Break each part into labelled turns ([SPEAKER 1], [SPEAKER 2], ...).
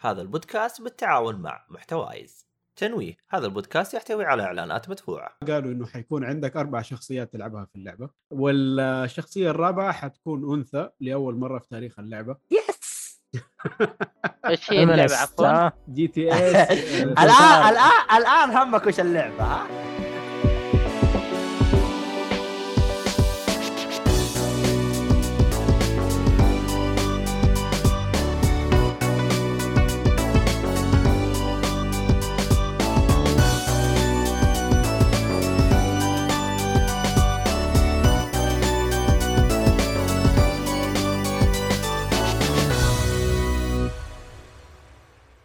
[SPEAKER 1] هذا البودكاست بالتعاون مع محتوايز تنويه هذا البودكاست يحتوي على اعلانات مدفوعه
[SPEAKER 2] قالوا انه حيكون عندك اربع شخصيات تلعبها في اللعبه والشخصيه الرابعه حتكون انثى لاول مره في تاريخ اللعبه
[SPEAKER 3] يس ايش هي
[SPEAKER 4] أنا
[SPEAKER 3] اللعبه
[SPEAKER 4] لسه-
[SPEAKER 3] عفوا؟
[SPEAKER 2] جي تي إيه اس
[SPEAKER 3] الان الان الان همك وش اللعبه ها؟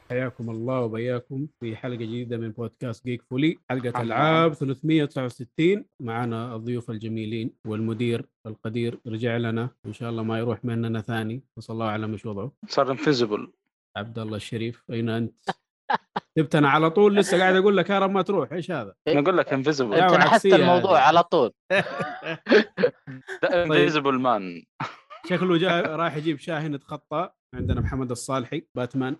[SPEAKER 2] حياكم الله وبياكم في حلقه جديده من بودكاست جيك فولي حلقه العاب 369 معنا الضيوف الجميلين والمدير القدير رجع لنا ان شاء الله ما يروح مننا ثاني بس الله اعلم ايش وضعه
[SPEAKER 5] صار انفيزبل
[SPEAKER 2] عبد الله الشريف اين انت؟ جبت انا على طول لسه قاعد اقول لك هرم ما تروح ايش هذا؟
[SPEAKER 4] إيه؟
[SPEAKER 5] انا اقول لك انفيزبل
[SPEAKER 2] لا،
[SPEAKER 3] انت نحست
[SPEAKER 2] عكسية
[SPEAKER 3] الموضوع
[SPEAKER 4] يعني.
[SPEAKER 2] هذه.
[SPEAKER 3] على طول
[SPEAKER 4] طيب.
[SPEAKER 5] ذا انفيزبل مان
[SPEAKER 2] شكله جا راح يجيب شاحنة خطاء عندنا محمد الصالحي باتمان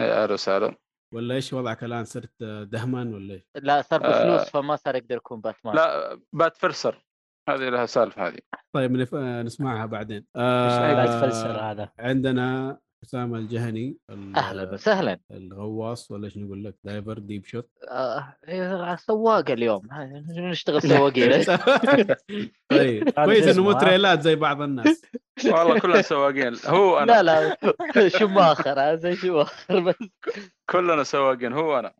[SPEAKER 5] يا اهلا وسهلا
[SPEAKER 2] ولا ايش وضعك الان صرت دهمن ولا ايش؟
[SPEAKER 3] لا صار
[SPEAKER 1] آه.
[SPEAKER 3] بفلوس فما صار يقدر يكون باتمان
[SPEAKER 5] لا بات فرسر هذه لها سالفه هذه
[SPEAKER 2] طيب نف... نسمعها بعدين.
[SPEAKER 4] لا
[SPEAKER 5] آه،
[SPEAKER 4] تفلسر هذا
[SPEAKER 2] عندنا حسام الجهني ال-
[SPEAKER 3] اهلا
[SPEAKER 1] آه.
[SPEAKER 3] وسهلا
[SPEAKER 2] الغواص ولا شنو نقول لك دايفر ديب شوت
[SPEAKER 3] آه، هي سواقه اليوم ها، نشتغل سواقين
[SPEAKER 2] طيب
[SPEAKER 4] هذا
[SPEAKER 2] كويس
[SPEAKER 4] شو
[SPEAKER 2] انه مو
[SPEAKER 4] اسمه، ها؟
[SPEAKER 2] تريلات زي بعض الناس
[SPEAKER 5] والله كلنا سواقين هو انا
[SPEAKER 3] لا لا شماخر هذا زي شماخر بس
[SPEAKER 5] كلنا سواقين هو انا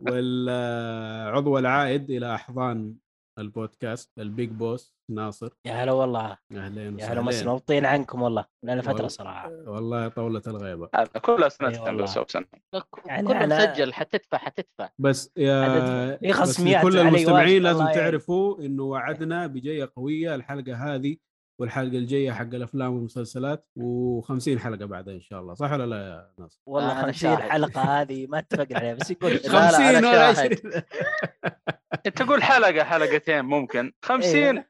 [SPEAKER 2] والعضو العائد الى احضان البودكاست البيج بوس ناصر
[SPEAKER 4] يا هلا والله
[SPEAKER 2] اهلين
[SPEAKER 4] يا هلا
[SPEAKER 2] وسهلين.
[SPEAKER 4] مصنوطين عنكم والله لنا فتره
[SPEAKER 2] والله.
[SPEAKER 4] صراحه
[SPEAKER 5] آه،
[SPEAKER 2] والله طولة الغيبة
[SPEAKER 5] هذا كلنا سنه
[SPEAKER 4] إي والله.
[SPEAKER 5] تتنبل سوسن
[SPEAKER 4] يعني
[SPEAKER 3] كله
[SPEAKER 4] أنا-
[SPEAKER 3] مسجل حتدفع حتدفع
[SPEAKER 2] بس
[SPEAKER 4] عدد-
[SPEAKER 2] يا
[SPEAKER 4] في
[SPEAKER 2] بس
[SPEAKER 4] خصميات
[SPEAKER 2] لكل
[SPEAKER 4] علي واجد
[SPEAKER 2] المستمعين لازم
[SPEAKER 4] والله يعني.
[SPEAKER 2] تعرفوا انه وعدنا بجايه قويه الحلقه هذه والحلقه الجايه حق الافلام والمسلسلات و50 حلقه بعدها ان شاء الله صح ولا لا يا ناصر؟
[SPEAKER 3] آه،
[SPEAKER 4] والله
[SPEAKER 3] أنا
[SPEAKER 4] 50
[SPEAKER 3] شاهد.
[SPEAKER 4] حلقه هذه ما اتفقنا عليها بس يقول
[SPEAKER 3] لا، لا،
[SPEAKER 2] 50
[SPEAKER 3] أنا
[SPEAKER 2] ولا
[SPEAKER 3] شاهد.
[SPEAKER 2] 20
[SPEAKER 5] انت تقول حلقه حلقتين ممكن 50
[SPEAKER 4] إيه.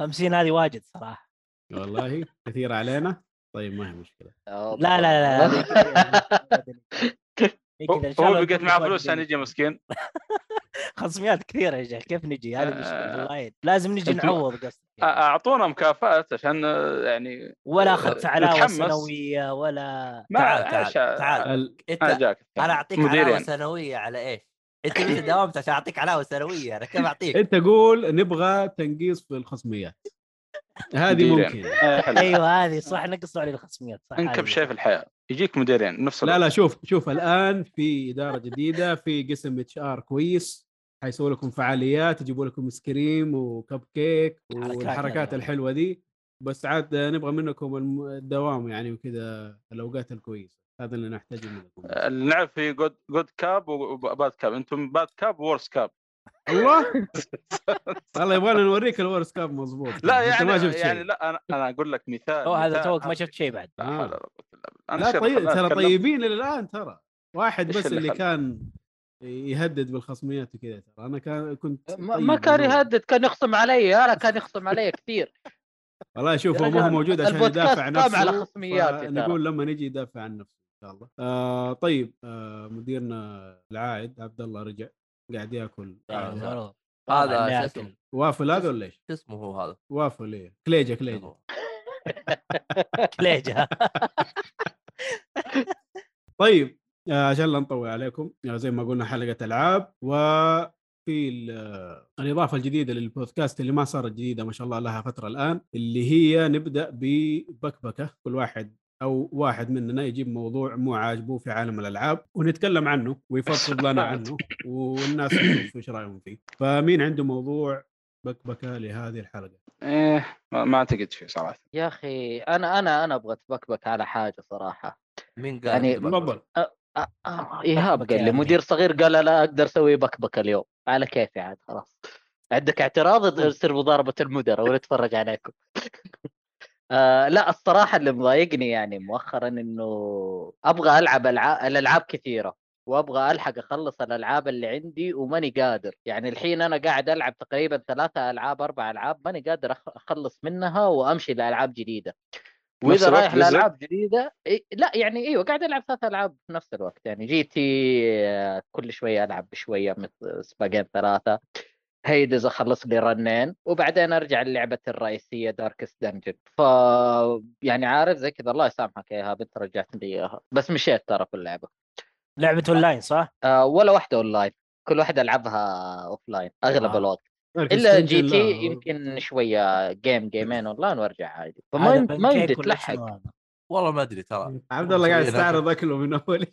[SPEAKER 4] 50 هذه واجد صراحه
[SPEAKER 2] والله كثير علينا طيب ما هي مشكله
[SPEAKER 4] لا لا لا, لا. هي
[SPEAKER 5] هو
[SPEAKER 4] إيه كذا، إن شاء الله
[SPEAKER 5] هو بقت
[SPEAKER 4] نكون
[SPEAKER 5] معه
[SPEAKER 4] واجد
[SPEAKER 5] فلوس عشان
[SPEAKER 4] يعني.
[SPEAKER 5] يجي مسكين
[SPEAKER 4] خصميات كثيره يا شيخ كيف نجي هذه
[SPEAKER 5] آه.
[SPEAKER 4] مشكله والله يد. لازم نجي
[SPEAKER 5] أنتوا-
[SPEAKER 4] نعوض قصدي
[SPEAKER 5] أ- اعطونا مكافآت عشان آه، يعني
[SPEAKER 4] ولا اخذت علاوه
[SPEAKER 5] نتحمس.
[SPEAKER 4] سنويه ولا
[SPEAKER 5] ما
[SPEAKER 1] تعال تعال
[SPEAKER 5] عشان-
[SPEAKER 1] تعال
[SPEAKER 2] ال-
[SPEAKER 5] انا
[SPEAKER 1] انت
[SPEAKER 5] جاك
[SPEAKER 1] انا اعطيك
[SPEAKER 5] مديرين.
[SPEAKER 1] علاوه سنويه على ايش؟ انت متى داومت عشان اعطيك علاوه سنويه انا كيف اعطيك؟
[SPEAKER 2] انت قول نبغى تنقيص في الخصميات هذه
[SPEAKER 5] مديرين.
[SPEAKER 2] ممكن
[SPEAKER 5] آه، حلو.
[SPEAKER 4] ايوه هذه صح نقصوا علي الخصميات صح هذه.
[SPEAKER 5] انكب شيء في الحياه يجيك مديرين نفس
[SPEAKER 2] لا لا شوف شوف الان في اداره جديده في قسم اتش ار كويس حيسووا لكم فعاليات يجيبوا لكم ايس كريم وكب كيك
[SPEAKER 4] حركات
[SPEAKER 2] والحركات
[SPEAKER 4] يعني.
[SPEAKER 2] الحلوه دي بس عاد نبغى منكم الم- الدوام يعني وكذا الاوقات الكويسه هذا اللي نحتاجه منكم
[SPEAKER 5] اللي نعرف في جود جود كاب وباد كاب انتم باد كاب وورس كاب
[SPEAKER 2] الله الله يبغانا نوريك الورس كاب مضبوط
[SPEAKER 5] لا
[SPEAKER 2] أنت
[SPEAKER 5] يعني
[SPEAKER 2] ما شفت
[SPEAKER 5] يعني
[SPEAKER 2] شيء.
[SPEAKER 5] لا انا انا اقول لك مثال
[SPEAKER 4] هو هذا
[SPEAKER 5] مثال
[SPEAKER 4] توك ما
[SPEAKER 5] على-
[SPEAKER 4] شفت شيء بعد
[SPEAKER 5] لا حول
[SPEAKER 2] آه.
[SPEAKER 5] ولا قوة إلا بالله. أنا
[SPEAKER 2] لا
[SPEAKER 5] شيخ،
[SPEAKER 2] طيب
[SPEAKER 5] خلنا
[SPEAKER 2] ترى
[SPEAKER 5] أتكلم.
[SPEAKER 2] طيبين الى الان ترى واحد
[SPEAKER 5] إيش
[SPEAKER 2] بس
[SPEAKER 5] اللي
[SPEAKER 2] اللي
[SPEAKER 5] خلى؟
[SPEAKER 2] كان يهدد بالخصميات وكذا ترى انا كان كنت
[SPEAKER 3] ما
[SPEAKER 2] طيب
[SPEAKER 3] ما كان
[SPEAKER 2] والله.
[SPEAKER 3] يهدد كان يخصم علي انا كان يخصم علي كثير
[SPEAKER 2] والله شوف
[SPEAKER 3] يا
[SPEAKER 2] هو ما هو
[SPEAKER 3] رجال،
[SPEAKER 2] موجود عشان
[SPEAKER 3] البودكاست
[SPEAKER 2] يدافع عن
[SPEAKER 3] قام
[SPEAKER 2] نفسه
[SPEAKER 3] على خصمياتي ترى.
[SPEAKER 2] نقول لما نجي يدافع عن نفسه ان شاء الله آه طيب آه مديرنا العائد عبد الله رجع قاعد ياكل آه
[SPEAKER 4] والله.
[SPEAKER 1] هذا
[SPEAKER 4] لا،
[SPEAKER 1] شو اسمه
[SPEAKER 2] وافل هذا ولا ايش؟
[SPEAKER 1] شو اسمه هو هذا؟
[SPEAKER 2] وافل ايه كليجه كليجه
[SPEAKER 4] كليجه
[SPEAKER 2] طيب آه عشان لا نطول عليكم آه زي ما قلنا حلقه العاب وفي ال- آه، الاضافه الجديده للبودكاست اللي ما صارت جديده ما شاء الله لها فتره الان اللي هي نبدا ببكبكه كل واحد او واحد مننا يجيب موضوع مو عاجبه في عالم الالعاب ونتكلم عنه ويفضفض لنا عنه والناس تشوف ايش رايهم فيه فمين عنده موضوع بكبكه لهذه الحلقه
[SPEAKER 5] إيه ما- ما أعتقد شيء صراحة
[SPEAKER 3] يا اخي انا انا انا ابغى اتبكبك على حاجه صراحه
[SPEAKER 1] مين قال
[SPEAKER 3] يعني-
[SPEAKER 1] كذا بقى؟
[SPEAKER 2] تفضل
[SPEAKER 3] آه، آه، ايهاب
[SPEAKER 4] بكبكة
[SPEAKER 3] قال
[SPEAKER 4] يا
[SPEAKER 3] لي
[SPEAKER 4] أخي.
[SPEAKER 3] مدير صغير قال لا اقدر اسوي بكبكه اليوم على كيفي عاد خلاص عندك اعتراض ارسل مضاربه المدراء ونتفرج عليكم آه لا الصراحه اللي مضايقني يعني مؤخرا انه ابغى العب العاب الالعاب كثيره وابغى الحق اخلص الالعاب اللي عندي وماني قادر يعني الحين انا قاعد العب تقريبا ثلاثة العاب اربع العاب ماني قادر أخ- اخلص منها وامشي لالعاب جديده
[SPEAKER 5] نفس
[SPEAKER 3] واذا
[SPEAKER 5] الوقت
[SPEAKER 3] رايح
[SPEAKER 5] نزل؟
[SPEAKER 3] لالعاب جديده إي- لا يعني ايوه قاعد العب ثلاث العاب في نفس الوقت يعني جيتي آه، كل شويه العب بشويه مثل سباقين ثلاثه هيدز اخلص لي رنين وبعدين ارجع للعبه الرئيسيه داركست دنجن ف يعني عارف زي كذا الله يسامحك يا ايهاب انت رجعت لي اياها بس مشيت ترى في اللعبه
[SPEAKER 4] لعبه اونلاين صح؟
[SPEAKER 3] آه، ولا واحده اونلاين كل واحده العبها اوف لاين اغلب
[SPEAKER 4] آه.
[SPEAKER 3] الوقت
[SPEAKER 2] دارك
[SPEAKER 3] الا
[SPEAKER 2] ستيشن
[SPEAKER 3] جي
[SPEAKER 2] لا.
[SPEAKER 3] تي يمكن شويه جيم جيمين اونلاين وارجع عادي فما
[SPEAKER 4] هذا
[SPEAKER 3] يم- ما
[SPEAKER 4] pancake
[SPEAKER 3] يمدي
[SPEAKER 4] ولا
[SPEAKER 3] تلحق
[SPEAKER 4] شنو هذا؟
[SPEAKER 6] والله ما ادري ترى
[SPEAKER 2] عبد الله قاعد يستعرض اكله من اول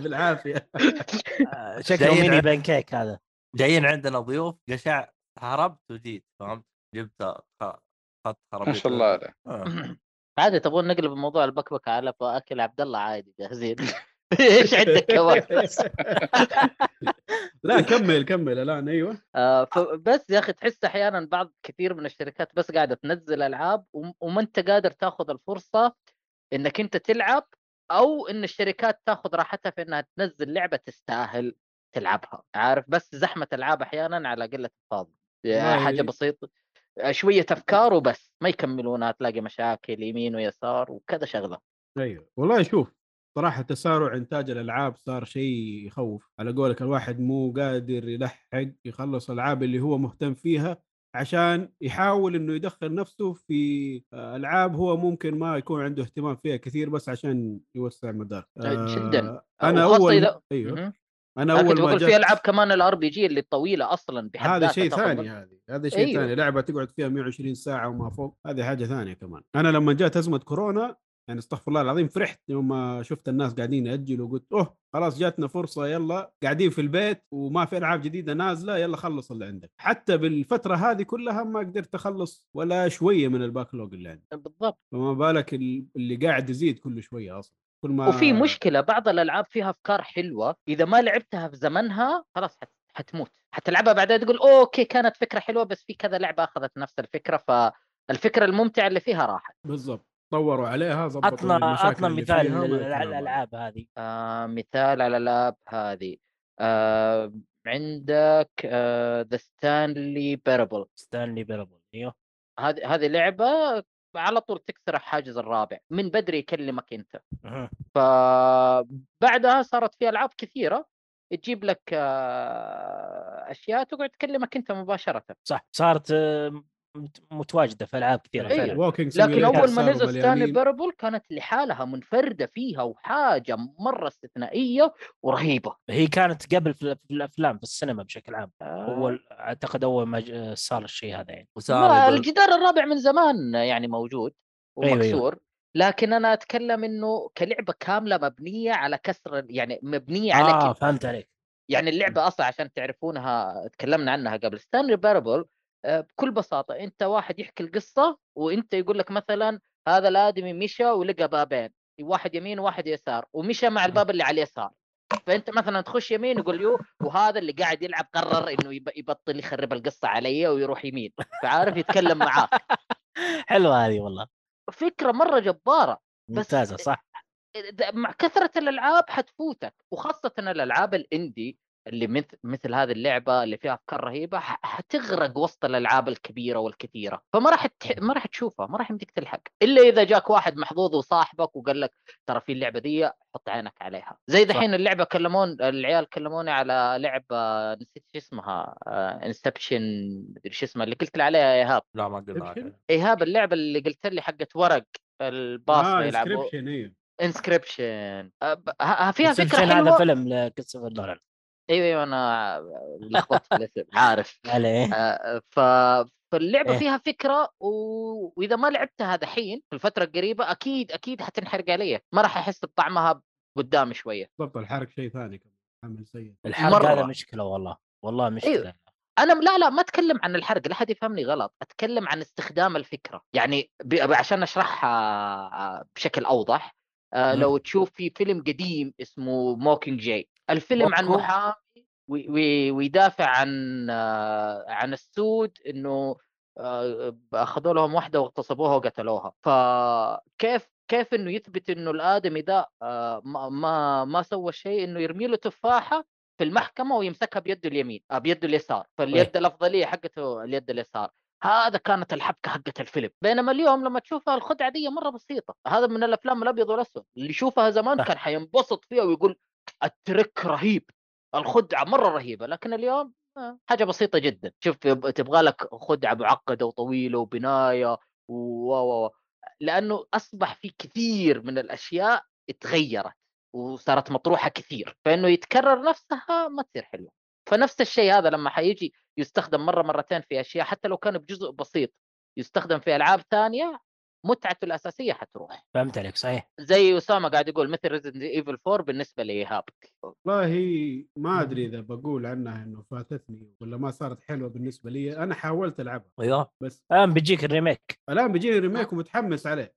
[SPEAKER 2] بالعافيه
[SPEAKER 4] آه، شكله
[SPEAKER 6] جايين
[SPEAKER 4] ميني
[SPEAKER 6] عن-
[SPEAKER 4] بانكيك هذا
[SPEAKER 6] جايين عندنا ضيوف قشع هربت وجيت فهمت جبت خ- خط خرابيط
[SPEAKER 5] ما
[SPEAKER 2] طيب.
[SPEAKER 5] شاء الله عليه
[SPEAKER 6] آه.
[SPEAKER 3] عادي تبغون نقلب موضوع البكبكه على اكل عبد الله عادي جاهزين ايش عندك كمان
[SPEAKER 2] لا كمل كمل الان ايوه
[SPEAKER 3] آه، فبس يا اخي تحس احيانا بعض كثير من الشركات بس قاعده تنزل العاب وم- وما انت قادر تاخذ الفرصه انك انت تلعب او ان الشركات تاخذ راحتها في انها تنزل لعبه تستاهل تلعبها عارف بس زحمه العاب احيانا على قله الفاضي
[SPEAKER 2] والله
[SPEAKER 3] حاجه
[SPEAKER 2] ي-
[SPEAKER 3] بسيطه شويه افكار وبس ما يكملونها تلاقي مشاكل يمين ويسار وكذا شغله
[SPEAKER 2] ايوه والله شوف صراحة تسارع إنتاج الألعاب صار شيء يخوف على قولك الواحد مو قادر يلحق يخلص الألعاب اللي هو مهتم فيها عشان يحاول إنه يدخل نفسه في آه، ألعاب هو ممكن ما يكون عنده اهتمام فيها كثير بس عشان يوسع مدار
[SPEAKER 3] آه، جداً.
[SPEAKER 2] أنا
[SPEAKER 3] وخاصة
[SPEAKER 2] أول
[SPEAKER 3] إذا-
[SPEAKER 2] أيوه
[SPEAKER 3] مهم.
[SPEAKER 2] أنا
[SPEAKER 3] انا كنت
[SPEAKER 2] أول ما
[SPEAKER 3] بقول في العاب
[SPEAKER 2] جت
[SPEAKER 3] كمان الار بي جي اللي طويله اصلا بحد
[SPEAKER 2] هذا
[SPEAKER 3] ذاتها
[SPEAKER 2] شيء
[SPEAKER 3] تاخذ
[SPEAKER 2] ثاني
[SPEAKER 3] وقت.
[SPEAKER 2] هذه هذا شيء
[SPEAKER 3] أيوه.
[SPEAKER 2] ثاني لعبه تقعد فيها 120 ساعه وما فوق هذه حاجه ثانيه كمان انا لما جات ازمه كورونا يعني استغفر الله العظيم فرحت لما شفت الناس قاعدين ياجلوا وقلت اوه خلاص جاتنا فرصه يلا قاعدين في البيت وما في العاب جديده نازله يلا خلص اللي عندك حتى بالفتره هذه كلها ما قدرت اخلص ولا شويه من الباكلوج اللي عندي
[SPEAKER 3] بالضبط
[SPEAKER 2] فما بالك ال- اللي قاعد يزيد كل شويه اصلا كل ما
[SPEAKER 3] وفي مشكله بعض الالعاب فيها افكار حلوه اذا ما لعبتها في زمنها خلاص حت... حتموت حتلعبها بعدين تقول اوكي كانت فكره حلوه بس في كذا لعبه اخذت نفس الفكره فالفكره الممتعه اللي فيها راحت
[SPEAKER 2] بالضبط طوروا عليها ظبطوا
[SPEAKER 4] عطنا
[SPEAKER 2] المشاكل
[SPEAKER 4] عطنا
[SPEAKER 2] اللي
[SPEAKER 4] مثال
[SPEAKER 2] فيها، ما
[SPEAKER 4] لل-
[SPEAKER 2] يكون
[SPEAKER 4] على
[SPEAKER 2] على بعض.
[SPEAKER 4] الالعاب هذه
[SPEAKER 3] آه مثال على الالعاب هذه آه عندك آه، ذا ستانلي بيربل
[SPEAKER 4] ستانلي بيربل ايوه
[SPEAKER 3] هذه هذه لعبه على طول تكسر الحاجز الرابع من بدري يكلمك انت
[SPEAKER 4] مهم.
[SPEAKER 3] فبعدها صارت في العاب كثيره تجيب لك آه، اشياء تقعد تكلمك انت مباشره
[SPEAKER 4] صح صارت آه، مت- متواجده في العاب كثيره
[SPEAKER 3] أيوة.
[SPEAKER 4] فعلا
[SPEAKER 2] Walking
[SPEAKER 3] لكن
[SPEAKER 2] Simulator
[SPEAKER 3] اول ما
[SPEAKER 2] صاروا
[SPEAKER 3] نزل ستانلي
[SPEAKER 2] مليانين.
[SPEAKER 3] بيربل كانت لحالها منفرده فيها وحاجه مره استثنائيه ورهيبه
[SPEAKER 4] هي كانت قبل في ال- في الافلام في السينما بشكل عام
[SPEAKER 3] آه،
[SPEAKER 4] اول اعتقد اول ما ج- آه، صار الشيء هذا يعني
[SPEAKER 3] ما
[SPEAKER 6] وسام يقول
[SPEAKER 3] الجدار الرابع من زمان يعني موجود
[SPEAKER 4] أيوة، أيوة.
[SPEAKER 3] ومكسور لكن انا اتكلم انه كلعبه كامله مبنيه على كسر يعني مبنيه على
[SPEAKER 4] اه
[SPEAKER 3] كده.
[SPEAKER 4] فهمت عليك
[SPEAKER 3] يعني اللعبه اصلا عشان تعرفونها تكلمنا عنها قبل ستانلي باربل بكل بساطه انت واحد يحكي القصه وانت يقول لك مثلا هذا الادمي مشى ولقى بابين واحد يمين وواحد يسار ومشى مع الباب اللي على اليسار فانت مثلا تخش يمين يقول يو وهذا اللي قاعد يلعب قرر انه يب- يبطل يخرب القصه علي ويروح يمين فعارف يتكلم معاك
[SPEAKER 4] حلوه هذه والله
[SPEAKER 3] فكره مره جباره بس-
[SPEAKER 4] ممتازه صح
[SPEAKER 3] إذا- مع كثرة الألعاب حتفوتك وخاصة الألعاب الإندي اللي مثل مثل هذه اللعبة اللي فيها أفكار رهيبة ح- حتغرق وسط الألعاب الكبيرة والكثيرة فما راح تح... ما راح تشوفها ما راح يمديك تلحق إلا إذا جاك واحد محظوظ وصاحبك وقال لك ترى في اللعبة دي حط عينك عليها زي دحين اللعبة كلمون العيال كلموني على لعبة نسيت شو اسمها آه، انسبشن شو اسمها اللي قلت لي عليها يا إيهاب
[SPEAKER 6] لا ما قلنا عليه.
[SPEAKER 3] إيهاب اللعبة اللي قلت لي حقت ورق الباص
[SPEAKER 2] اه
[SPEAKER 3] يلعبوا
[SPEAKER 2] انسكربشن ايوه
[SPEAKER 3] انسكربشن فيها فكره
[SPEAKER 4] Inception
[SPEAKER 3] حلوه
[SPEAKER 4] هذا فيلم لكريستوفر نولان
[SPEAKER 3] ايوه ايوه انا لخبطت في الاسم عارف
[SPEAKER 4] عليه
[SPEAKER 3] آه، ف فاللعبه
[SPEAKER 4] إيه.
[SPEAKER 3] فيها فكره و... واذا ما لعبتها دحين في الفتره القريبه اكيد اكيد حتنحرق علي ما راح احس بطعمها قدام شويه
[SPEAKER 2] بالضبط الحرق شيء ثاني كمان عامل سيء
[SPEAKER 4] الحرق هذا
[SPEAKER 3] مرة.
[SPEAKER 4] مشكله والله والله
[SPEAKER 3] أيوه.
[SPEAKER 4] مشكله
[SPEAKER 3] انا لا لا ما اتكلم عن الحرق لا حد يفهمني غلط اتكلم عن استخدام الفكره يعني ب... ب- عشان اشرحها بشكل اوضح آه،
[SPEAKER 4] مم.
[SPEAKER 3] لو تشوف في فيلم قديم اسمه موكينج جاي الفيلم عن
[SPEAKER 4] أوكو.
[SPEAKER 3] محامي وي- وي- ويدافع عن آه، عن السود انه آه، اخذوا لهم واحده واغتصبوها وقتلوها فكيف كيف انه يثبت انه الادمي ده آه، ما ما, ما سوى شيء انه يرمي له تفاحه في المحكمه ويمسكها بيده اليمين آه، بيده اليسار فاليد الافضليه حقته اليد اليسار هذا كانت الحبكه حقت الفيلم بينما اليوم لما تشوفها الخدعه دي مره بسيطه هذا من الافلام الابيض والاسود اللي يشوفها زمان
[SPEAKER 4] صح.
[SPEAKER 3] كان حينبسط فيها ويقول الترك رهيب الخدعه مره رهيبه لكن اليوم آه، حاجه بسيطه جدا شوف يب- تبغى لك خدعه معقده وطويله وبنايه و و- و لانه اصبح في كثير من الاشياء اتغيرت وصارت مطروحه كثير فانه يتكرر نفسها ما تصير حلوه فنفس الشيء هذا لما حيجي يستخدم مره مرتين في اشياء حتى لو كان بجزء بسيط يستخدم في العاب ثانيه متعته الاساسيه حتروح
[SPEAKER 4] فهمت عليك صحيح
[SPEAKER 3] زي اسامه قاعد يقول مثل ريزدنت ايفل 4 بالنسبه لايهاب
[SPEAKER 2] والله ما ادري اذا بقول عنها انه فاتتني ولا ما صارت حلوه بالنسبه لي انا حاولت العبها
[SPEAKER 4] ايوه
[SPEAKER 2] بس
[SPEAKER 4] الان بيجيك الريميك
[SPEAKER 2] الان بيجيني
[SPEAKER 3] آه.
[SPEAKER 2] ريميك ومتحمس عليه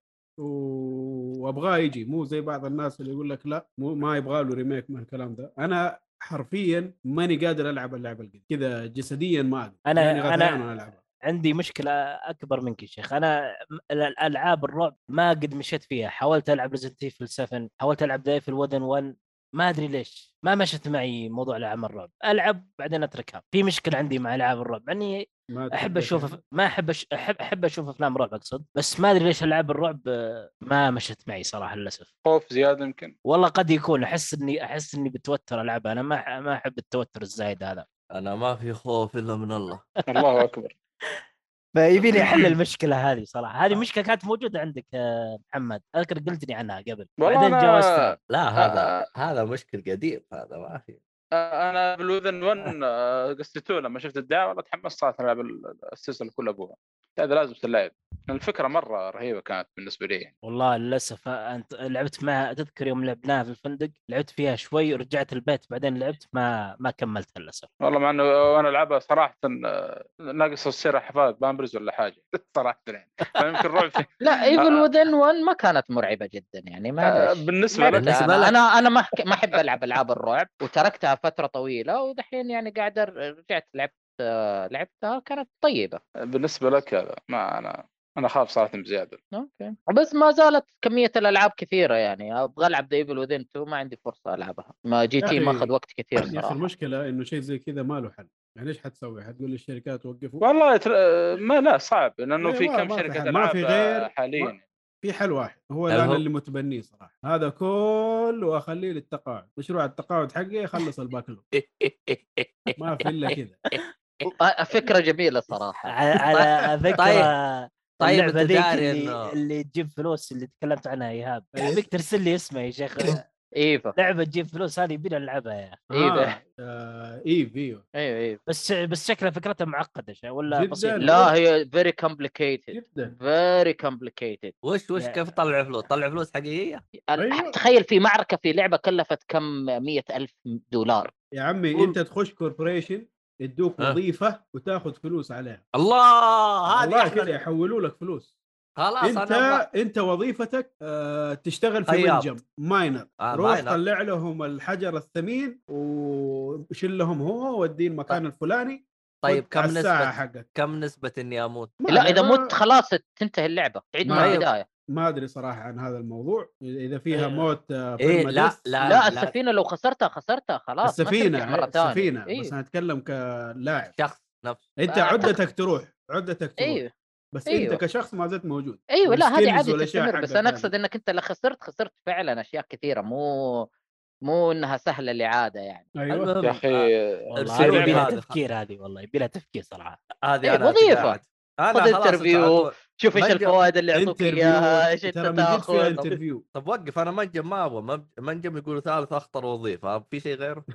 [SPEAKER 2] و- وابغاه يجي مو زي بعض الناس اللي يقول لك لا مو ما يبغى له ريميك من الكلام ده انا حرفيا ماني قادر العب اللعبه القديمه كذا جسديا ما اقدر
[SPEAKER 4] أنا-
[SPEAKER 2] يعني غثيان
[SPEAKER 4] أنا-
[SPEAKER 2] وأنا ألعبها.
[SPEAKER 4] عندي مشكله اكبر منك يا شيخ انا م- ال- الالعاب الرعب ما قد مشيت فيها حاولت العب ريزنت ايفل 7 حاولت العب ضيف الوذن 1 ما ادري ليش ما مشت معي موضوع العاب الرعب العب بعدين اتركها في مشكله عندي مع العاب الرعب اني
[SPEAKER 2] ما
[SPEAKER 4] احب
[SPEAKER 2] تحبها
[SPEAKER 4] اشوف
[SPEAKER 2] يعني.
[SPEAKER 4] أف- ما احب أش- احب احب اشوف افلام رعب اقصد بس ما ادري ليش العاب الرعب آه، ما مشت معي صراحه للاسف
[SPEAKER 5] خوف زياده يمكن
[SPEAKER 4] والله قد يكون احس اني احس اني بتوتر العبها انا ما أح- ما احب التوتر الزايد هذا
[SPEAKER 6] انا ما في خوف الا من الله
[SPEAKER 5] الله اكبر
[SPEAKER 4] فيبيني احل المشكله هذه صراحه
[SPEAKER 6] آه.
[SPEAKER 4] هذه مشكله كانت موجوده عندك يا محمد اذكر قلت لي عنها قبل
[SPEAKER 5] والله
[SPEAKER 4] بعدين
[SPEAKER 5] أنا-
[SPEAKER 4] جاوزتني
[SPEAKER 6] لا
[SPEAKER 5] آه،
[SPEAKER 6] هذا
[SPEAKER 5] آه.
[SPEAKER 6] هذا مشكل قديم هذا ما في
[SPEAKER 5] آه، انا بالاذن 1 آه، قصته لما شفت الدعوه والله تحمست صارت العب ال- السلسله كلها ابوها هذا لازم تلعب الفكره مره رهيبه كانت بالنسبه لي يعني.
[SPEAKER 4] والله للاسف انت لعبت معها تذكر يوم لعبناها في الفندق لعبت فيها شوي ورجعت البيت بعدين لعبت ما ما كملتها للاسف
[SPEAKER 5] والله مع انه وانا العبها صراحه آه، ناقص السيره حفاظ بامبرز ولا حاجه صراحه يعني فيمكن رعب في-
[SPEAKER 3] لا ايفل
[SPEAKER 5] آه.
[SPEAKER 3] وذن 1 ما كانت مرعبه جدا يعني
[SPEAKER 5] آه،
[SPEAKER 3] ما
[SPEAKER 5] بالنسبه لك
[SPEAKER 3] بالنسبة
[SPEAKER 6] بالنسبة
[SPEAKER 3] أنا,
[SPEAKER 6] لك.
[SPEAKER 3] انا انا ما أحك- ما احب العب العاب الرعب وتركتها فتره طويله ودحين يعني قاعد أر- رجعت لعبت آه، لعبتها كانت طيبه
[SPEAKER 5] بالنسبه لك هذا ما انا انا اخاف صراحه بزياده
[SPEAKER 3] اوكي بس ما زالت كميه الالعاب كثيره يعني ابغى العب ذا ايفل وذن 2 ما عندي فرصه العبها ما جي
[SPEAKER 2] يا
[SPEAKER 3] تي ما
[SPEAKER 2] أخي-
[SPEAKER 3] اخذ وقت كثير
[SPEAKER 2] يا اخي
[SPEAKER 3] صراحه
[SPEAKER 2] المشكله انه شيء زي كذا ما له حل يعني ايش حتسوي؟ حتقول للشركات وقفوا
[SPEAKER 5] والله تر... آه، ما لا صعب لانه
[SPEAKER 2] إيه،
[SPEAKER 5] في
[SPEAKER 2] ما-
[SPEAKER 5] كم
[SPEAKER 2] ما في
[SPEAKER 5] شركه
[SPEAKER 2] حل.
[SPEAKER 5] العاب
[SPEAKER 2] ما في غير-
[SPEAKER 5] آه، حاليا
[SPEAKER 2] ما- في حل واحد هو
[SPEAKER 6] هل
[SPEAKER 2] اللي انا
[SPEAKER 6] هو-
[SPEAKER 2] اللي متبنيه صراحه هذا كله اخليه للتقاعد مشروع التقاعد حقي يخلص الباكلوج
[SPEAKER 6] طيب، إيه.
[SPEAKER 2] ما في الا كذا
[SPEAKER 3] آه، فكره جميله صراحه
[SPEAKER 4] على- على
[SPEAKER 6] طيب.
[SPEAKER 4] ذكرى
[SPEAKER 6] طيب
[SPEAKER 4] اللعبه
[SPEAKER 6] انت
[SPEAKER 4] ذيك
[SPEAKER 6] داري
[SPEAKER 4] اللي,
[SPEAKER 6] إنه-
[SPEAKER 4] اللي تجيب فلوس اللي تكلمت عنها ايهاب ابيك ترسل لي اسمها يا شيخ
[SPEAKER 3] ايفا
[SPEAKER 4] لعبه تجيب فلوس هذه يبينا نلعبها يا
[SPEAKER 6] إيه
[SPEAKER 3] إيوه.
[SPEAKER 2] آه، آه، ايف ايوه
[SPEAKER 3] ايوه ايوه
[SPEAKER 4] بس بس شكلها فكرتها معقده شوي ولا
[SPEAKER 2] جداً.
[SPEAKER 4] بسيطه
[SPEAKER 3] لا هي فيري كومبليكيتد
[SPEAKER 6] إيه.
[SPEAKER 2] جدا
[SPEAKER 3] فيري كومبليكيتد
[SPEAKER 6] وش وش
[SPEAKER 4] يا-
[SPEAKER 6] كيف طلع فلوس؟ طلع فلوس حقيقيه؟
[SPEAKER 2] أيوة.
[SPEAKER 3] تخيل في معركه في لعبه كلفت كم مية ألف دولار
[SPEAKER 2] يا عمي انت تخش كوربوريشن يدوك
[SPEAKER 6] آه.
[SPEAKER 2] وظيفه وتاخذ فلوس عليها
[SPEAKER 6] الله هذه
[SPEAKER 2] والله كذا
[SPEAKER 6] احلى
[SPEAKER 2] يحولوا لك فلوس
[SPEAKER 6] خلاص
[SPEAKER 2] انت
[SPEAKER 6] انا
[SPEAKER 2] انت وظيفتك آه، تشتغل في
[SPEAKER 6] خياط.
[SPEAKER 2] منجم ماينر
[SPEAKER 6] آه،
[SPEAKER 2] روح
[SPEAKER 6] ماينر.
[SPEAKER 2] طلع لهم الحجر الثمين وشيل لهم هو وديه المكان الفلاني
[SPEAKER 6] طيب
[SPEAKER 2] وانت على
[SPEAKER 6] كم
[SPEAKER 2] الساعه
[SPEAKER 6] نسبه
[SPEAKER 2] حقك
[SPEAKER 6] كم نسبه اني اموت؟
[SPEAKER 2] ما
[SPEAKER 3] لا
[SPEAKER 2] أدري،
[SPEAKER 3] اذا
[SPEAKER 2] ما-
[SPEAKER 3] مت خلاص تنتهي اللعبه تعيد من
[SPEAKER 2] أيوة. ما-
[SPEAKER 3] البدايه
[SPEAKER 2] ما ادري صراحه عن هذا الموضوع اذا فيها
[SPEAKER 4] إيه.
[SPEAKER 2] موت آه،
[SPEAKER 6] إيه،
[SPEAKER 2] permadeath.
[SPEAKER 6] لا، لا،
[SPEAKER 3] لا السفينه لو خسرتها خسرتها خلاص ما ترجع
[SPEAKER 2] السفينه
[SPEAKER 3] مره
[SPEAKER 2] إيه،
[SPEAKER 3] ثانيه
[SPEAKER 2] السفينه
[SPEAKER 3] إيه.
[SPEAKER 2] بس انا اتكلم كلاعب
[SPEAKER 6] شخص نفسه
[SPEAKER 2] انت
[SPEAKER 3] آه،
[SPEAKER 2] عدتك تروح عدتك تروح
[SPEAKER 3] ايوه
[SPEAKER 2] بس
[SPEAKER 3] أيوه.
[SPEAKER 2] انت كشخص ما زلت موجود
[SPEAKER 3] ايوه لا هذه
[SPEAKER 2] والskills
[SPEAKER 3] عادي
[SPEAKER 2] والأشياء
[SPEAKER 3] تستمر بس
[SPEAKER 2] حقك
[SPEAKER 3] انا
[SPEAKER 2] هذه.
[SPEAKER 3] اقصد انك انت لا خسرت خسرت فعلا اشياء كثيره مو مو انها سهله الاعاده يعني
[SPEAKER 2] ايوه
[SPEAKER 6] المهم،
[SPEAKER 5] يا اخي
[SPEAKER 6] آه،
[SPEAKER 4] والله
[SPEAKER 6] ارسلوا
[SPEAKER 4] هذه
[SPEAKER 5] لي
[SPEAKER 4] يبي لها
[SPEAKER 6] هذا.
[SPEAKER 4] تفكير هذه والله يبي لها تفكير صراحه
[SPEAKER 6] هذه
[SPEAKER 3] إيه،
[SPEAKER 6] انا
[SPEAKER 3] وظيفة.
[SPEAKER 6] تقاعد. انا
[SPEAKER 3] خذ
[SPEAKER 6] خلاص
[SPEAKER 3] interview.
[SPEAKER 6] أتقاعد.
[SPEAKER 3] شوف ايش
[SPEAKER 6] ما يجي-
[SPEAKER 3] الفوائد اللي يعطوك اياها ايش
[SPEAKER 2] انترفيو
[SPEAKER 3] انت
[SPEAKER 2] ترى من جد فيها
[SPEAKER 3] تاخذ
[SPEAKER 2] انترفيو
[SPEAKER 6] طب وقف انا منجم ما ابغى منج- منجم يقولوا ثالث اخطر وظيفه في شيء غيره؟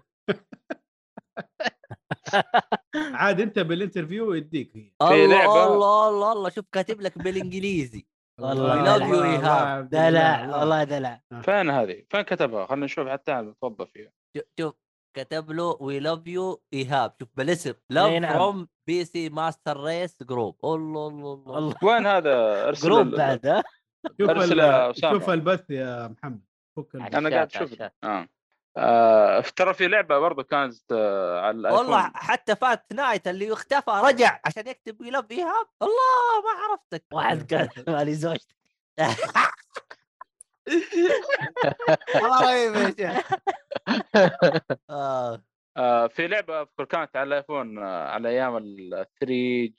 [SPEAKER 2] عاد انت بالانترفيو يديك هي
[SPEAKER 5] في
[SPEAKER 6] الله
[SPEAKER 5] لعبة-
[SPEAKER 6] الله الله الله شوف كاتب لك بالانجليزي
[SPEAKER 4] والله
[SPEAKER 6] I love you،
[SPEAKER 2] الله،
[SPEAKER 6] إيهاب.
[SPEAKER 2] الله، عبد
[SPEAKER 4] دلع
[SPEAKER 2] الله،
[SPEAKER 4] والله دلع
[SPEAKER 5] فين هذه؟ فين كتبها؟ خلينا نشوف حتى توظف فيها
[SPEAKER 6] شوف- شوف كتب له وي لاف يو ايهاب شوف بالاسم
[SPEAKER 4] أي
[SPEAKER 6] لاف
[SPEAKER 4] نعم.
[SPEAKER 6] فروم بي سي ماستر ريس جروب الله الله الله
[SPEAKER 4] والله
[SPEAKER 5] وين هذا ارسل
[SPEAKER 4] جروب
[SPEAKER 5] ال-
[SPEAKER 4] بعد ها
[SPEAKER 2] شوف ال-
[SPEAKER 5] أرسل أسامة.
[SPEAKER 2] شوف البث يا محمد فك البث.
[SPEAKER 5] انا قاعد
[SPEAKER 3] عشان-
[SPEAKER 5] اشوف
[SPEAKER 3] عشان.
[SPEAKER 5] آه. آه. ترى في لعبه برضو كانت آه على الآيفون.
[SPEAKER 6] والله حتى فات نايت اللي اختفى رجع عشان يكتب وي لاف ايهاب الله ما عرفتك
[SPEAKER 4] واحد قال مالي زوجتي
[SPEAKER 6] والله رهيب يا شيخ آه.
[SPEAKER 5] آه، في لعبه اذكر كانت على الايفون آه، على ايام ال 3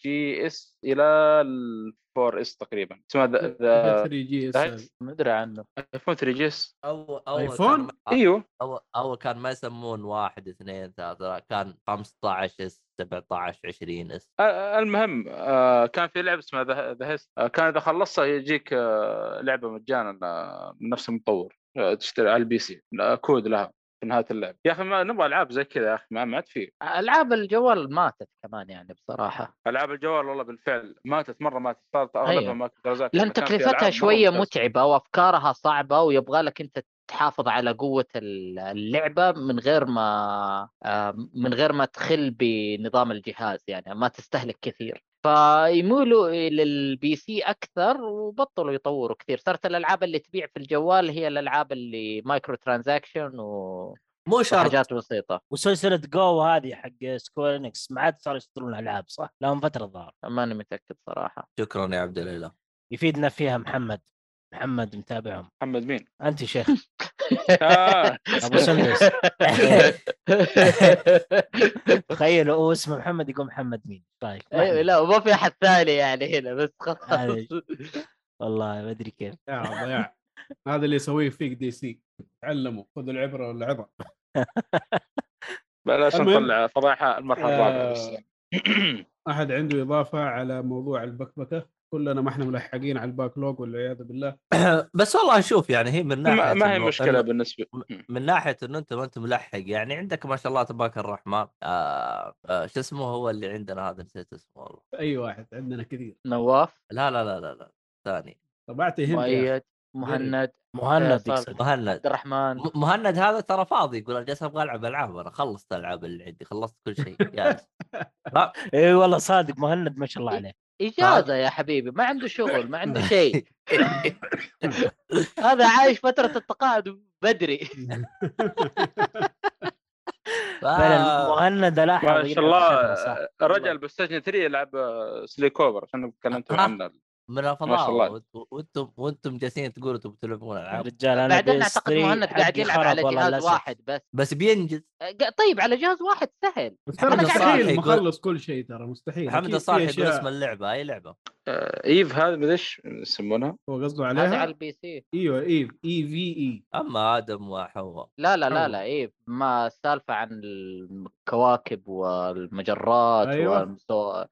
[SPEAKER 5] جي اس الى ال 4 اس تقريبا اسمها ذا- ذا
[SPEAKER 2] 3 جي اس
[SPEAKER 5] هاي-
[SPEAKER 3] ما ادري عنه
[SPEAKER 5] ايفون 3 جي اس
[SPEAKER 6] اول اول
[SPEAKER 2] آيفون؟
[SPEAKER 6] كان-
[SPEAKER 5] ايوه
[SPEAKER 6] اول اول كان ما يسمون واحد اثنين ثلاثه لا، كان 15 اس 17 20 اس
[SPEAKER 5] آه، المهم آه، كان في لعبه اسمها ذا ذا هيست آه، كان اذا خلصتها يجيك آه، لعبه مجانا آه، من نفس المطور آه، تشتري على البي سي آه، كود لها في نهايه اللعب يا اخي ما نبغى العاب زي كذا يا اخي ما ما عاد في
[SPEAKER 3] العاب الجوال ماتت كمان يعني بصراحه
[SPEAKER 5] العاب الجوال والله بالفعل ماتت مره ماتت صارت اغلبها
[SPEAKER 3] أيوة.
[SPEAKER 5] أيوه. مايكروترانزاكشن
[SPEAKER 3] لان
[SPEAKER 5] كان في
[SPEAKER 3] تكلفتها
[SPEAKER 5] ألعاب مرة
[SPEAKER 3] شويه
[SPEAKER 5] ممتازة.
[SPEAKER 3] متعبه وافكارها صعبه ويبغى لك انت تحافظ على قوه ال- اللعبه من غير ما آه، من غير ما تخل بنظام الجهاز يعني ما تستهلك كثير فيميلوا للبي سي اكثر وبطلوا يطوروا كثير صارت الالعاب اللي تبيع في الجوال هي الالعاب اللي مايكرو ترانزاكشن و...
[SPEAKER 6] مو شرط
[SPEAKER 3] وحاجات بسيطه
[SPEAKER 4] وسلسله جو هذه حق سكويرنكس ما عاد صاروا يصدرون العاب صح؟ لهم فتره الظاهر
[SPEAKER 3] ماني متاكد صراحه
[SPEAKER 6] شكرا يا عبد الاله
[SPEAKER 4] يفيدنا فيها محمد محمد متابعهم
[SPEAKER 5] محمد مين؟
[SPEAKER 4] انت يا شيخ
[SPEAKER 5] آه،
[SPEAKER 4] ابو سندس تخيل هو اسمه محمد يقول محمد مين طيب
[SPEAKER 3] أيوة،
[SPEAKER 4] محمد.
[SPEAKER 3] لا ما في احد ثاني يعني هنا بس خلاص
[SPEAKER 4] هذا- والله ما ادري كيف
[SPEAKER 2] يا ضياع هذا اللي يسويه فيك دي سي تعلموا خذوا العبره والعظه
[SPEAKER 5] بلاش
[SPEAKER 2] المهم.
[SPEAKER 5] نطلع فضايحها المرحله الرابعه
[SPEAKER 2] آه،
[SPEAKER 5] بس
[SPEAKER 2] احد عنده اضافه على موضوع البكبكه كلنا ما احنا ملحقين على الباك لوج والعياذ بالله
[SPEAKER 6] بس والله اشوف يعني هي من ناحيه
[SPEAKER 5] ما, ما هي
[SPEAKER 6] إنه-
[SPEAKER 5] مشكله بالنسبه
[SPEAKER 6] من ناحيه انه انت ما انت ملحق يعني عندك ما شاء الله تبارك الرحمن آه آه شو اسمه هو اللي عندنا هذا نسيت اسمه والله
[SPEAKER 2] اي واحد عندنا كثير
[SPEAKER 3] نواف
[SPEAKER 6] لا لا لا لا لا ثاني
[SPEAKER 2] طب اعطي هند يا أخي.
[SPEAKER 3] مؤيد مهند
[SPEAKER 4] مهند
[SPEAKER 3] صار-
[SPEAKER 4] يقصد
[SPEAKER 6] مهند
[SPEAKER 3] عبد الرحمن
[SPEAKER 6] م- مهند هذا ترى فاضي يقول انا جالس ابغى العب العاب انا خلصت الالعاب اللي عندي خلصت كل شيء جالس
[SPEAKER 4] اي إيه، والله صادق مهند ما شاء الله عليه
[SPEAKER 3] اجازه يا حبيبي ما عنده شغل ما عنده شيء هذا عايش فتره التقاعد بدري
[SPEAKER 6] ف-
[SPEAKER 3] آه.
[SPEAKER 4] فعلا مهند لاحظ
[SPEAKER 5] ما
[SPEAKER 4] يلعب
[SPEAKER 5] شاء الله
[SPEAKER 4] خبرة، صح.
[SPEAKER 5] رجع البلاي ستيشن 3 يلعب سليكوبر عشان تكلمت
[SPEAKER 6] آه.
[SPEAKER 5] عنه
[SPEAKER 6] من
[SPEAKER 5] ما
[SPEAKER 6] الفضاء
[SPEAKER 5] شاء الله.
[SPEAKER 6] وانت- وانتم وانتم جالسين تقولوا تبوا تلعبون العاب
[SPEAKER 4] رجال انا
[SPEAKER 3] بعدين
[SPEAKER 4] PS3
[SPEAKER 3] اعتقد مهند قاعد
[SPEAKER 4] حقي
[SPEAKER 3] يلعب على
[SPEAKER 4] خرب والله
[SPEAKER 3] جهاز
[SPEAKER 4] للأسف.
[SPEAKER 3] واحد بس
[SPEAKER 6] بس بينجز
[SPEAKER 3] ق- طيب على جهاز واحد سهل
[SPEAKER 2] بس
[SPEAKER 3] أنا
[SPEAKER 2] ترى
[SPEAKER 3] قاعد أقول-
[SPEAKER 2] مستحيل
[SPEAKER 6] يقول-
[SPEAKER 2] مخلص كل شيء ترى مستحيل
[SPEAKER 6] محمد
[SPEAKER 2] أكيد في
[SPEAKER 6] الصالح يقول
[SPEAKER 2] أشياء
[SPEAKER 6] اسم اللعبه اي لعبه
[SPEAKER 5] آه، ايف هذا مدري ايش يسمونها
[SPEAKER 2] هو قصده
[SPEAKER 3] هذا على
[SPEAKER 2] عليها
[SPEAKER 3] البي سي
[SPEAKER 2] ايوه ايف اي في اي
[SPEAKER 6] اما ادم وحواء
[SPEAKER 3] لا لا لا
[SPEAKER 2] أيوة.
[SPEAKER 3] لا ايه ما السالفه عن الكواكب والمجرات
[SPEAKER 4] أيوه.
[SPEAKER 2] أيوة.
[SPEAKER 3] والمستوى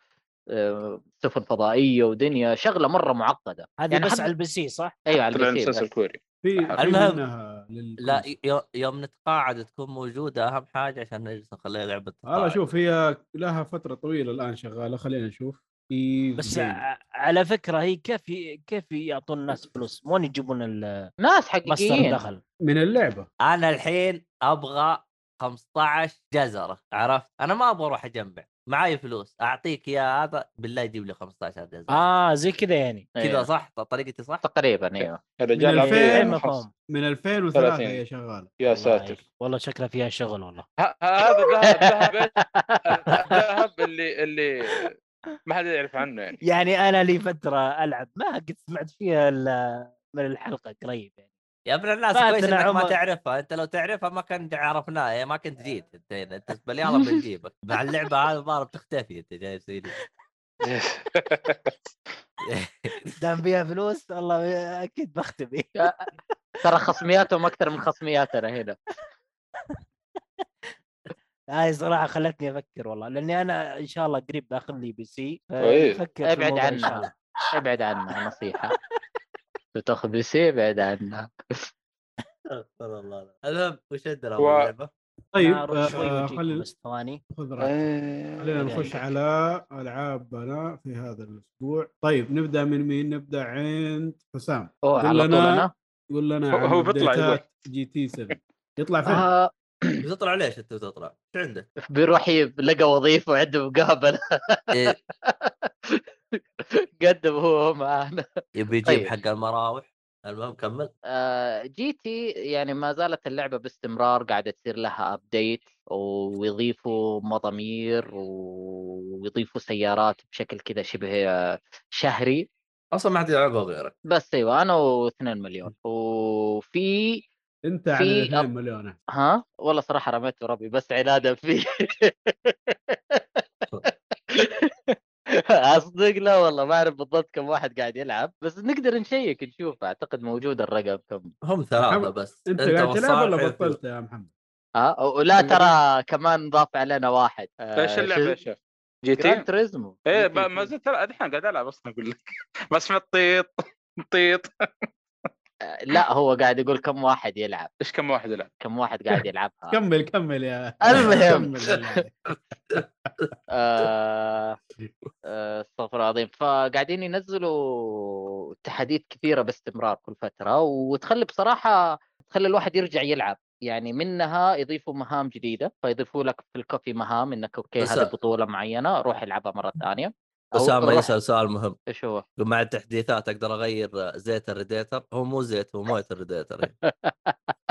[SPEAKER 3] آه، سفن فضائيه ودنيا شغله مره معقده
[SPEAKER 4] هذه
[SPEAKER 3] يعني
[SPEAKER 4] بس
[SPEAKER 3] حتى-
[SPEAKER 4] على البي سي صح؟
[SPEAKER 3] ايوه على
[SPEAKER 5] طلع
[SPEAKER 3] البي سي
[SPEAKER 5] المسلسل
[SPEAKER 3] بس.
[SPEAKER 5] الكوري
[SPEAKER 2] في في
[SPEAKER 6] المهم-
[SPEAKER 2] منها لل-
[SPEAKER 6] لا ي- يوم نتقاعد تكون موجوده اهم حاجه عشان نجلس نخليها لعبه
[SPEAKER 2] والله
[SPEAKER 4] طيب.
[SPEAKER 6] تقاعد.
[SPEAKER 2] شوف هي لها فتره طويله الان شغاله خلينا نشوف ايف
[SPEAKER 4] بس
[SPEAKER 2] جيم.
[SPEAKER 4] ع- على فكره هي كيف كيف يعطون الناس فلوس؟ وين يجيبون ال-
[SPEAKER 3] ناس
[SPEAKER 4] مصدر
[SPEAKER 3] حقيقيين
[SPEAKER 4] دخل؟
[SPEAKER 2] من اللعبه
[SPEAKER 6] انا الحين ابغى 15 جزره عرفت انا ما ابغى اروح اجمع معاي فلوس اعطيك يا هذا بالله يجيب لي 15 جزره
[SPEAKER 4] اه زي كذا يعني
[SPEAKER 6] كذا
[SPEAKER 3] أيوة.
[SPEAKER 6] صح ط- طريقتي صح
[SPEAKER 3] تقريبا ايوه
[SPEAKER 5] الرجال
[SPEAKER 2] من الفيلم.
[SPEAKER 5] عملية
[SPEAKER 4] غير
[SPEAKER 2] إيه،
[SPEAKER 5] خاص.
[SPEAKER 4] مفهوم
[SPEAKER 2] من 2003
[SPEAKER 5] 30.
[SPEAKER 2] هي شغاله
[SPEAKER 5] يا
[SPEAKER 4] والله
[SPEAKER 5] ساتر
[SPEAKER 4] عليك. والله شكلها فيها شغل والله
[SPEAKER 5] ه- هذا الذهب ذهب إيش؟ الذهب اللي اللي ما حد يعرف عنه يعني
[SPEAKER 4] يعني انا لي فتره العب ما قد سمعت فيها الا من الحلقه قريب يعني
[SPEAKER 6] يا ابن الناس
[SPEAKER 4] فاتنا
[SPEAKER 6] كويس انك ما
[SPEAKER 4] عمر.
[SPEAKER 6] تعرفها انت لو تعرفها ما كنت عرفناها يعني ما كنت جيت انت هنا انت تبل يلا بنجيبك مع اللعبه هذه الظاهر بتختفي انت جاي تسوي لي
[SPEAKER 4] دام فيها فلوس والله اكيد بختبي
[SPEAKER 3] ترى خصمياتهم اكثر من خصمياتنا هنا
[SPEAKER 4] هاي صراحه خلتني افكر والله لاني انا ان شاء الله قريب باخذ لي بي سي
[SPEAKER 5] طيب.
[SPEAKER 4] فافكر في
[SPEAKER 3] ابعد
[SPEAKER 4] الموضوع إن شاء الله.
[SPEAKER 3] عنها ابعد عنها نصيحه بتاخذ بي سي ابعد عنها
[SPEAKER 6] استغفر الله العظيم. المهم وش عندنا
[SPEAKER 5] و-
[SPEAKER 6] أول لعبة؟
[SPEAKER 2] طيب
[SPEAKER 4] أنا أروح شوي
[SPEAKER 2] آه
[SPEAKER 4] وأجيكم
[SPEAKER 2] خلينا
[SPEAKER 4] بس يعني ثواني
[SPEAKER 2] خذ راحتك. خلينا
[SPEAKER 5] إيه.
[SPEAKER 2] نخش على العابنا في هذا الاسبوع طيب نبدا من مين نبدا عند حسام
[SPEAKER 3] اوه على طول
[SPEAKER 2] كلنا-
[SPEAKER 3] انا
[SPEAKER 2] قول لنا
[SPEAKER 5] هو-
[SPEAKER 2] عن
[SPEAKER 5] هو بيطلع يقول.
[SPEAKER 2] updateات جي تي 7 يطلع فين
[SPEAKER 3] آه
[SPEAKER 6] بتطلع ليش انت بتطلع؟ ايش عندك؟
[SPEAKER 3] بيروح يب- لقى وظيفه وعنده مقابله
[SPEAKER 6] إيه،
[SPEAKER 3] قدم هو معانا
[SPEAKER 6] يبي يجيب
[SPEAKER 3] طيب.
[SPEAKER 6] حق المراوح المهم كمل
[SPEAKER 3] آه، جي تي يعني ما زالت اللعبه باستمرار قاعده تصير لها ابديت ويضيفوا مضامير ويضيفوا سيارات بشكل كذا شبه آه، شهري أيوة،
[SPEAKER 6] اصلا ما حد يلعبها غيرك
[SPEAKER 3] بس ايوه انا و2 مليون وفي
[SPEAKER 2] انت على
[SPEAKER 3] في
[SPEAKER 2] 2 مليون
[SPEAKER 3] ها والله صراحه رميت ربي بس عنادا فيه اصدق لا والله ما اعرف بالضبط كم واحد قاعد يلعب بس نقدر نشيك نشوف اعتقد موجود الرقم كم
[SPEAKER 6] هم ثلاثه
[SPEAKER 2] محمد،
[SPEAKER 6] بس
[SPEAKER 2] انت قاعد تلعب ولا
[SPEAKER 6] والصالح
[SPEAKER 2] بطلت يا محمد؟
[SPEAKER 3] ها ولا ترى كمان ضاف علينا واحد آه،
[SPEAKER 5] ايش اللعبه يا شيخ؟ آه، جي
[SPEAKER 3] جران
[SPEAKER 5] تي؟
[SPEAKER 3] تريزمو
[SPEAKER 5] ايه
[SPEAKER 3] جي تي.
[SPEAKER 5] ما زلت الحين قاعد العب اصلا اقول لك بس مطيط مطيط
[SPEAKER 3] لا هو قاعد يقول كم واحد يلعب
[SPEAKER 5] ايش كم واحد يلعب؟
[SPEAKER 3] كم واحد قاعد يلعبها
[SPEAKER 2] كمل كمل يا
[SPEAKER 3] المهم.
[SPEAKER 2] كمل والله.
[SPEAKER 3] آه، آه، استغفر الله العظيم فقاعدين ينزلوا تحديث كثيره باستمرار كل فتره وتخلي بصراحه تخلي الواحد يرجع يلعب يعني منها يضيفوا مهام جديده فيضيفوا لك في الكوفي مهام انك اوكي
[SPEAKER 6] بس-
[SPEAKER 3] هذه بطوله معينه روح العبها مره ثانيه أو
[SPEAKER 6] اسامه
[SPEAKER 3] روح-
[SPEAKER 6] يسال سؤال مهم
[SPEAKER 3] ايش هو؟
[SPEAKER 6] يقول مع التحديثات اقدر اغير زيت الريديتر هو مو زيت هو مويه الريديتر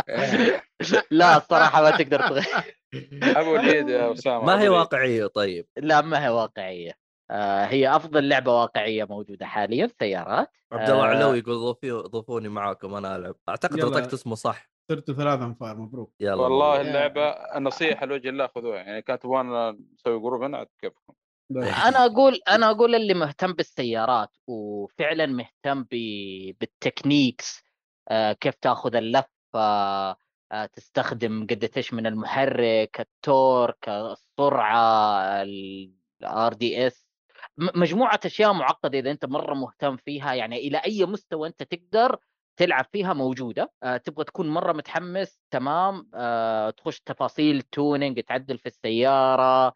[SPEAKER 5] إيه.
[SPEAKER 3] لا الصراحه ما تقدر تغير
[SPEAKER 5] ابو اليد يا اسامه
[SPEAKER 6] ما هي
[SPEAKER 5] أبو اليد.
[SPEAKER 6] واقعيه طيب
[SPEAKER 3] لا ما هي واقعيه آه، هي افضل لعبه واقعيه موجوده حاليا سيارات
[SPEAKER 6] عبد الله
[SPEAKER 3] آه.
[SPEAKER 6] علوي يقول ضيفي- ضيفوني معاكم انا العب اعتقد
[SPEAKER 2] يلا.
[SPEAKER 6] نطقت اسمه صح
[SPEAKER 2] صرتوا ثلاثة انفار مبروك
[SPEAKER 6] يلا
[SPEAKER 5] والله
[SPEAKER 6] مبروك.
[SPEAKER 5] اللعبه نصيحه لوجه الله خذوها يعني كانت تبغانا نسوي جروب هنا عاد كيفكم
[SPEAKER 3] انا اقول انا اقول اللي مهتم بالسيارات وفعلا مهتم ب... بالتكنيكس آه، كيف تاخذ اللفه آه، تستخدم قد ايش من المحرك التورك السرعه الار دي اس مجموعه اشياء معقده اذا انت مره مهتم فيها يعني الى اي مستوى انت تقدر تلعب فيها موجوده آه، تبغى تكون مره متحمس تمام آه، تخش تفاصيل تونينج تعدل في السياره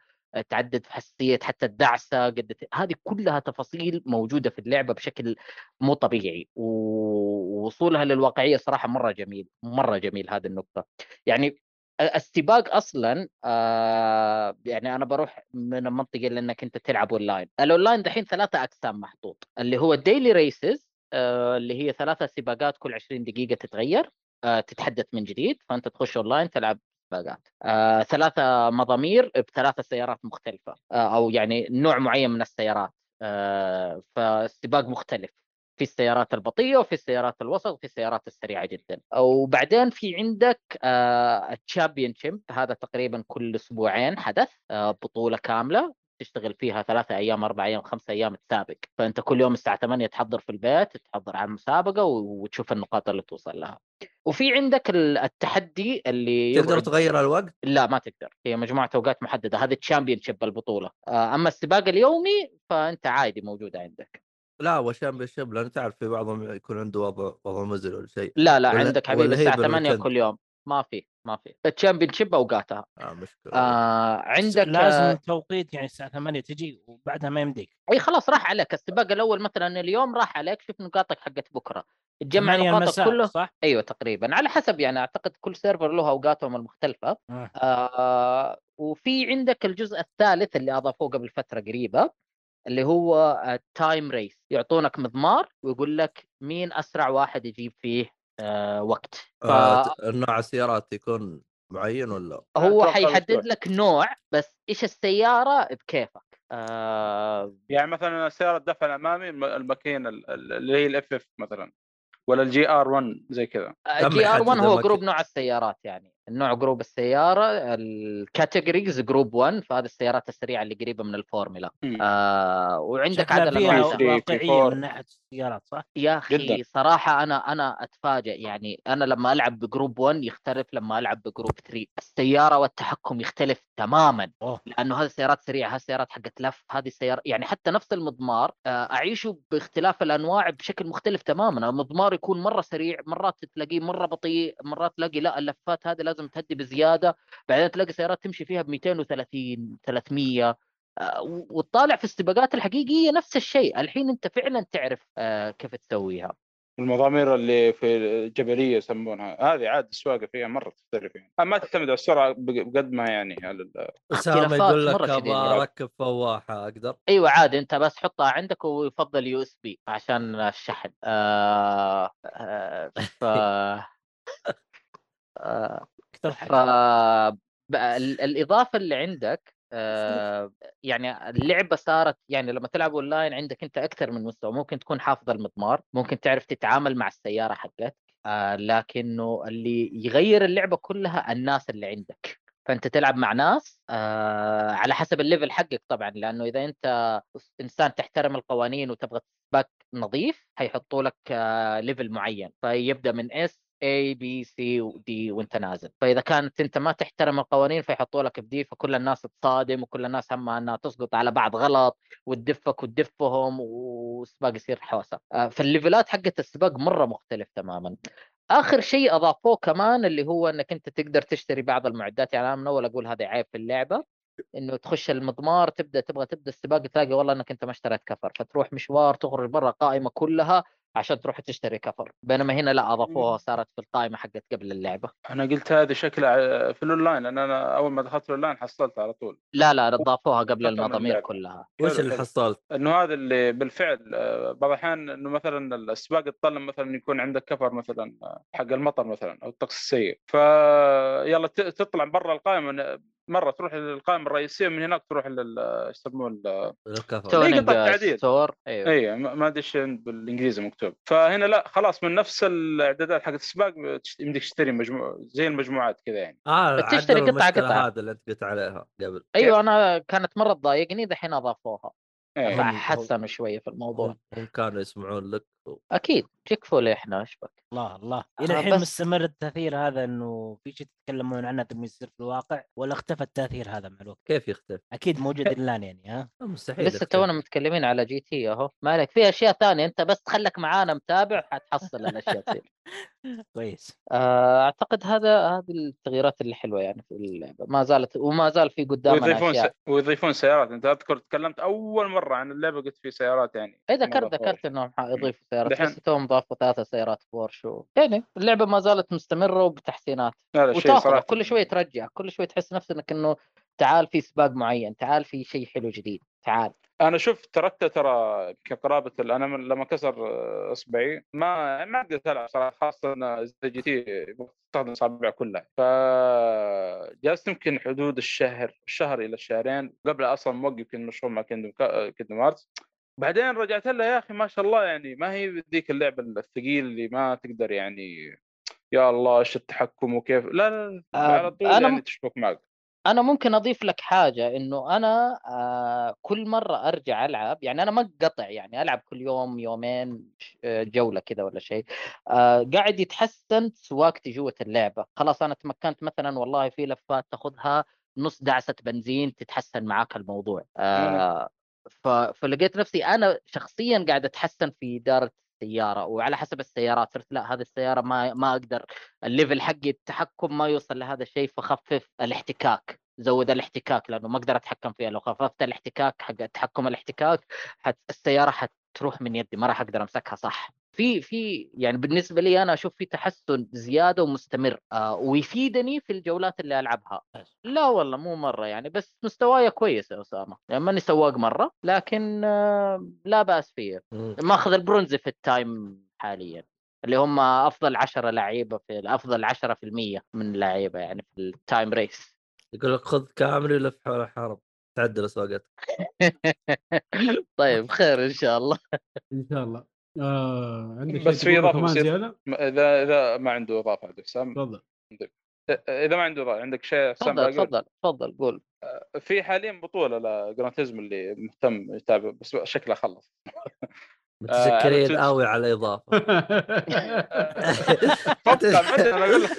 [SPEAKER 3] تعدد في حساسيه حتى الدعسه قد هذه كلها تفاصيل موجوده في اللعبه بشكل مو طبيعي و- ووصولها للواقعيه صراحه مره جميل مره جميل هذه النقطه يعني ال- السباق اصلا آه يعني انا بروح من المنطقه اللي انك انت تلعب اونلاين الاونلاين دحين ثلاثه اقسام محطوط اللي هو الديلي ريسز آه اللي هي ثلاثه سباقات كل 20 دقيقه تتغير آه تتحدث من جديد فانت تخش اونلاين تلعب سباقات آه، ثلاثة مضامير بثلاثة سيارات مختلفة آه، أو يعني نوع معين من السيارات آه، فالسباق مختلف في السيارات البطيئة وفي السيارات الوسط وفي السيارات السريعة جدا وبعدين في عندك الشامبيون شيب هذا تقريبا كل أسبوعين حدث آه، بطولة كاملة تشتغل فيها ثلاثة أيام أربع أيام خمسة أيام تسابق فأنت كل يوم الساعة 8 تحضر في البيت تحضر على المسابقة و- وتشوف النقاط اللي توصل لها وفي عندك ال- التحدي اللي
[SPEAKER 6] تقدر
[SPEAKER 3] يقعد-
[SPEAKER 6] تغير الوقت
[SPEAKER 3] لا ما تقدر هي مجموعه اوقات محدده هذه الشامبيون شيب البطوله آه، اما السباق اليومي فانت عادي موجوده عندك
[SPEAKER 6] لا وشام بالشب لان تعرف في بعضهم يكون عنده وضع وضع مزري ولا شيء
[SPEAKER 3] لا لا
[SPEAKER 6] ولا-
[SPEAKER 3] عندك حبيبي
[SPEAKER 6] ولا هي
[SPEAKER 3] الساعه 8
[SPEAKER 6] بالويكند؟
[SPEAKER 3] كل يوم ما في ما في الشامبيون شيب اوقاتها
[SPEAKER 6] آه مشكله
[SPEAKER 3] آه عندك
[SPEAKER 4] لازم
[SPEAKER 3] آه
[SPEAKER 4] توقيت يعني الساعه 8 تجي وبعدها ما يمديك
[SPEAKER 3] اي خلاص راح عليك السباق الاول مثلا اليوم راح عليك شوف نقاطك حقت بكره تجمع
[SPEAKER 4] 8
[SPEAKER 3] نقاطك
[SPEAKER 4] المساء
[SPEAKER 3] كله
[SPEAKER 4] صح؟
[SPEAKER 3] ايوه تقريبا على حسب يعني اعتقد كل سيرفر له اوقاتهم المختلفه
[SPEAKER 4] آه.
[SPEAKER 3] آه وفي عندك الجزء الثالث اللي اضافوه قبل فتره قريبه اللي هو التايم ريس يعطونك مضمار ويقول لك مين اسرع واحد يجيب فيه آه وقت
[SPEAKER 6] آه،
[SPEAKER 3] فهو
[SPEAKER 6] ت- نوع السيارات يكون معين ولا
[SPEAKER 5] أتوقع
[SPEAKER 3] حيحدد
[SPEAKER 5] بالشوي.
[SPEAKER 3] لك نوع بس ايش السياره بكيفك آه
[SPEAKER 5] يعني مثلا سياره الدفع الامامي الم- الماكينه ال- ال- اللي هي الاف اف مثلا ولا الجي ار 1 زي كذا
[SPEAKER 6] كم
[SPEAKER 3] جي ار 1
[SPEAKER 6] يحدد
[SPEAKER 3] هو
[SPEAKER 6] المك-
[SPEAKER 3] جروب نوع السيارات يعني النوع جروب السياره الكاتيجوريز جروب 1 فهذه السيارات السريعه اللي قريبه من الفورمولا
[SPEAKER 5] مم.
[SPEAKER 3] آه وعندك
[SPEAKER 4] شكلها
[SPEAKER 3] عدد
[SPEAKER 4] فيها
[SPEAKER 3] انواع
[SPEAKER 5] الوعي.
[SPEAKER 4] واقعيه من ناحيه السيارات صح؟
[SPEAKER 3] يا اخي
[SPEAKER 5] جداً.
[SPEAKER 3] صراحه انا انا اتفاجئ يعني انا لما العب بجروب 1 يختلف لما العب بجروب 3 السياره والتحكم يختلف تماما
[SPEAKER 4] أوه.
[SPEAKER 3] لانه هذه سيارات سريعه هذه سيارات حقت لف هذه سيارة يعني حتى نفس المضمار آه، اعيشه باختلاف الانواع بشكل مختلف تماما المضمار يكون مره سريع مرات تلاقيه مره بطيء مرات تلاقي لا اللفات هذه لازم تهدي بزياده بعدين تلاقي سيارات تمشي فيها ب 230 300 آه، و- وتطالع في السباقات الحقيقيه نفس الشيء الحين انت فعلا تعرف آه، كيف تسويها
[SPEAKER 5] المضامير اللي في الجبليه يسمونها هذه عاد السواقه فيها مره تختلف يعني ما تعتمد على السرعه بق- بقد ما يعني على ال-
[SPEAKER 6] اسامه
[SPEAKER 3] اختلافات
[SPEAKER 6] يقول
[SPEAKER 3] مرة
[SPEAKER 6] لك ابغى
[SPEAKER 3] شديدة.
[SPEAKER 6] اركب فواحه اقدر
[SPEAKER 3] ايوه عادي انت بس حطها عندك ويفضل يو اس بي عشان الشحن آه آه ف آه
[SPEAKER 4] اكثر
[SPEAKER 3] ف
[SPEAKER 4] حاجه
[SPEAKER 3] بقى ال- الاضافه اللي عندك آه يعني اللعبه صارت يعني لما تلعب اونلاين عندك انت اكثر من مستوى ممكن تكون حافظ المضمار ممكن تعرف تتعامل مع السياره حقتك آه، لكنه اللي يغير اللعبه كلها الناس اللي عندك فانت تلعب مع ناس آه على حسب الليفل حقك طبعا لانه اذا انت انسان تحترم القوانين وتبغى باك نظيف حيحطوا لك آه ليفل معين فيبدا من اس A B C D وانت نازل فاذا كانت انت ما تحترم القوانين فيحطوا لك بدي فكل الناس تصادم وكل الناس همها انها تسقط على بعض غلط وتدفك وتدفهم وسباق يصير حوسه آه، فالليفلات حقت السباق مره مختلف تماما اخر شيء اضافوه كمان اللي هو انك انت تقدر تشتري بعض المعدات يعني انا من اول اقول هذا عيب في اللعبه انه تخش المضمار تبدا تبغى تبدا السباق تلاقي والله انك انت ما اشتريت كفر فتروح مشوار تخرج برا القائمه كلها عشان تروح تشتري كفر بينما هنا لا اضافوها صارت في القائمه حقت قبل اللعبه
[SPEAKER 5] انا قلت هذه شكلها آه، في الاونلاين لان انا اول ما دخلت الاونلاين حصلت على طول
[SPEAKER 3] لا لا اضافوها قبل
[SPEAKER 5] قطعة من
[SPEAKER 3] المضامير
[SPEAKER 5] اللعبة.
[SPEAKER 3] كلها
[SPEAKER 5] حلو،
[SPEAKER 1] وش اللي
[SPEAKER 5] حلو.
[SPEAKER 1] حصلت؟
[SPEAKER 5] انه هذا اللي بالفعل آه، بعض الاحيان انه مثلا السباق تطلب مثلا يكون عندك كفر مثلا آه، حق المطر مثلا او الطقس السيء فيلا تطلع برا القائمه ن- مره تروح للقائمه الرئيسيه من هناك تروح لل ايش يسموه ال-
[SPEAKER 6] الكفر
[SPEAKER 5] توني.
[SPEAKER 3] تونينج
[SPEAKER 5] قطعة تعديل.
[SPEAKER 3] ستور ايوه
[SPEAKER 5] اي ما ما ادري ايش عند بالانجليزي مكتوب فهنا لا خلاص من نفس الاعدادات حقت السباق تشت- يمديك تشتري مجموع زي المجموعات كذا يعني
[SPEAKER 6] اه
[SPEAKER 3] تشتري
[SPEAKER 6] عدلوا
[SPEAKER 3] قطعة-
[SPEAKER 6] المشكله
[SPEAKER 3] قطعة.
[SPEAKER 6] هذا اللي انت قلت عليها قبل
[SPEAKER 3] ايوه انا كانت مره تضايقني دحين اضافوها
[SPEAKER 5] إيه.
[SPEAKER 6] هم-
[SPEAKER 3] فحسنوا شويه في الموضوع
[SPEAKER 6] هم هم كانوا يسمعون لك
[SPEAKER 3] اكيد تكفوا لي احنا اشبك
[SPEAKER 4] الله الله
[SPEAKER 3] آه،
[SPEAKER 4] الى الحين
[SPEAKER 3] بس-
[SPEAKER 4] مستمر التاثير هذا انه في شيء تتكلمون عنه تبغى يصير في الواقع ولا اختفى التاثير هذا مع الوقت
[SPEAKER 6] كيف يختفي؟
[SPEAKER 4] اكيد موجود الان يعني ها
[SPEAKER 6] آه، مستحيل
[SPEAKER 3] لسه
[SPEAKER 6] يختفي.
[SPEAKER 3] تونا متكلمين على جي تي اهو مالك في اشياء ثانيه انت بس خلك معانا متابع حتحصل الاشياء دي
[SPEAKER 4] كويس
[SPEAKER 3] آه، اعتقد هذا هذه التغييرات اللي حلوه يعني في اللعبه ما زالت وما زال في قدامنا
[SPEAKER 5] ويضيفون
[SPEAKER 3] اشياء
[SPEAKER 5] س... ويضيفون سيارات انت اذكر تكلمت اول مره عن اللعبه قلت في سيارات يعني
[SPEAKER 3] اي ذكرت
[SPEAKER 5] مضافات.
[SPEAKER 3] ذكرت انهم حيضيفوا سيارات بس
[SPEAKER 5] دحين-
[SPEAKER 3] توهم ضافوا ثلاثة سيارات بورش و... يعني اللعبه ما زالت مستمره وبتحسينات
[SPEAKER 5] لا لا شيء
[SPEAKER 3] وتاخذ
[SPEAKER 5] صراحه
[SPEAKER 3] كل شوي ترجع كل شوي تحس نفسك انه تعال في سباق معين تعال في شيء حلو جديد تعال
[SPEAKER 5] انا شوف تركته ترى يمكن قرابه ال- انا من- لما كسر آه، اصبعي ما ما قدرت العب صراحه خاصه إن زي جي تي تستخدم اصابع كلها فجلست يمكن حدود الشهر شهر الى شهرين قبل اصلا موقف كنت مشغول مع كيندم كيندم هارتس بعدين رجعت لها يا اخي ما شاء الله يعني ما هي ذيك اللعبه الثقيل اللي ما تقدر يعني يا الله ايش التحكم وكيف لا لا, لا
[SPEAKER 3] آه،
[SPEAKER 5] على طول
[SPEAKER 3] أنا
[SPEAKER 5] يعني
[SPEAKER 3] م-
[SPEAKER 5] تشبك معك
[SPEAKER 3] انا ممكن اضيف لك حاجه انه انا آه كل مره ارجع العب يعني انا ما قطع يعني العب كل يوم يومين ش- آه، جوله كذا ولا شيء آه قاعد يتحسن سواقتي جوه اللعبه خلاص انا تمكنت مثلا والله في لفات تاخذها نص دعسه بنزين تتحسن معاك الموضوع آه ف... فلقيت نفسي انا شخصيا قاعد اتحسن في اداره السياره وعلى حسب السيارات صرت لا هذه السياره ما ما اقدر الليفل حقي التحكم ما يوصل لهذا الشيء فخفف الاحتكاك زود الاحتكاك لانه ما اقدر اتحكم فيها لو خففت الاحتكاك حق تحكم الاحتكاك حت... السياره حتروح من يدي ما راح اقدر امسكها صح في في يعني بالنسبه لي انا اشوف في تحسن زياده ومستمر آه ويفيدني في الجولات اللي العبها لا والله مو مره يعني بس مستواي كويس يا اسامه يعني ماني سواق مره لكن آه لا باس فيه
[SPEAKER 6] مم.
[SPEAKER 3] ماخذ البرونز في التايم حاليا اللي هم افضل 10 لعيبه في افضل 10% من اللعيبه يعني في التايم ريس
[SPEAKER 6] يقول لك خذ كامري ولف حول الحرم تعدل اسواقتك
[SPEAKER 3] طيب خير ان شاء الله
[SPEAKER 2] ان شاء الله آه عندك شيء
[SPEAKER 5] بس في
[SPEAKER 2] تقوله
[SPEAKER 5] إضافة
[SPEAKER 2] كمان
[SPEAKER 5] بسيطة.
[SPEAKER 2] زياده
[SPEAKER 5] ما- اذا اذا ما عنده اضافه عبد السلام
[SPEAKER 2] تفضل
[SPEAKER 5] اذا ما عنده رأي عندك شيء يا حسام
[SPEAKER 3] تفضل تفضل
[SPEAKER 5] باقي؟
[SPEAKER 3] تفضل قول
[SPEAKER 5] في حاليا بطوله لجرانتيزم اللي مهتم يتابع بس شكله خلص على
[SPEAKER 6] متشكرين
[SPEAKER 5] تويتش.
[SPEAKER 6] قوي على اضافه
[SPEAKER 5] فابقى عندنا، أنا أقول لك.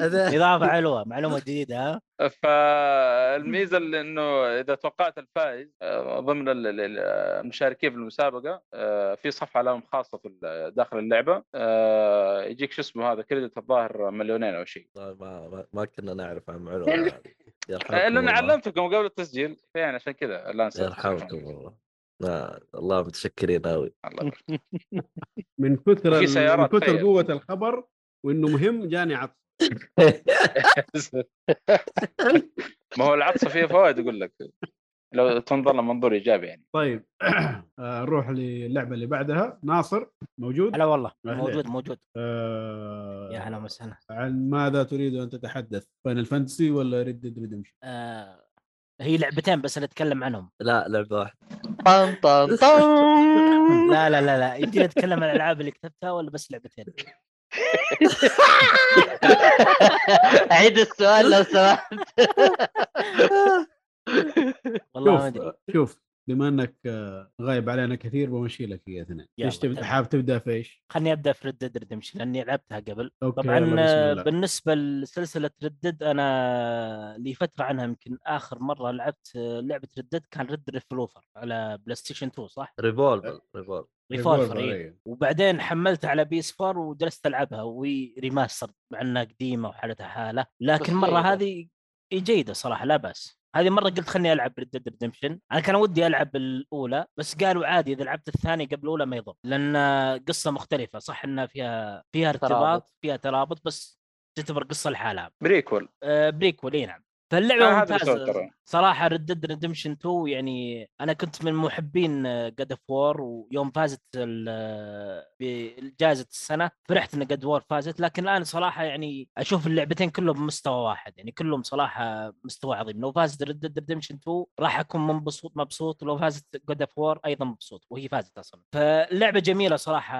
[SPEAKER 6] هذا
[SPEAKER 4] اضافه حلوه معلومه جديده ها
[SPEAKER 5] فالميزه اللي انه اذا توقعت الفائز آه، ضمن ال- ال- ال- المشاركين في المسابقه آه، في صفحه لهم خاصه في ال- داخل اللعبه آه، يجيك شو اسمه هذا كريدت الظاهر مليونين او شيء
[SPEAKER 6] ما, ما, ما كنا نعرف عن معلومه هذه يرحمكم
[SPEAKER 5] آه، لان
[SPEAKER 6] الله.
[SPEAKER 5] علمتكم قبل التسجيل يعني عشان كذا الان صرت-
[SPEAKER 6] يرحمكم الله لا الله متشكرين قوي
[SPEAKER 5] الله يبارك.
[SPEAKER 2] من كثر
[SPEAKER 5] في
[SPEAKER 2] ال- من
[SPEAKER 5] سيارات، طيب.
[SPEAKER 2] كثر
[SPEAKER 5] تخيل.
[SPEAKER 2] قوه الخبر وانه مهم جاني عطف
[SPEAKER 5] ما هو العطسه فيها فوائد اقول لك لو تنظر له منظور ايجابي يعني
[SPEAKER 2] طيب آه، نروح للعبه اللي بعدها ناصر موجود
[SPEAKER 4] هلا والله
[SPEAKER 2] أهلين.
[SPEAKER 4] موجود موجود
[SPEAKER 2] آه،
[SPEAKER 4] يا هلا وسهلا
[SPEAKER 2] عن ماذا تريد ان تتحدث؟ فاينل فانتسي ولا ريد ديد ريدمشن؟
[SPEAKER 4] آه، هي لعبتين بس اللي اتكلم عنهم
[SPEAKER 6] لا لعبه واحده
[SPEAKER 3] طن طن طن
[SPEAKER 4] لا لا لا لا يمديني اتكلم عن الالعاب اللي كتبتها ولا بس لعبتين
[SPEAKER 3] عيد السؤال لو سمحت
[SPEAKER 4] والله ما ادري
[SPEAKER 2] شوف شوف بما انك آه، غايب علينا كثير بمشي لك يا اثنين
[SPEAKER 4] يلا،
[SPEAKER 2] ايش تبدا
[SPEAKER 4] تمام.
[SPEAKER 2] حابب تبدا في ايش؟
[SPEAKER 4] خلني ابدا في ريد ريدمشن لاني لعبتها قبل
[SPEAKER 2] اوكي
[SPEAKER 4] طبعا
[SPEAKER 2] يلا، بسم
[SPEAKER 4] آه،
[SPEAKER 2] الله.
[SPEAKER 4] بالنسبه لسلسله ردد انا لي فتره عنها يمكن اخر مره لعبت آه، لعبه ردد كان ريد ريفولوفر على بلاي ستيشن 2 صح؟
[SPEAKER 6] ريفولفر ريفولفر
[SPEAKER 4] ريفولفر إيه.
[SPEAKER 2] أيوه.
[SPEAKER 4] وبعدين حملتها على بيس 4 وجلست العبها وهي ريماستر مع انها قديمه وحالتها حاله لكن
[SPEAKER 3] بس
[SPEAKER 4] مره
[SPEAKER 3] جيدة.
[SPEAKER 4] هذه إي جيده صراحه لا باس هذه مره قلت خلني العب ريد ديد ريدمشن انا كان ودي العب الاولى بس قالوا عادي اذا لعبت الثانيه قبل الاولى ما يضر لان قصه مختلفه صح انها فيها فيها ارتباط
[SPEAKER 3] ترابط.
[SPEAKER 4] فيها ترابط بس تعتبر قصه لحالها
[SPEAKER 5] بريكول
[SPEAKER 4] آه، بريكول اي نعم فاللعبه
[SPEAKER 5] آه، هذا اللي سوى
[SPEAKER 4] ممتازه
[SPEAKER 5] ترى
[SPEAKER 4] صراحه ريد ديد ريدمشن 2 يعني انا كنت من محبين جاد اوف وور ويوم فازت ال- بجائزه السنه فرحت ان جاد وور فازت لكن الان صراحه يعني اشوف اللعبتين كلهم بمستوى واحد يعني كلهم صراحه مستوى عظيم لو فازت ريد ديد ريدمشن 2 راح اكون منبسوط مبسوط ولو فازت جاد اوف وور ايضا مبسوط وهي فازت اصلا فاللعبه جميله صراحه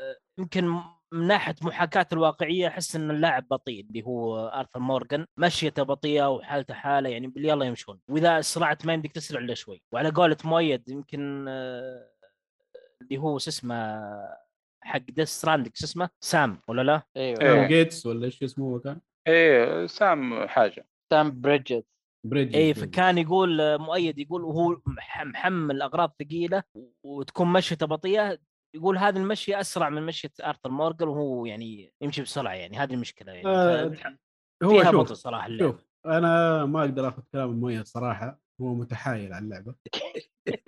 [SPEAKER 4] آه، يمكن من ناحيه محاكاه الواقعيه احس ان اللاعب بطيء اللي هو ارثر مورغان مشيته بطيئه وحالته حاله يعني باللي يلا يمشون واذا اسرعت ما يمديك تسرع الا شوي وعلى قولة مؤيد يمكن آه، اللي هو شو اسمه حق ديث ستراندك شو اسمه سام ولا لا؟
[SPEAKER 3] ايوه
[SPEAKER 5] إيه.
[SPEAKER 2] توم
[SPEAKER 4] آه.
[SPEAKER 2] جيتس أيوه. ولا ايش اسمه هو كان؟
[SPEAKER 5] ايه سام حاجه
[SPEAKER 3] سام بريدجز
[SPEAKER 2] بريدج
[SPEAKER 4] اي إيه، فكان يقول آه، مؤيد يقول وهو مح- محمل اغراض ثقيله وتكون مشيته بطيئه يقول هذه المشيه اسرع من مشيه ارثر مورغان وهو يعني يمشي بسرعه يعني هذه المشكله يعني
[SPEAKER 2] آه،
[SPEAKER 4] ف-
[SPEAKER 2] هو
[SPEAKER 4] فيها بطء
[SPEAKER 2] شوف
[SPEAKER 4] صراحه اللعبة.
[SPEAKER 2] شوف انا ما اقدر اخذ كلام المميز صراحه هو متحايل على اللعبه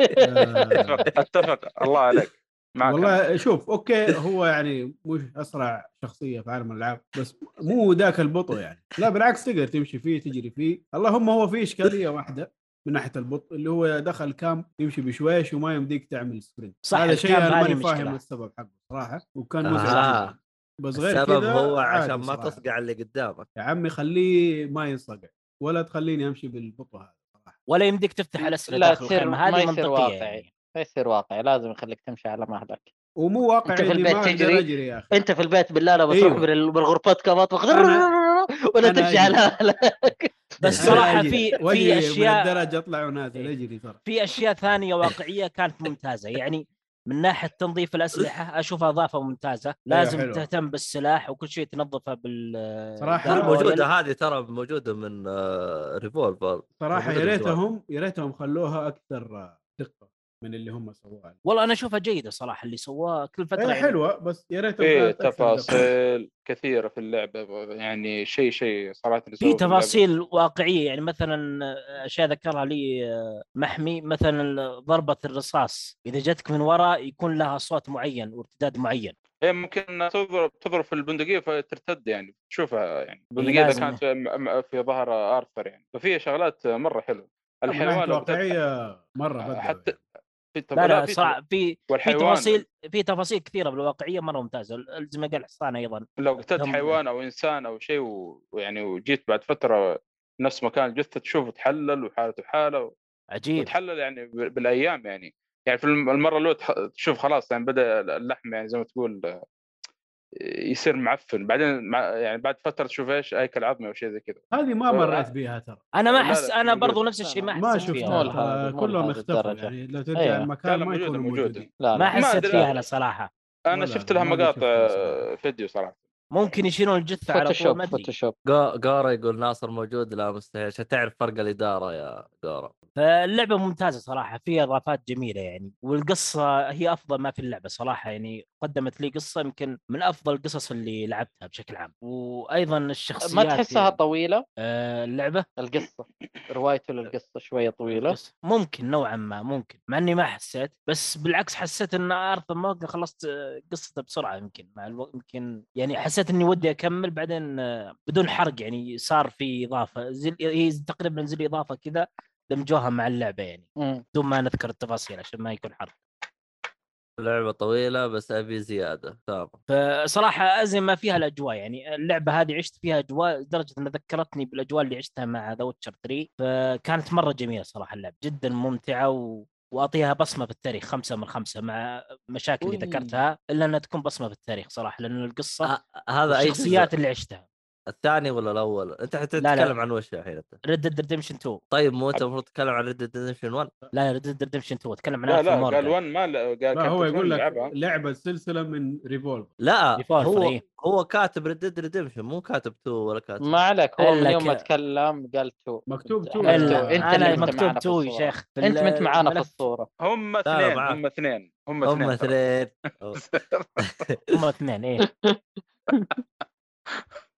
[SPEAKER 2] آه،
[SPEAKER 5] اتفق اتفق الله عليك معك والله
[SPEAKER 2] والله شوف اوكي هو يعني مش اسرع شخصيه في عالم الالعاب بس مو ذاك البطء يعني لا بالعكس تقدر تمشي فيه تجري فيه اللهم هو في اشكاليه واحده من ناحيه البطء اللي هو دخل كام يمشي بشويش وما يمديك تعمل سبرنت
[SPEAKER 4] صح،
[SPEAKER 2] هذا شيء
[SPEAKER 4] الكامب
[SPEAKER 2] انا
[SPEAKER 4] هذه
[SPEAKER 2] ماني
[SPEAKER 4] مشكلة.
[SPEAKER 2] فاهم السبب حقه صراحه وكان مزعج
[SPEAKER 6] آه.
[SPEAKER 2] جدا بس غير
[SPEAKER 6] السبب
[SPEAKER 2] كذا
[SPEAKER 6] هو
[SPEAKER 2] عادي
[SPEAKER 6] عشان ما
[SPEAKER 2] صراحة.
[SPEAKER 6] تصقع اللي قدامك
[SPEAKER 2] يا عمي خليه ما ينصقع ولا تخليني امشي بالبطء هذا صراحه
[SPEAKER 4] ولا يمديك تفتح الاسئله
[SPEAKER 3] لا
[SPEAKER 4] داخل
[SPEAKER 3] تصير-
[SPEAKER 4] الخيمه
[SPEAKER 3] ما
[SPEAKER 4] هذه
[SPEAKER 3] يصير
[SPEAKER 4] منطقيه
[SPEAKER 3] واقعي.
[SPEAKER 4] يعني.
[SPEAKER 3] ما يصير واقعي لازم يخليك تمشي على مهلك
[SPEAKER 2] ومو واقعي
[SPEAKER 3] أنت في
[SPEAKER 2] اني ما
[SPEAKER 3] البيت
[SPEAKER 2] اقدر
[SPEAKER 3] تجري؟
[SPEAKER 2] اجري يا اخي
[SPEAKER 3] انت في البيت بالله لما تروح
[SPEAKER 2] أيوة.
[SPEAKER 3] بال- من غرفتك مطبخ ولا
[SPEAKER 2] أنا أجري.
[SPEAKER 3] تمشي على مهلك
[SPEAKER 4] بس
[SPEAKER 2] أنا
[SPEAKER 4] صراحه
[SPEAKER 2] أجري.
[SPEAKER 4] في
[SPEAKER 2] وأجري
[SPEAKER 4] في
[SPEAKER 2] من
[SPEAKER 4] اشياء
[SPEAKER 2] الدرج اطلع
[SPEAKER 3] إيه.
[SPEAKER 2] ونازل اجري ترى
[SPEAKER 4] في اشياء ثانيه واقعيه كانت ممتازه يعني من ناحيه تنظيف الاسلحه اشوفها اضافه ممتازه لازم
[SPEAKER 2] إيه، حلوة.
[SPEAKER 4] تهتم بالسلاح وكل شيء تنظفه بال
[SPEAKER 2] صراحة
[SPEAKER 4] بال-
[SPEAKER 2] أنا أول-
[SPEAKER 6] الموجوده هذه ترى موجوده من آه، ريفولفر
[SPEAKER 2] صراحه
[SPEAKER 6] موجودة
[SPEAKER 2] يا
[SPEAKER 6] بالجوال.
[SPEAKER 2] ريتهم يا ريتهم خلوها اكثر دقه من اللي هم سووها
[SPEAKER 4] والله انا اشوفها جيده صراحه اللي سواه كل فتره
[SPEAKER 2] هي
[SPEAKER 4] يعني
[SPEAKER 2] حلوه بس يا ريتهم
[SPEAKER 5] في
[SPEAKER 2] كانت أكثر دقة.
[SPEAKER 5] إيه، تفاصيل كثيره في اللعبه يعني شيء شيء صراحه اللي سووه
[SPEAKER 4] في
[SPEAKER 5] اللعبة.
[SPEAKER 4] تفاصيل واقعيه يعني مثلا اشياء ذكرها لي آه، محمي مثلا ضربه الرصاص اذا جتك من وراء يكون لها صوت معين وارتداد معين
[SPEAKER 5] هي إيه، ممكن إنها تضرب تضرب في البندقيه فترتد يعني تشوفها يعني البندقيه
[SPEAKER 4] لازم.
[SPEAKER 5] اذا كانت في- م- م- في ظهر ارثر يعني ففي شغلات مره حلوه
[SPEAKER 2] من ناحيه
[SPEAKER 5] الحيوان لو بتضحك
[SPEAKER 2] واقعيه مره بدعوا
[SPEAKER 5] حتى-
[SPEAKER 2] يعني.
[SPEAKER 5] في
[SPEAKER 4] لا لا
[SPEAKER 5] في-
[SPEAKER 4] صراحه في في
[SPEAKER 5] والحيوان
[SPEAKER 4] تفاصيل في تفاصيل كثيره بالواقعيه مره ممتازه ال- زي ما قال حسان ايضا
[SPEAKER 5] لو قتلت
[SPEAKER 4] دم-
[SPEAKER 5] حيوان او انسان او شيء و- ويعني وجيت بعد فتره نفس مكان الجثه تشوفه تحلل وحالته حاله
[SPEAKER 4] عجيب
[SPEAKER 5] وتحلل يعني ب- بالايام يعني يعني في الم- المره الاولى تح- تشوف خلاص يعني بدا اللحم يعني زي ما تقول آه، يصير معفن بعدين مع يعني بعد فتره تشوف ايش هيكل عظمي او شيء زي كذا
[SPEAKER 2] هذه ما
[SPEAKER 5] آه.
[SPEAKER 2] مريت بيها ترى
[SPEAKER 4] انا ما
[SPEAKER 5] لا، لا،
[SPEAKER 4] احس انا
[SPEAKER 5] موجودة.
[SPEAKER 4] برضو نفس الشيء ما
[SPEAKER 3] لا،
[SPEAKER 2] ما
[SPEAKER 4] حسيت
[SPEAKER 2] شفتها
[SPEAKER 4] فيها
[SPEAKER 3] والله.
[SPEAKER 2] ترى،
[SPEAKER 3] مو لهذه
[SPEAKER 2] كلهم اختفوا
[SPEAKER 3] الدرجة.
[SPEAKER 2] يعني لو ترجع
[SPEAKER 3] أيوة.
[SPEAKER 5] لا،
[SPEAKER 2] المكان
[SPEAKER 5] لا،
[SPEAKER 2] ما
[SPEAKER 5] موجودة،
[SPEAKER 2] يكونوا
[SPEAKER 5] موجودة.
[SPEAKER 2] موجودين
[SPEAKER 3] لا
[SPEAKER 4] ما
[SPEAKER 3] لا
[SPEAKER 5] ما
[SPEAKER 4] حسيت
[SPEAKER 5] أدري.
[SPEAKER 4] فيها انا صراحه
[SPEAKER 5] انا
[SPEAKER 2] ولا
[SPEAKER 5] شفت
[SPEAKER 2] أنا
[SPEAKER 5] لها
[SPEAKER 2] ما قد
[SPEAKER 5] مقاطع
[SPEAKER 2] شفتها صراحة.
[SPEAKER 5] فيديو صراحه
[SPEAKER 4] ممكن يشيلون الجثه على طول
[SPEAKER 3] فوتوشوب
[SPEAKER 4] ما ادري
[SPEAKER 3] فوتوشوب
[SPEAKER 6] جو- جورا يقول ناصر موجود لا مستحيل عشان تعرف فرق الاداره يا جورا
[SPEAKER 4] فاللعبه ممتازه صراحه فيها اضافات جميله يعني والقصه هي افضل ما في اللعبه صراحه يعني قدمت لي قصه يمكن من افضل القصص اللي لعبتها بشكل عام وايضا الشخصيات يعني.
[SPEAKER 3] ما تحسها طويله
[SPEAKER 4] آه، اللعبه
[SPEAKER 3] القصه روايته للقصه شويه طويله
[SPEAKER 4] بس ممكن نوعا ما ممكن مع اني ما حسيت بس بالعكس حسيت ان ارثر مورجان خلصت آه، قصته بسرعه يمكن مع الوقت يمكن يعني حسيت اني ودي اكمل بعدين آه، بدون حرق يعني صار في اضافه زي هي تقريبا زي الاضافه كذا دمجوها مع اللعبه يعني
[SPEAKER 3] مم.
[SPEAKER 4] بدون ما نذكر التفاصيل عشان ما يكون حرق
[SPEAKER 6] لعبه طويله بس ابي زياده تمام
[SPEAKER 4] فصراحه ازم ما فيها الاجواء يعني اللعبه هذه عشت فيها اجواء لدرجه انها ذكرتني بالاجواء اللي عشتها مع ذا ويتشر 3 فكانت مره جميله صراحه اللعبه جدا ممتعه و... واعطيها بصمه بالتاريخ خمسه من خمسه مع مشاكل اللي
[SPEAKER 6] أوي. آه،
[SPEAKER 4] ذكرتها الا انها تكون بصمه بالتاريخ صراحه لانه القصه
[SPEAKER 6] هذا اي
[SPEAKER 4] الشخصيات
[SPEAKER 6] الشخصيات
[SPEAKER 4] اللي عشتها
[SPEAKER 6] الثاني ولا الاول؟ انت
[SPEAKER 4] لا.
[SPEAKER 6] حتتكلم عن وش الحين انت؟
[SPEAKER 4] ريد ديد ريدمشن 2
[SPEAKER 6] طيب مو انت المفروض تتكلم عن ريد ديد 1
[SPEAKER 4] لا ريد ديد ريدمشن 2 اتكلم عن
[SPEAKER 5] لا لا
[SPEAKER 4] Alpha Morgan.
[SPEAKER 5] قال 1 ما لا- قال
[SPEAKER 2] لا
[SPEAKER 5] كابتن
[SPEAKER 2] يعني. هو يقول لك
[SPEAKER 5] لعبها.
[SPEAKER 2] لعبه سلسله من ريفولف
[SPEAKER 6] لا
[SPEAKER 4] Default
[SPEAKER 6] هو
[SPEAKER 4] إيه.
[SPEAKER 6] هو كاتب ريد ديد ريدمشن مو كاتب 2 ولا كاتب
[SPEAKER 3] ما عليك هو من
[SPEAKER 4] إلا
[SPEAKER 3] يوم ما
[SPEAKER 4] ك-
[SPEAKER 3] تكلم قال تو
[SPEAKER 2] مكتوب تو.
[SPEAKER 3] إحنا-
[SPEAKER 2] إلا-
[SPEAKER 4] الا
[SPEAKER 3] انت
[SPEAKER 2] اللي
[SPEAKER 4] انا
[SPEAKER 2] أنت
[SPEAKER 4] مكتوب
[SPEAKER 3] معنا في
[SPEAKER 4] 2
[SPEAKER 3] الصورة.
[SPEAKER 4] يا شيخ في
[SPEAKER 3] انت
[SPEAKER 4] ال-
[SPEAKER 3] انت معانا في
[SPEAKER 4] الملف.
[SPEAKER 3] الصوره
[SPEAKER 5] هم اثنين
[SPEAKER 6] معك.
[SPEAKER 5] هم اثنين هم اثنين
[SPEAKER 6] هم
[SPEAKER 5] ترى.
[SPEAKER 6] اثنين أو-
[SPEAKER 4] هم اثنين ايه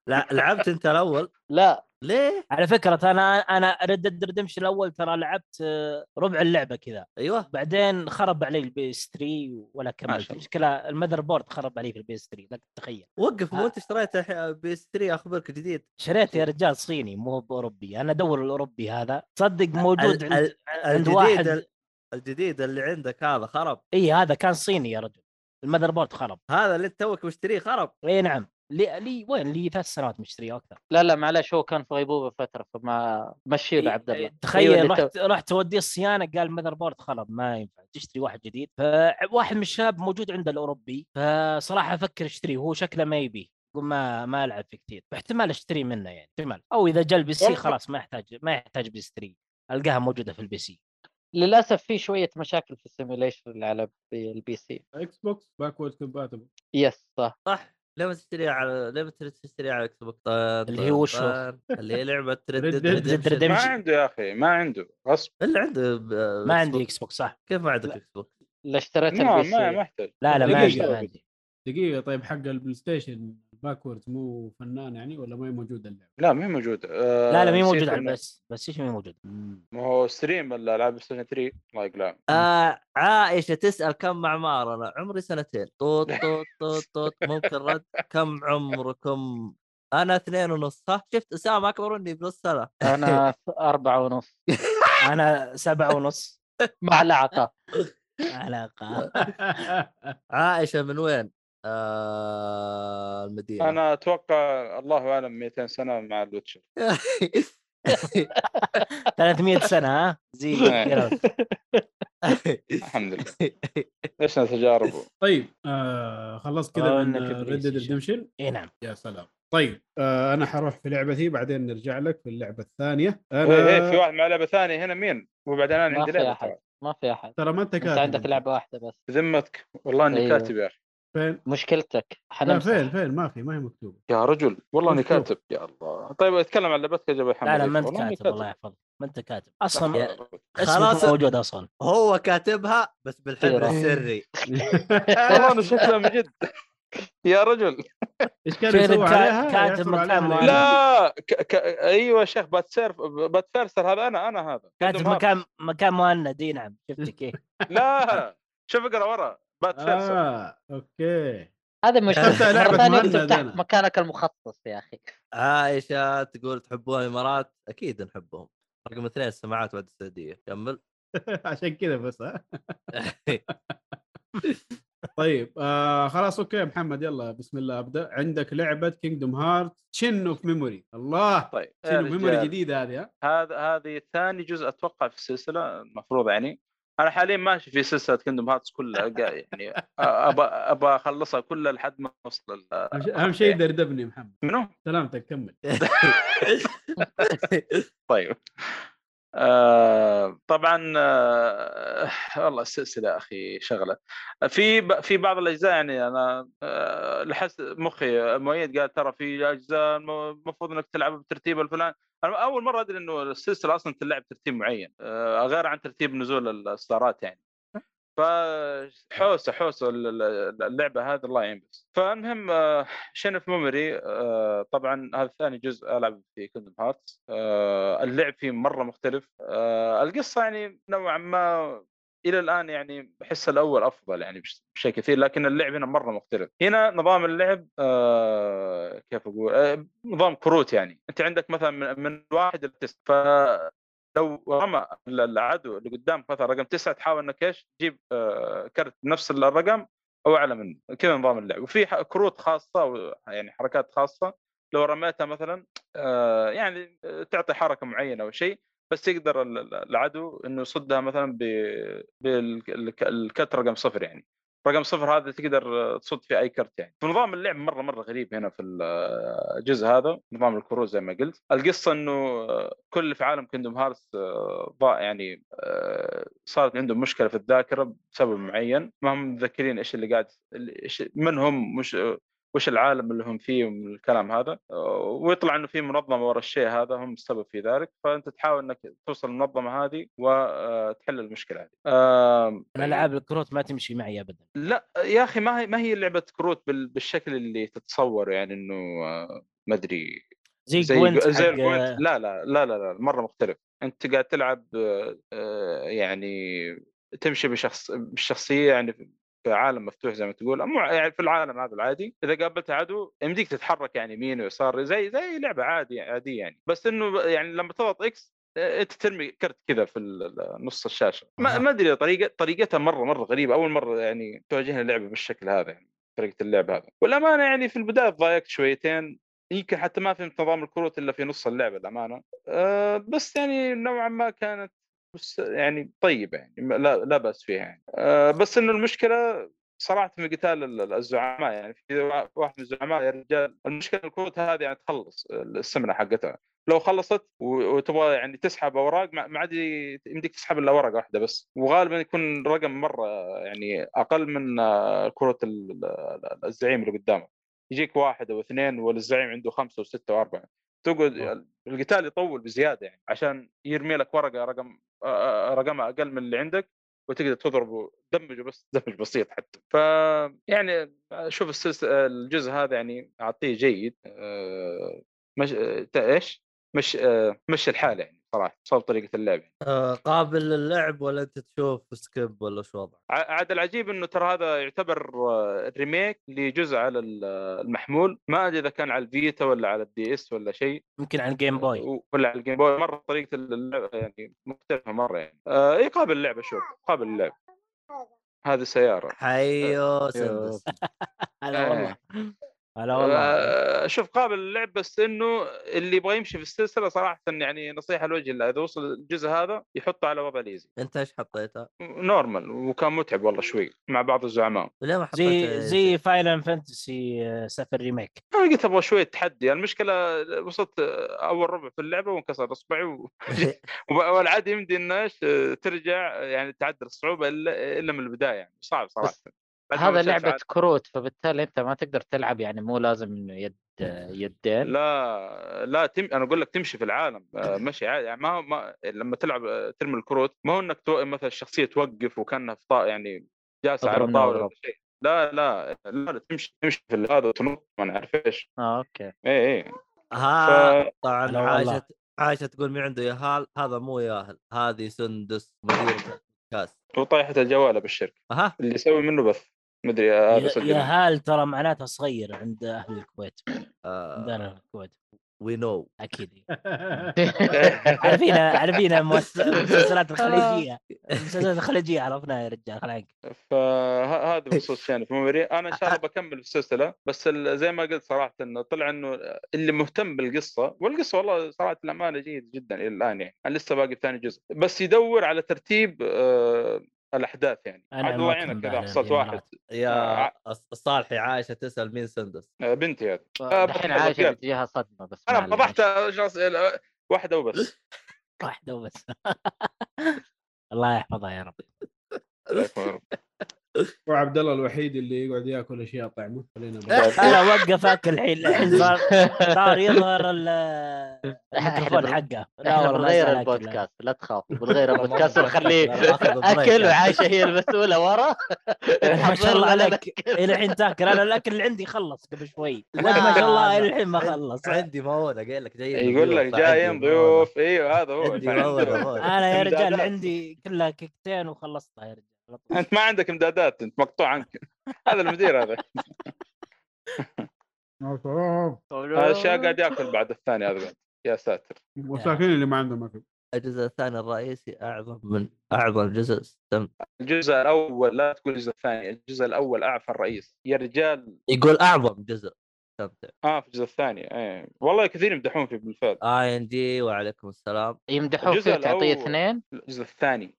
[SPEAKER 6] لا لعبت انت الاول
[SPEAKER 3] لا
[SPEAKER 6] ليه؟
[SPEAKER 4] على فكره انا انا ريد ديد ريدمشن الاول ترى لعبت آه، ربع اللعبه كذا
[SPEAKER 6] ايوه
[SPEAKER 4] بعدين خرب علي البيس 3 ولا
[SPEAKER 5] ما شاء
[SPEAKER 4] كملت
[SPEAKER 5] الله.
[SPEAKER 4] المشكله المذر بورد خرب علي في البيس 3 لك تخيل
[SPEAKER 6] وقف
[SPEAKER 4] آه.
[SPEAKER 6] مو انت اشتريت الحين بي اس 3 اخبرك جديد
[SPEAKER 4] شريت يا رجال صيني مو باوروبي انا ادور الاوروبي هذا تصدق موجود
[SPEAKER 6] ال-
[SPEAKER 4] عند
[SPEAKER 6] ال-
[SPEAKER 4] عند
[SPEAKER 6] الجديد
[SPEAKER 4] واحد
[SPEAKER 6] ال- الجديد اللي عندك هذا خرب
[SPEAKER 4] اي هذا كان صيني يا رجل المذر بورد خرب
[SPEAKER 6] هذا اللي انت توك مشتريه خرب
[SPEAKER 4] اي نعم لي لي وين لي ثلاث سنوات مشتريه اكثر
[SPEAKER 3] لا لا معلش هو كان في غيبوبه فتره فما مشي له
[SPEAKER 4] إي-
[SPEAKER 3] عبد الله أيوة،
[SPEAKER 4] إي، إيه، تخيل
[SPEAKER 3] اللي
[SPEAKER 4] رحت رحت توديه الصيانه قال ماذر بورد خرب ما ينفع تشتري واحد جديد فواحد من الشباب موجود عنده الاوروبي فصراحه افكر اشتريه هو شكله ما يبي يقول ما ما العب فيه كثير فاحتمال اشتري منه يعني احتمال او اذا جاء البي سي
[SPEAKER 3] يعني
[SPEAKER 5] والله.
[SPEAKER 4] خلاص ما يحتاج ما يحتاج بي 3 القاها موجوده في البي سي
[SPEAKER 3] للاسف في شويه مشاكل في السيميوليشن اللي على البي سي
[SPEAKER 2] اكس بوكس باكورد كومباتبل
[SPEAKER 3] يس صح
[SPEAKER 6] صح ليه ما تشتريها على ليه ما تشتريها على اكس بوكس
[SPEAKER 4] اللي هي وش هو؟
[SPEAKER 6] اللي هي لعبه
[SPEAKER 2] Red
[SPEAKER 6] ريد
[SPEAKER 2] Dead
[SPEAKER 4] Redemption.
[SPEAKER 6] ديد
[SPEAKER 5] ما عنده يا اخي ما عنده غصب
[SPEAKER 6] اللي عنده ب-
[SPEAKER 4] ما
[SPEAKER 6] Xbox.
[SPEAKER 4] عندي اكس بوكس صح
[SPEAKER 6] كيف ما عندك
[SPEAKER 3] لا.
[SPEAKER 6] اكس بوكس؟
[SPEAKER 3] اللي اشتريت
[SPEAKER 5] ما
[SPEAKER 3] البي
[SPEAKER 5] نعم، ما ما
[SPEAKER 3] سي
[SPEAKER 5] احتاج
[SPEAKER 4] لا لا ما عندي
[SPEAKER 2] دقيقة.
[SPEAKER 4] ما عندي
[SPEAKER 2] دقيقه طيب حق البلاي ستيشن باكورد مو فنان يعني ولا ما هي موجوده اللعبه
[SPEAKER 5] لا ما هي موجوده آه،
[SPEAKER 4] لا لا مي
[SPEAKER 5] نسيت
[SPEAKER 4] موجود على
[SPEAKER 5] إنه-
[SPEAKER 4] بس بس ايش مي موجود
[SPEAKER 5] ما هو ستريم الالعاب سنه 3 الله يقلعهم
[SPEAKER 6] آه عائشه تسال كم اعمار انا عمري سنتين طوط طوط طوط طوط ممكن رد كم عمركم؟ انا اثنين ونص ها شفت اسامه اكبر مني بنص سنه
[SPEAKER 3] انا اربعة ونص
[SPEAKER 4] انا سبعة ونص
[SPEAKER 3] مع العطاء
[SPEAKER 4] علاقه
[SPEAKER 6] عائشه من وين؟ آه المدينه
[SPEAKER 5] انا اتوقع الله اعلم 200 سنه مع الوتشر
[SPEAKER 4] 300 سنه ها زي كذا.
[SPEAKER 6] إيه
[SPEAKER 5] الحمد لله ليش تجارب
[SPEAKER 2] طيب آه خلصت كذا
[SPEAKER 4] آه،
[SPEAKER 2] من
[SPEAKER 4] إنك
[SPEAKER 2] ريد
[SPEAKER 4] إبليس
[SPEAKER 2] ديد
[SPEAKER 4] يا شيخ.
[SPEAKER 2] ريدمشن
[SPEAKER 4] اي نعم
[SPEAKER 2] يا سلام طيب آه انا حروح في لعبتي بعدين نرجع لك في اللعبه الثانيه
[SPEAKER 5] إيه، إيه، في
[SPEAKER 2] انا
[SPEAKER 5] واحد مع لعبه ثانيه هنا مين؟ وبعدين انا
[SPEAKER 3] ما
[SPEAKER 5] عندي
[SPEAKER 3] في
[SPEAKER 5] لعبه
[SPEAKER 3] أحد.
[SPEAKER 5] ترى.
[SPEAKER 3] ما في احد
[SPEAKER 2] ترى ما انت
[SPEAKER 3] انت
[SPEAKER 2] كاتب
[SPEAKER 3] عندك لعبه واحده بس
[SPEAKER 5] ذمتك والله اني
[SPEAKER 3] أيوه.
[SPEAKER 5] كاتب يا اخي
[SPEAKER 2] فين
[SPEAKER 3] مشكلتك
[SPEAKER 2] لا
[SPEAKER 3] حنمسح
[SPEAKER 2] فين فين ما في ما هي مكتوبه
[SPEAKER 5] يا رجل والله اني
[SPEAKER 2] مكتوب.
[SPEAKER 5] كاتب يا الله طيب اتكلم عن لعبتك يا ابو حمد
[SPEAKER 4] لا لا ما انت
[SPEAKER 5] والله إني
[SPEAKER 4] كاتب الله يحفظك ما انت كاتب اصلا
[SPEAKER 6] يا-
[SPEAKER 5] والله
[SPEAKER 4] خلاص
[SPEAKER 6] خلاص.
[SPEAKER 4] موجود اصلا
[SPEAKER 6] هو كاتبها بس بالحبر
[SPEAKER 3] خيرة.
[SPEAKER 6] السري
[SPEAKER 5] انا شكلها من جد يا رجل
[SPEAKER 2] ايش كان
[SPEAKER 4] فين
[SPEAKER 2] يسوي
[SPEAKER 4] الكا-
[SPEAKER 2] عليها؟
[SPEAKER 4] كاتب
[SPEAKER 2] يعثروا
[SPEAKER 4] مكان
[SPEAKER 2] عليها
[SPEAKER 4] معين؟
[SPEAKER 2] ليه؟
[SPEAKER 5] لا ك... ك... ايوه يا شيخ باتسيرف باتفرسر هذا انا انا هذا
[SPEAKER 4] كاتب
[SPEAKER 5] Kingdom Hearts.
[SPEAKER 4] مكان مكان مهند اي نعم شفتك ايه
[SPEAKER 5] لا شوف اقرا ورا باتفرسر
[SPEAKER 2] اه اوكي
[SPEAKER 3] هذا مش
[SPEAKER 6] حتى
[SPEAKER 2] لعبة
[SPEAKER 3] مرة ثانية انت
[SPEAKER 2] مهند
[SPEAKER 3] تحت
[SPEAKER 2] أنا.
[SPEAKER 3] مكانك المخصص يا اخي
[SPEAKER 6] عائشه تقول تحبون الامارات اكيد نحبهم رقم اثنين السماعات بعد السعوديه كمل
[SPEAKER 2] عشان كذا بس ها طيب آه خلاص اوكي محمد يلا بسم الله ابدا عندك لعبه كينجدوم هارت تشين اوف ميموري الله
[SPEAKER 5] طيب يا
[SPEAKER 2] تشين اوف ميموري
[SPEAKER 5] رجال.
[SPEAKER 2] جديده هذه ها
[SPEAKER 5] هذا هذه ثاني جزء اتوقع في السلسله المفروض يعني انا حاليا ماشي في سلسله كندم هارتس كلها قا- يعني ابى ابى اخلصها كلها لحد ما اوصل ال-
[SPEAKER 2] أهم شي- اهم شيء دردبني يا محمد
[SPEAKER 5] منو؟
[SPEAKER 2] سلامتك كمل
[SPEAKER 5] طيب آه طبعا آه والله السلسله يا اخي شغله في ب- في بعض الاجزاء يعني انا آه لحس مخي مؤيد قال ترى في اجزاء الم- المفروض انك تلعبها بالترتيب الفلاني انا اول مره ادري انه السلسله اصلا تلعب ترتيب معين آه غير عن ترتيب نزول الاصدارات يعني فحوسه حوسه ال- ال- اللعبه هذه الله يعين بس فالمهم آه، شين اوف ميموري طبعا آه، هذا ثاني جزء العب في كيندم هارتس آه، اللعب فيه مره مختلف آه، القصه يعني نوعا ما الى الان يعني احس الاول افضل يعني بش- بشكل كثير لكن اللعب هنا مره مختلف هنا نظام اللعب آه، كيف اقول آه، نظام كروت يعني انت عندك مثلا من- من واحد لتسعه ف لو رمى ال- العدو اللي قدامك مثلا رقم تسعه تحاول انك ايش تجيب آه، كرت نفس الرقم او اعلى منه كذا نظام اللعب وفي ح- كروت خاصه و- يعني حركات خاصه لو رميتها مثلا آه، يعني آه، تعطي حركه معينه او شيء بس يقدر ال- ال- العدو انه يصدها مثلا بالكت رقم صفر يعني رقم صفر هذا تقدر آه، تصد فيه اي كرت يعني فنظام اللعب مره مره غريب هنا في ال- آه، الجزء هذا نظام الكروت زي ما قلت القصه انه آه، كل اللي في عالم كندوم هارتس آه، ضاع يعني آه، صارت عندهم مشكله في الذاكره بسبب معين ما هم متذكرين ايش اللي قاعد إيش من هم مش وش العالم اللي هم فيه من الكلام هذا آه، ويطلع انه في منظمه ورا الشيء هذا هم السبب في ذلك فانت تحاول انك توصل المنظمه هذه وتحل المشكله هذه آم،
[SPEAKER 4] انا العاب الكروت ما تمشي معي ابدا
[SPEAKER 5] لا يا اخي ما هي ما هي لعبه كروت بال- بالشكل اللي تتصوره يعني انه آه، ما ادري
[SPEAKER 4] زي
[SPEAKER 5] زي
[SPEAKER 4] جوينت
[SPEAKER 5] زي
[SPEAKER 4] حق
[SPEAKER 5] الجوينت لا لا لا لا لا مره مختلف انت قاعد تلعب آه، آه، يعني تمشي بشخص بالشخصيه يعني في عالم مفتوح زي ما تقول مو ع- يعني في العالم هذا العادي اذا قابلت عدو يمديك تتحرك يعني يمين ويسار زي زي لعبه عادي عاديه يعني بس انه يعني لما تضغط اكس آه، انت ترمي كرت كذا في ال- ال- نص الشاشه ما,
[SPEAKER 4] أها.
[SPEAKER 5] ما ادري طريقه طريقتها مره مره غريبه اول مره يعني تواجهنا لعبه بالشكل هذا يعني طريقه اللعب هذا والامانه يعني في البدايه تضايقت شويتين يمكن حتى ما فهمت نظام الكروت الا في نص اللعبه الامانه أه بس يعني نوعا ما كانت بس يعني طيبه يعني ما- لا, لا باس فيها يعني أه بس انه المشكله صراحه في قتال ال- ال- الزعماء يعني في وا- واحد من الزعماء يا رجال المشكله الكروت هذه يعني تخلص السمنه حقتها لو خلصت و- وتبغى يعني تسحب اوراق ما ما عاد ي- يمديك تسحب الا ورقه واحده بس وغالبا يكون رقم مره يعني اقل من آه، كروت ال- ال- ال- الزعيم اللي قدامك يجيك واحد او اثنين والزعيم عنده خمسه وسته واربعه تقعد القتال يطول بزياده يعني عشان يرمي لك ورقه رقم آه، آه، رقمها اقل من اللي عندك وتقدر تضربه دمجه بس دمج بسيط حتى ف يعني شوف السلس- الجزء هذا يعني اعطيه جيد آه، مش آه، تا- ايش مش آه، مش الحال يعني صراحه بسبب طريقه اللعب يعني.
[SPEAKER 6] آه، قابل للعب ولا انت تشوف سكيب ولا شو وضعك؟
[SPEAKER 5] ع- عاد العجيب انه ترى هذا يعتبر آه، ريميك لجزء على ال- المحمول ما ادري اذا كان على الفيتا ولا على الدي اس ولا شيء
[SPEAKER 4] يمكن على الجيم بوي
[SPEAKER 5] ولا على الجيم بوي مره طريقه اللعبه يعني مختلفه مره يعني آه إيه قابل اللعبه شوف قابل اللعب هذه سياره
[SPEAKER 6] حيو
[SPEAKER 5] يوه.
[SPEAKER 6] سندس
[SPEAKER 4] هلا
[SPEAKER 5] إيه.
[SPEAKER 4] والله هلا والله
[SPEAKER 5] آه شوف قابل اللعب بس انه اللي يبغى يمشي في السلسله صراحه يعني نصيحه لوجه الله اذا وصل الجزء هذا يحطه على وضع الايزي
[SPEAKER 6] انت ايش حطيتها؟
[SPEAKER 5] نورمال وكان متعب والله شوي مع بعض الزعماء
[SPEAKER 6] ليه ما حطيتها؟
[SPEAKER 4] زي زي فاينل فانتسي 7 ريميك
[SPEAKER 5] انا قلت ابغى شويه تحدي المشكله وصلت اول ربع في اللعبه وانكسر اصبعي و... والعادي يمدي انه ايش ترجع يعني تعدل الصعوبه الا إلا من البدايه يعني صعب صراحه
[SPEAKER 3] بس
[SPEAKER 5] بعد ما
[SPEAKER 3] هذا
[SPEAKER 5] مشيت
[SPEAKER 3] لعبه
[SPEAKER 5] عاد-
[SPEAKER 3] كروت فبالتالي انت ما تقدر تلعب يعني مو لازم انه يد يدين
[SPEAKER 5] لا لا تم... انا اقول لك تمشي في العالم آه، مشي عادي يعني ما, هو- ما لما تلعب آه، ترمي الكروت ما هو انك تو... مثلا الشخصيه توقف وكانها في طا... يعني جالسه على
[SPEAKER 3] اضرب
[SPEAKER 5] طاوله
[SPEAKER 3] نضرب.
[SPEAKER 5] ولا شيء لا لا لا لا، تمشي تمشي في هذا وتنط ما نعرف إيه، ايش
[SPEAKER 3] اه اوكي
[SPEAKER 5] اي اي
[SPEAKER 6] ها
[SPEAKER 4] هلا
[SPEAKER 6] طبعا
[SPEAKER 4] والله.
[SPEAKER 6] عايشه عايشه تقول مين عنده ياهال هذا مو ياهل هذه سندس مدير كاس
[SPEAKER 5] وطايحه الجواله بالشركه
[SPEAKER 6] اها
[SPEAKER 5] اللي يسوي منه بث مدري هذا
[SPEAKER 4] يا-
[SPEAKER 5] سجل
[SPEAKER 4] يا هال ترى معناتها صغير عند اهل الكويت
[SPEAKER 6] آه،
[SPEAKER 5] آه.
[SPEAKER 4] عندنا في الكويت
[SPEAKER 6] وي نو
[SPEAKER 4] اكيد عارفين عارفين المؤس- المسلسلات الخليجيه المسلسلات الخليجيه عرفناها يا رجال خلاك
[SPEAKER 5] فهذا
[SPEAKER 4] إيه.
[SPEAKER 5] بخصوص يعني في ميموري انا ان شاء الله بكمل في السلسله بس ال- زي ما قلت صراحه انه طلع انه اللي مهتم بالقصه والقصه والله صراحه الامانه جيد جدا الى الان يعني انا لسه باقي في ثاني جزء بس يدور على ترتيب آه الاحداث يعني
[SPEAKER 4] أنا
[SPEAKER 5] عاد الله
[SPEAKER 4] ما
[SPEAKER 5] يعينك
[SPEAKER 4] كنت
[SPEAKER 5] اذا
[SPEAKER 4] بعد
[SPEAKER 5] حصلت
[SPEAKER 4] ذي
[SPEAKER 5] واحد
[SPEAKER 4] المرات.
[SPEAKER 6] يا الص- الصالحي عايشه تسال مين سندس
[SPEAKER 5] آه، بنتي هذه آه،
[SPEAKER 3] الحين
[SPEAKER 5] بطل
[SPEAKER 3] عايشه
[SPEAKER 5] رجال.
[SPEAKER 3] بتجيها صدمه بس
[SPEAKER 5] انا
[SPEAKER 3] معلم.
[SPEAKER 5] فضحت شخص آه، واحده وبس
[SPEAKER 4] واحده وبس الله يحفظها يا رب
[SPEAKER 5] الله يكرمك.
[SPEAKER 2] وعبد الله الوحيد اللي يقعد ياكل اشياء طعمه خلينا
[SPEAKER 5] طيب.
[SPEAKER 4] انا وقف اكل الحين الحين صار صار يظهر ال-
[SPEAKER 3] إحنا بن-
[SPEAKER 4] الميكروفون حقه لا
[SPEAKER 3] احنا
[SPEAKER 4] والله ما زال
[SPEAKER 3] بنغير
[SPEAKER 4] أكل.
[SPEAKER 3] البودكاست لا تخاف بنغير
[SPEAKER 6] والله
[SPEAKER 3] البودكاست
[SPEAKER 6] ما-
[SPEAKER 3] ونخليه
[SPEAKER 6] لا، آخذ بريك.
[SPEAKER 3] اكل وعايشه هي المسؤوله ورا
[SPEAKER 4] ما شاء الله
[SPEAKER 3] تحضر لنا
[SPEAKER 4] عليك الى الحين تاكل انا الاكل اللي عندي خلص قبل شوي
[SPEAKER 6] لا،
[SPEAKER 4] لك ما شاء الله الى
[SPEAKER 6] لا.
[SPEAKER 4] الحين ما خلص
[SPEAKER 6] عندي موونه قايل لك جاي
[SPEAKER 5] يقول لك جايين ضيوف ايوه هذا هو
[SPEAKER 6] عندي
[SPEAKER 5] فعنده-
[SPEAKER 6] موونه موونه
[SPEAKER 4] انا يا رجال
[SPEAKER 5] إمدادات.
[SPEAKER 4] اللي عندي كلها كيكتين وخلصتها يا رجال على طول.
[SPEAKER 5] انت ما عندك امدادات انت مقطوع عنك هذا المدير هذا
[SPEAKER 2] نقول
[SPEAKER 5] هذا الشيء قاعد ياكل بعد الثاني هذا بعد. يا ساتر
[SPEAKER 2] مساكين اللي ما عندهم اكل
[SPEAKER 6] الجزء الثاني الرئيسي اعظم من اعظم جزء استم...
[SPEAKER 5] الجزء الاول لا تقول الجزء الثاني الجزء الاول اعفى الرئيس يا رجال
[SPEAKER 6] يقول اعظم جزء استمتع
[SPEAKER 5] اه في الجزء الثاني ايه والله كثير يمدحون فيه بالفعل
[SPEAKER 6] اي ان دي وعليكم السلام
[SPEAKER 3] يمدحوك
[SPEAKER 5] الجزء
[SPEAKER 3] فيه تعطيه
[SPEAKER 5] الأول.
[SPEAKER 3] اثنين
[SPEAKER 5] الجزء الثاني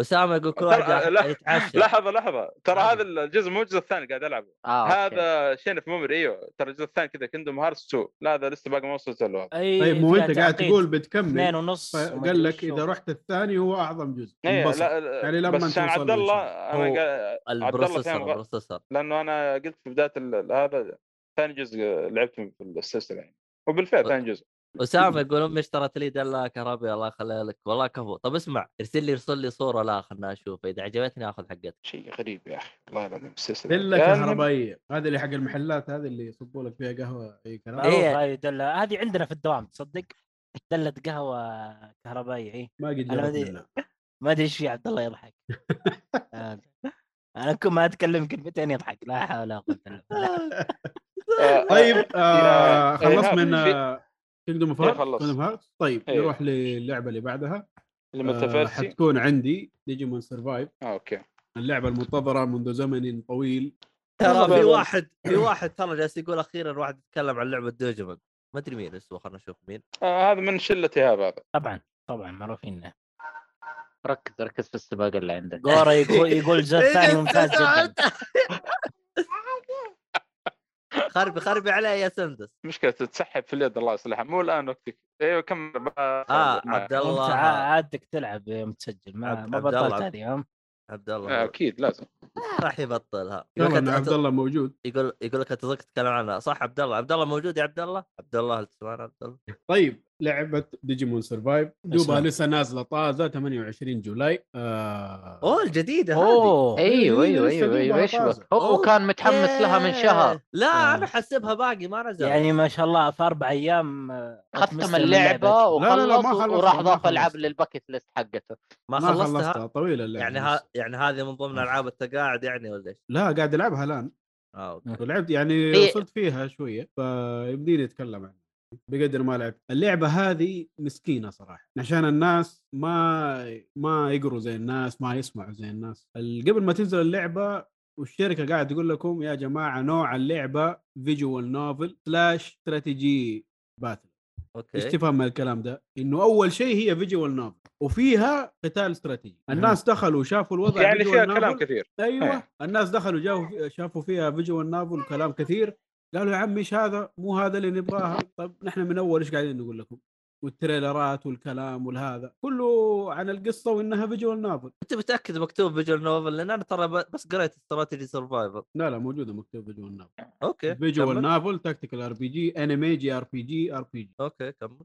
[SPEAKER 6] اسامه يقول كل
[SPEAKER 5] ترى-
[SPEAKER 6] واحد
[SPEAKER 5] لا-
[SPEAKER 6] يتعشى
[SPEAKER 5] لحظه لحظه ترى
[SPEAKER 2] نعم.
[SPEAKER 5] هذا الجزء مو الجزء الثاني قاعد العبه
[SPEAKER 2] آه،
[SPEAKER 3] اه أوكي.
[SPEAKER 5] هذا شين في ممر ايوه ترى الجزء الثاني كذا كندوم هارس 2 لا هذا لسه باقي ما وصلت له إيه، هذا.
[SPEAKER 4] اي
[SPEAKER 2] طيب مو
[SPEAKER 4] فيها
[SPEAKER 2] انت قاعد
[SPEAKER 4] تعقيد.
[SPEAKER 2] تقول بتكمل
[SPEAKER 4] إيه، اثنين ونص وما
[SPEAKER 2] قال
[SPEAKER 4] أدري
[SPEAKER 2] لك
[SPEAKER 4] شو.
[SPEAKER 2] اذا رحت الثاني هو اعظم جزء
[SPEAKER 5] إيه،
[SPEAKER 2] انبسط.
[SPEAKER 5] لا لا،
[SPEAKER 2] يعني لما
[SPEAKER 5] بس عشان
[SPEAKER 2] توصل
[SPEAKER 5] عبد
[SPEAKER 2] له إن شاء
[SPEAKER 5] الله
[SPEAKER 2] الله.
[SPEAKER 5] انا
[SPEAKER 6] هو-
[SPEAKER 5] قا-
[SPEAKER 6] البروسيسور
[SPEAKER 5] فاهم غلط.
[SPEAKER 6] البروسيسور
[SPEAKER 5] لانه انا قلت في بدايه ال- هذا ثاني جزء لعبته في السلسله يعني
[SPEAKER 2] طيب.
[SPEAKER 5] وبالفعل ثاني جزء
[SPEAKER 6] اسامه يقول امي اشترت لي دلة كهربي الله يخليها لك والله كفو طب اسمع ارسل لي ارسل لي صوره لا خلنا اشوف اذا عجبتني اخذ حقتك
[SPEAKER 5] شيء غريب يا اخي والله العظيم السلسله
[SPEAKER 2] دله
[SPEAKER 5] يعني
[SPEAKER 2] كهربائيه هذه اللي حق المحلات هذه اللي يصبوا لك فيها قهوه اي كلام
[SPEAKER 4] معروف
[SPEAKER 6] إيه.
[SPEAKER 4] هذه دله هذه عندنا في الدوام تصدق دله قهوه كهربائيه اي
[SPEAKER 2] ما قد
[SPEAKER 4] أنا بدي-
[SPEAKER 2] جربنا
[SPEAKER 4] ما ادري ايش في عبد الله يضحك آه. انا كل ما اتكلم كلمتين يضحك لا حول ولا قوه الا بالله
[SPEAKER 5] آه،
[SPEAKER 2] طيب آه
[SPEAKER 5] يا-
[SPEAKER 2] خلص
[SPEAKER 5] إيهاب،
[SPEAKER 2] من آه،
[SPEAKER 5] في-
[SPEAKER 2] كينجدوم اوف
[SPEAKER 5] إيه، خلص.
[SPEAKER 2] هارت طيب
[SPEAKER 5] إيه.
[SPEAKER 2] نروح للعبه اللي بعدها آه
[SPEAKER 5] المتفرسي
[SPEAKER 2] حتكون عندي ديجيمون سرفايف
[SPEAKER 5] آه، اوكي
[SPEAKER 2] اللعبه المنتظره منذ زمن طويل
[SPEAKER 6] ترى في
[SPEAKER 5] بس.
[SPEAKER 6] واحد في واحد ترى جالس يقول اخيرا واحد يتكلم عن لعبه دوجمن ما ادري مين اسمه خلنا نشوف مين
[SPEAKER 5] آه، هذا من شله ايهاب هذا
[SPEAKER 4] طبعا طبعا معروفين
[SPEAKER 3] ركز ركز في السباق اللي عندك
[SPEAKER 4] جورا يقول يقول الجزء الثاني ممتاز جدا
[SPEAKER 6] خربي خربي عليه يا سندس
[SPEAKER 5] مشكله تتسحب في اليد الله يصلحها مو الان وقتك ايوه كم
[SPEAKER 6] اه
[SPEAKER 5] آه
[SPEAKER 6] عبد
[SPEAKER 4] انت
[SPEAKER 6] الله
[SPEAKER 4] ع- عادتك تلعب يوم تسجل ما,
[SPEAKER 6] عبد-
[SPEAKER 4] ما
[SPEAKER 6] عبد الله.
[SPEAKER 4] بطلت هذه يوم
[SPEAKER 6] عبد الله
[SPEAKER 5] اكيد آه، لازم
[SPEAKER 6] راح يبطلها يقول
[SPEAKER 2] يلا
[SPEAKER 6] لك
[SPEAKER 2] إن عبد
[SPEAKER 6] أت-
[SPEAKER 2] الله موجود
[SPEAKER 6] يقول يقول لك اتذكر تتكلم عنها صح عبد الله عبد الله موجود يا عبد الله عبد الله هل تسمعنا عبد الله
[SPEAKER 2] طيب لعبه ديجيمون سرفايف دوبها
[SPEAKER 4] اسلام.
[SPEAKER 2] لسه نازله طازه 28 جولاي آه
[SPEAKER 6] اوه الجديده هذه
[SPEAKER 4] اوه
[SPEAKER 2] إيه،
[SPEAKER 3] ايوه ايوه
[SPEAKER 2] لسه
[SPEAKER 3] ايوه ايوه
[SPEAKER 2] دوبها
[SPEAKER 3] ايش بك
[SPEAKER 2] طازة.
[SPEAKER 3] هو
[SPEAKER 6] أوه.
[SPEAKER 3] كان متحمس لها من شهر
[SPEAKER 6] إيه. لا
[SPEAKER 4] آه.
[SPEAKER 6] انا حسبها باقي ما نزل
[SPEAKER 4] يعني ما شاء الله في اربع ايام آه،
[SPEAKER 3] ختم
[SPEAKER 4] أتمسلم
[SPEAKER 3] اللعبه
[SPEAKER 4] اللعبة.
[SPEAKER 2] لا، لا، لا، ما
[SPEAKER 3] وخلص
[SPEAKER 2] خلصتها،
[SPEAKER 3] وراح
[SPEAKER 2] ما
[SPEAKER 3] ضاف العاب
[SPEAKER 2] خلصتها.
[SPEAKER 3] للباكت ليست حقته
[SPEAKER 6] ما
[SPEAKER 2] ما
[SPEAKER 6] خلصتها,
[SPEAKER 2] خلصتها, طويله اللعبه
[SPEAKER 6] يعني
[SPEAKER 2] لسه.
[SPEAKER 6] ها يعني هذه من ضمن العاب التقاعد يعني ولا ايش؟
[SPEAKER 2] لا قاعد العبها الان
[SPEAKER 6] اه أوكي.
[SPEAKER 2] ولعبت يعني
[SPEAKER 3] إيه.
[SPEAKER 2] وصلت فيها شويه فيمديني اتكلم عنها بقدر ما لعبت اللعبه هذه مسكينه صراحه عشان الناس ما ما يقروا زي الناس ما يسمعوا زي الناس ال- قبل ما تنزل اللعبه والشركه قاعد تقول لكم يا جماعه نوع اللعبه فيجوال نوفل سلاش استراتيجي باتل ايش
[SPEAKER 6] اوكي
[SPEAKER 2] تفهم من الكلام ده؟ انه اول شيء هي فيجوال نوفل وفيها قتال استراتيجي الناس دخلوا شافوا الوضع
[SPEAKER 5] يعني
[SPEAKER 2] visual
[SPEAKER 5] فيها
[SPEAKER 2] novel.
[SPEAKER 5] كلام كثير
[SPEAKER 2] ايوه
[SPEAKER 5] إيه.
[SPEAKER 2] الناس دخلوا جاوا شافوا فيها فيجوال نافل وكلام كثير قالوا يا عمي ايش هذا؟ مو هذا اللي نبغاها، طب نحن من اول ايش قاعدين نقول لكم؟ والتريلرات والكلام والهذا كله عن القصه وانها فيجوال نافل،
[SPEAKER 6] انت متاكد مكتوب فيجوال نوفل لان انا ترى ب- بس قريت استراتيجي سرفايفر
[SPEAKER 2] لا لا موجوده مكتوب فيجوال نافل،
[SPEAKER 6] اوكي
[SPEAKER 2] فيجوال
[SPEAKER 6] كمل.
[SPEAKER 2] نافل تكتيكال ار بي جي انمي جي ار بي جي ار بي جي
[SPEAKER 6] اوكي كمل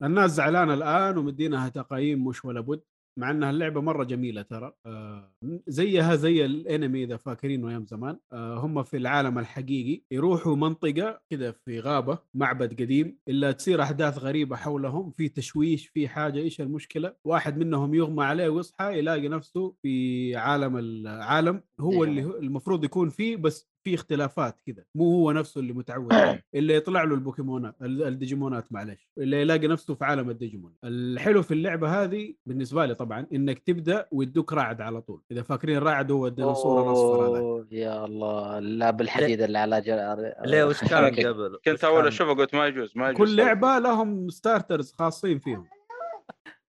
[SPEAKER 2] فالناس زعلانه الان ومدينها تقييم مش ولا بد مع انها اللعبه مره جميله ترى آه زيها زي الانمي اذا فاكرينه ايام زمان آه هم في العالم الحقيقي يروحوا منطقه كذا في غابه معبد قديم الا تصير احداث غريبه حولهم في تشويش في حاجه ايش المشكله واحد منهم يغمى عليه ويصحى يلاقي نفسه في عالم العالم هو اللي هو- المفروض يكون فيه بس في اختلافات كذا مو هو نفسه اللي متعود عليه اللي يطلع له البوكيمونات ال- الديجيمونات معلش اللي يلاقي نفسه في عالم الديجيمون الحلو في اللعبه هذه بالنسبه لي طبعا انك تبدا ويدوك رعد على طول اذا فاكرين رعد هو الديناصور الاصفر هذا
[SPEAKER 3] أوه، يا الله لا بالحديد اللي على جل...
[SPEAKER 2] آه،
[SPEAKER 6] ليه وش كان
[SPEAKER 5] أوكي.
[SPEAKER 6] قبل؟
[SPEAKER 5] كنت
[SPEAKER 6] وش
[SPEAKER 5] اول
[SPEAKER 6] كان؟
[SPEAKER 5] اشوفه قلت ما يجوز ما يجوز
[SPEAKER 2] كل لعبه لهم ستارترز خاصين فيهم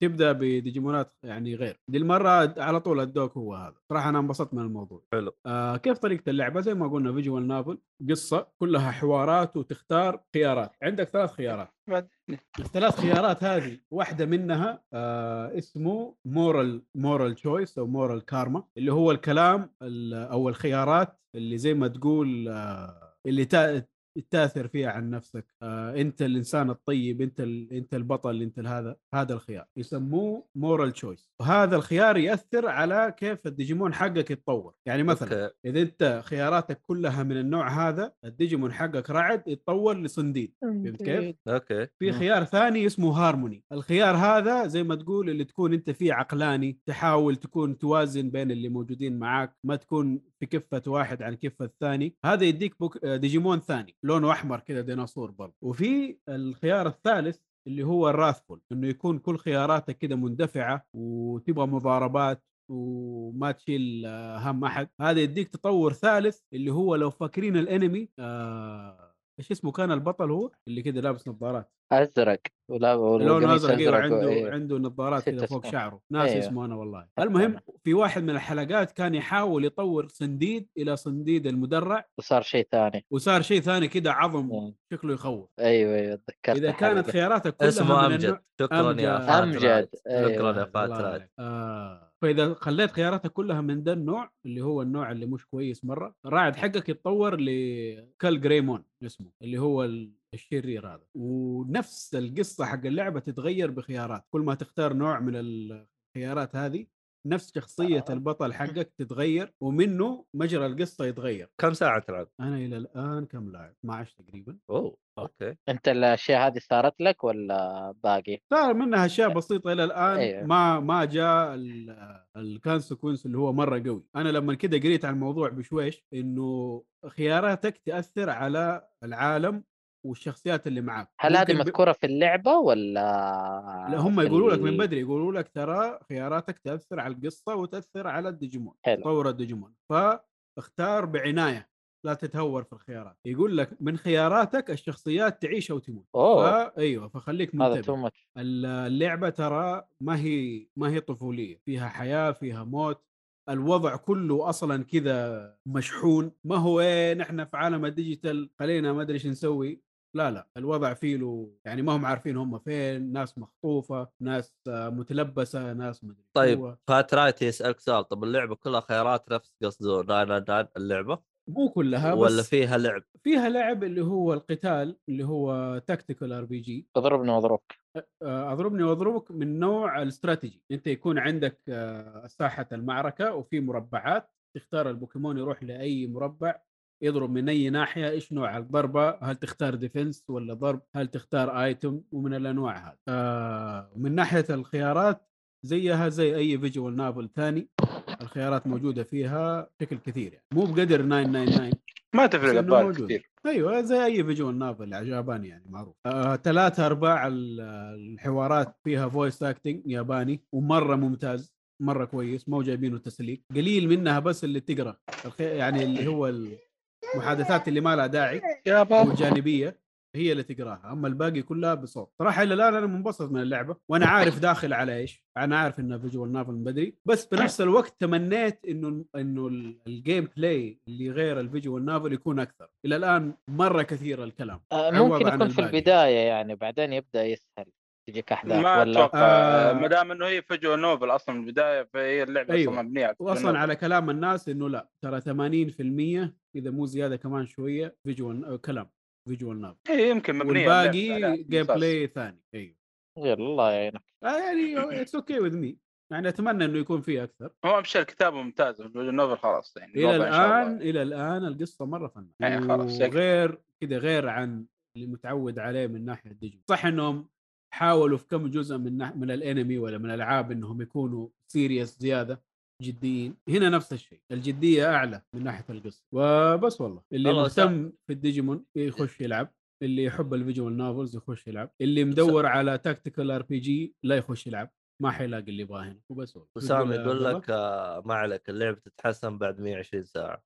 [SPEAKER 2] تبدا بديجيمونات يعني غير دي المره على طول الدوك هو هذا صراحه انا انبسطت من الموضوع
[SPEAKER 6] حلو.
[SPEAKER 2] آه كيف طريقه اللعبه زي ما قلنا فيجوال نافل قصه كلها حوارات وتختار خيارات عندك ثلاث خيارات
[SPEAKER 5] بعد-
[SPEAKER 2] الثلاث خيارات هذه واحده منها آه اسمه مورال مورال تشويس او مورال كارما اللي هو الكلام ال- او الخيارات اللي زي ما تقول آه اللي تا- تاثر فيها عن نفسك آه انت الانسان الطيب انت ال... انت البطل انت هذا هذا الخيار يسموه مورال تشويس وهذا الخيار ياثر على كيف الديجيمون حقك يتطور يعني مثلا
[SPEAKER 6] اوكي
[SPEAKER 2] اذا انت خياراتك كلها من النوع هذا الديجيمون حقك رعد يتطور لصنديد فهمت كيف؟
[SPEAKER 6] اوكي
[SPEAKER 2] في
[SPEAKER 4] مم.
[SPEAKER 2] خيار ثاني اسمه هارموني الخيار هذا زي ما تقول اللي تكون انت فيه عقلاني تحاول تكون توازن بين اللي موجودين معاك ما تكون في كفة واحد عن كفة الثاني هذا يديك بوك... آه، ديجيمون ثاني لونه احمر كذا ديناصور برضه وفي الخيار الثالث اللي هو الراثفول انه يكون كل خياراتك كده مندفعه وتبغى مضاربات وما تشيل آه، هم احد هذا يديك تطور ثالث اللي هو لو فاكرين الانمي آه ايش اسمه كان البطل هو اللي كده لابس نظارات
[SPEAKER 3] ازرق ولا
[SPEAKER 2] لونه
[SPEAKER 3] والقميص
[SPEAKER 2] ازرق أيوة، عنده
[SPEAKER 3] إيه.
[SPEAKER 2] عنده نظارات كذا
[SPEAKER 3] ستة
[SPEAKER 2] فوق
[SPEAKER 3] أشهر.
[SPEAKER 2] شعره ناس
[SPEAKER 3] أيوة.
[SPEAKER 2] اسمه انا والله المهم في واحد من الحلقات كان يحاول يطور صنديد الى صنديد المدرع
[SPEAKER 3] صار شيء ثاني
[SPEAKER 2] وصار شيء ثاني كده عظم
[SPEAKER 3] مم.
[SPEAKER 2] شكله يخوف
[SPEAKER 3] ايوه ايوه تذكرت
[SPEAKER 2] اذا
[SPEAKER 3] الحلقة.
[SPEAKER 2] كانت خياراتك كلها
[SPEAKER 6] اسمه
[SPEAKER 2] من
[SPEAKER 6] امجد
[SPEAKER 2] النوع-
[SPEAKER 6] شكرا يا
[SPEAKER 2] أمجد.
[SPEAKER 6] فات
[SPEAKER 3] أمجد.
[SPEAKER 6] رايد.
[SPEAKER 5] إيه.
[SPEAKER 3] أيوه.
[SPEAKER 6] شكرا يا
[SPEAKER 2] الله
[SPEAKER 6] فات رايد.
[SPEAKER 2] عليك. آه. فاذا خليت خياراتك كلها من ذا النوع اللي هو النوع اللي مش كويس مره الراعد حقك يتطور لكال جريمون اسمه اللي هو ال- الشرير هذا ونفس القصه حق اللعبه تتغير بخيارات كل ما تختار نوع من الخيارات هذه نفس شخصيه البطل حقك تتغير ومنه مجرى القصه يتغير
[SPEAKER 6] كم ساعه تلعب؟
[SPEAKER 2] انا الى الان كم لاعب 12 تقريبا
[SPEAKER 6] اوه اوكي
[SPEAKER 3] انت الاشياء هذه صارت لك ولا باقي؟
[SPEAKER 2] صار منها اشياء بسيطه الى الان
[SPEAKER 3] أيوه.
[SPEAKER 2] ما ما جاء الكونسيكونس اللي هو مره قوي انا لما كده قريت عن الموضوع بشويش انه خياراتك تاثر على العالم والشخصيات اللي معاك
[SPEAKER 3] هل هذه
[SPEAKER 2] ممكن ب-
[SPEAKER 3] مذكوره في اللعبه ولا
[SPEAKER 2] لا هم
[SPEAKER 3] في
[SPEAKER 2] يقولوا لك
[SPEAKER 3] ال-
[SPEAKER 2] من بدري يقولوا لك ترى خياراتك تاثر على القصه وتاثر على الديجيمون
[SPEAKER 3] حلو.
[SPEAKER 2] تطور الديجيمون فاختار بعنايه لا تتهور في الخيارات يقول لك من خياراتك الشخصيات تعيش او تموت
[SPEAKER 3] اوه
[SPEAKER 2] فا- ايوه فخليك
[SPEAKER 3] هذا تو
[SPEAKER 2] منتبه
[SPEAKER 3] ماتش
[SPEAKER 2] ال- اللعبه ترى ما هي ما هي طفوليه فيها حياه فيها موت الوضع كله اصلا كذا مشحون ما هو ايه نحن في عالم الديجيتال خلينا ما ادري ايش نسوي لا لا الوضع فيه له يعني ما هم عارفين هم فين ناس مخطوفه ناس آه، متلبسه ناس ما ادري
[SPEAKER 6] طيب.
[SPEAKER 2] شو.
[SPEAKER 6] فات رايت يسالك سؤال طب اللعبه كلها خيارات نفس قصده 999 اللعبه
[SPEAKER 2] مو كلها بس
[SPEAKER 6] ولا فيها لعب؟
[SPEAKER 2] فيها لعب اللي هو القتال اللي هو تكتيكال ار بي جي
[SPEAKER 3] اضربني واضربك
[SPEAKER 2] آه، اضربني واضربك من نوع الاستراتيجي انت يكون عندك آه، ساحه المعركه وفي مربعات تختار البوكيمون يروح لاي مربع يضرب من اي ناحيه ايش نوع الضربه هل تختار ديفنس ولا ضرب هل تختار ايتم ومن الانواع هذه آه، من ناحيه الخيارات زيها زي اي فيجوال نابل ثاني الخيارات موجوده فيها بشكل كثير يعني مو بقدر 999
[SPEAKER 5] ما
[SPEAKER 2] بس
[SPEAKER 5] تفرق
[SPEAKER 2] إنه
[SPEAKER 5] البال
[SPEAKER 2] موجود.
[SPEAKER 5] كثير
[SPEAKER 2] ايوه زي اي فيجوال نافل عجباني يعني معروف آه، ثلاثة ارباع ال- الحوارات فيها فويس اكتنج ياباني ومره ممتاز مره كويس مو جايبينه تسليك قليل منها بس اللي تقرا الخي- يعني اللي هو المحادثات اللي ما لها داعي
[SPEAKER 5] يا
[SPEAKER 2] او
[SPEAKER 5] بابا
[SPEAKER 2] جانبيه هي اللي تقراها اما الباقي كلها بصوت صراحه الى الان انا منبسط من اللعبه وانا عارف داخل على ايش انا عارف انها فيجوال نافل من بدري بس
[SPEAKER 5] أه.
[SPEAKER 2] بنفس الوقت تمنيت انه انه ال- الجيم بلاي اللي غير الفيجوال نافل يكون اكثر الى الان مره كثير الكلام
[SPEAKER 3] آه،
[SPEAKER 2] عوض
[SPEAKER 3] ممكن
[SPEAKER 2] عن
[SPEAKER 3] يكون في
[SPEAKER 2] الباقي.
[SPEAKER 3] البدايه يعني بعدين يبدا يسهل تجيك احداث
[SPEAKER 5] ما
[SPEAKER 3] ولا
[SPEAKER 5] اتوقع
[SPEAKER 2] آه.
[SPEAKER 5] ما دام انه هي فجوه نوبل اصلا من البدايه فهي اللعبه
[SPEAKER 2] أيوة.
[SPEAKER 5] اصلا مبنيه على
[SPEAKER 2] واصلا على كلام الناس انه لا ترى 80% اذا مو زياده كمان شويه فيجوال كلام فيجوال نافل
[SPEAKER 5] هي إيه، يمكن مبنيه اللعبة على
[SPEAKER 2] والباقي جيم
[SPEAKER 5] أساس.
[SPEAKER 2] بلاي ثاني ايوه
[SPEAKER 3] يلا الله يعينك
[SPEAKER 2] آه، يعني اتس اوكي وذ مي يعني اتمنى انه يكون فيه اكثر
[SPEAKER 5] هو ابشر كتابه ممتاز فيجوال نوبل خلاص يعني
[SPEAKER 2] الى
[SPEAKER 5] الوضع إن شاء الله.
[SPEAKER 2] الان الى الان القصه مره فن
[SPEAKER 5] إيه، خلاص، يكفي.
[SPEAKER 2] غير كذا غير عن اللي متعود عليه من ناحيه الديجيتال صح انهم حاولوا في كم جزء من نح- من الانمي ولا من الالعاب انهم يكونوا سيريس زياده جديين هنا نفس الشيء الجديه اعلى من ناحيه القصه وبس والله اللي
[SPEAKER 6] والله سا-
[SPEAKER 2] مهتم في الديجيمون يخش يلعب اللي يحب الفيجوال نوفلز يخش يلعب اللي مدور على تاكتيكال ار بي جي لا يخش يلعب ما حيلاقي اللي يبغاه هنا وبس والله
[SPEAKER 6] وسام
[SPEAKER 2] بتقول يا
[SPEAKER 6] يقول
[SPEAKER 2] عبد
[SPEAKER 6] لك آه، ما عليك اللعبه تتحسن بعد 120 ساعه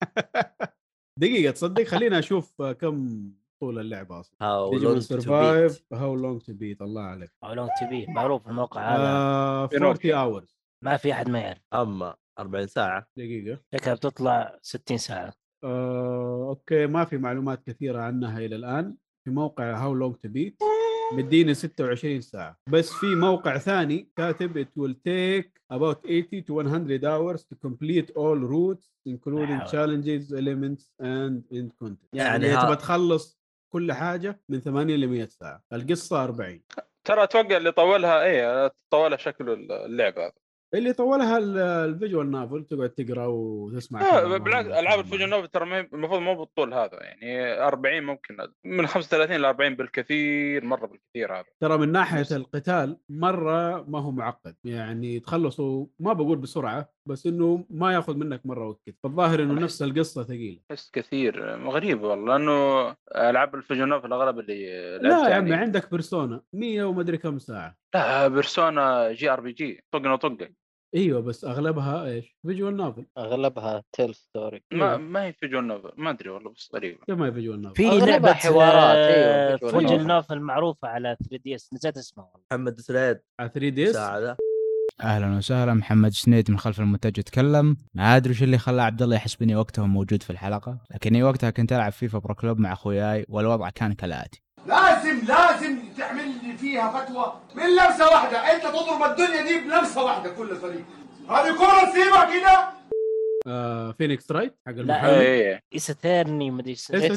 [SPEAKER 2] دقيقة تصدق خلينا اشوف كم طول اللعبة اصلا
[SPEAKER 6] هاو
[SPEAKER 2] ديجيمون
[SPEAKER 6] لونج تو
[SPEAKER 2] سرفايف هاو لونج تو بيت الله عليك
[SPEAKER 4] او لونج تي بي معروف الموقع هذا
[SPEAKER 2] آه
[SPEAKER 5] بينوكيو.
[SPEAKER 2] 40 اورز
[SPEAKER 4] ما في احد ما يعرف
[SPEAKER 6] اما 40 ساعه
[SPEAKER 2] دقيقة
[SPEAKER 4] شكلها بتطلع 60 ساعه
[SPEAKER 2] آه اوكي ما في معلومات كثيرة عنها الى الان في موقع هاو لونج تو بيت مديني 26 ساعة بس في موقع ثاني كاتب it will take about 80 to 100 hours to complete all routes including
[SPEAKER 4] لا حول.
[SPEAKER 2] challenges elements and end content
[SPEAKER 6] يعني
[SPEAKER 2] يعني, يعني
[SPEAKER 6] ها-
[SPEAKER 2] تبغى تخلص كل حاجة من 80 ل 100 ساعة القصة 40
[SPEAKER 5] ترى اتوقع اللي طولها ايه طولها شكل اللعبه هذا
[SPEAKER 2] اللي طولها ال- الفيجوال نافل تقعد تقرا وتسمع كلام
[SPEAKER 5] لا،
[SPEAKER 2] معهم
[SPEAKER 5] آه، بالعكس
[SPEAKER 2] وكلام
[SPEAKER 5] العاب
[SPEAKER 2] معهم.
[SPEAKER 5] الفيجن نوفل ترى ما هي- المفروض مو بالطول هذا يعني 40 ممكن من 35 ل 40 بالكثير مره بالكثير هذا
[SPEAKER 2] ترى من ناحيه
[SPEAKER 5] نفس-
[SPEAKER 2] القتال مره ما هو معقد يعني تخلصوا ما بقول بسرعه بس انه ما ياخذ منك مره وقت فالظاهر انه
[SPEAKER 5] أنا
[SPEAKER 2] نفس القصه ثقيله
[SPEAKER 5] احس كثير غريب والله لانه العاب الفجنوف الاغلب اللي
[SPEAKER 2] لا
[SPEAKER 5] لعبتها
[SPEAKER 2] يا عمي
[SPEAKER 5] يعني-
[SPEAKER 2] عندك بيرسونا 100 وما ادري كم ساعه
[SPEAKER 5] لا بيرسونا جي ار بي جي طقنا طقه
[SPEAKER 2] ايوه بس اغلبها ايش؟ فيجوال نوفل
[SPEAKER 3] اغلبها تيل ستوري
[SPEAKER 2] إيه.
[SPEAKER 5] ما ما هي فيجوال نوفل ما ادري والله بس غريبه
[SPEAKER 2] كيف ما هي فيجوال نوفل؟
[SPEAKER 4] في آه،
[SPEAKER 3] أغلبها
[SPEAKER 4] لعبه
[SPEAKER 3] حوارات، أيوة، فيجوال
[SPEAKER 4] فوجن
[SPEAKER 5] نوفل.
[SPEAKER 4] نوفل المعروفه على 3 دي اس نسيت اسمها والله
[SPEAKER 6] محمد سريد
[SPEAKER 2] على 3 دي اس
[SPEAKER 6] ساعه ذا
[SPEAKER 7] اهلا وسهلا محمد سنيد من خلف المونتاج يتكلم ما ادري وش اللي خلى عبد الله يحسب اني وقتها موجود في الحلقه لكني وقتها كنت العب فيفا برو كلوب مع اخوياي والوضع كان كالاتي
[SPEAKER 8] لازم لازم تعمل لي فيها فتوى من لمسه واحده انت تضرب الدنيا دي بلمسه واحده كل فريق هذه كره نسيبها كده
[SPEAKER 2] آه فينيكس رايت حق
[SPEAKER 5] إيه،
[SPEAKER 2] المحامي
[SPEAKER 5] اي
[SPEAKER 4] ايستيرني مدري ايش
[SPEAKER 2] إيه،
[SPEAKER 5] إيه،
[SPEAKER 2] سنتين،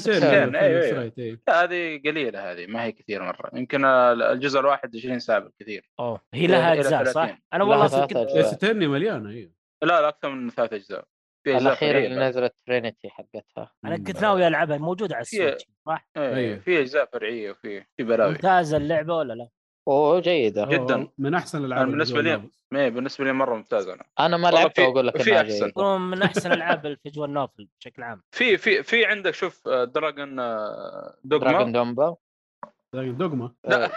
[SPEAKER 2] أيوة،
[SPEAKER 5] سنتين، أيوة،
[SPEAKER 2] فينيكس
[SPEAKER 5] أيوة.
[SPEAKER 2] رايت إيه.
[SPEAKER 5] هذه قليله هذه ما هي كثير مره يمكن الجزء الواحد 20 ساعه بالكثير
[SPEAKER 4] اوه هي لها
[SPEAKER 5] إلى
[SPEAKER 4] اجزاء صح؟
[SPEAKER 5] 30.
[SPEAKER 4] انا والله
[SPEAKER 3] لها
[SPEAKER 4] أصلاً كنت
[SPEAKER 3] ثلاثة
[SPEAKER 2] إيه،
[SPEAKER 3] أجزاء.
[SPEAKER 2] ستيرني مليانه ايوه
[SPEAKER 5] لا لا اكثر من ثلاث اجزاء في اجزاء
[SPEAKER 3] الاخيره اللي
[SPEAKER 5] فرعيه
[SPEAKER 3] نزلت ترينيتي حقتها
[SPEAKER 4] انا كنت ناوي العبها موجوده على
[SPEAKER 5] في-
[SPEAKER 4] السويتش صح؟
[SPEAKER 5] إيه،
[SPEAKER 2] أيوة.
[SPEAKER 5] في اجزاء فرعيه وفي في بلاوي
[SPEAKER 4] ممتازه اللعبه ولا لا؟
[SPEAKER 3] اوه جيده
[SPEAKER 5] جداً.
[SPEAKER 2] هو من احسن الالعاب
[SPEAKER 5] أنا بالنسبة
[SPEAKER 2] الفيجوال
[SPEAKER 5] لي-
[SPEAKER 2] نوفل.
[SPEAKER 5] ما هي بالنسبه لي مره ممتاز انا
[SPEAKER 3] انا ما
[SPEAKER 5] والله
[SPEAKER 3] لعبتها
[SPEAKER 5] في-
[SPEAKER 3] واقول لك
[SPEAKER 5] في
[SPEAKER 3] انها
[SPEAKER 5] أحسن.
[SPEAKER 3] جيده
[SPEAKER 4] يكون من احسن العاب الفيجوال نوفل بشكل عام
[SPEAKER 5] في في في عندك شوف آه، دراجون
[SPEAKER 3] دراجون
[SPEAKER 5] دوغما
[SPEAKER 3] دومبا
[SPEAKER 2] دراجون دوغما
[SPEAKER 5] لا.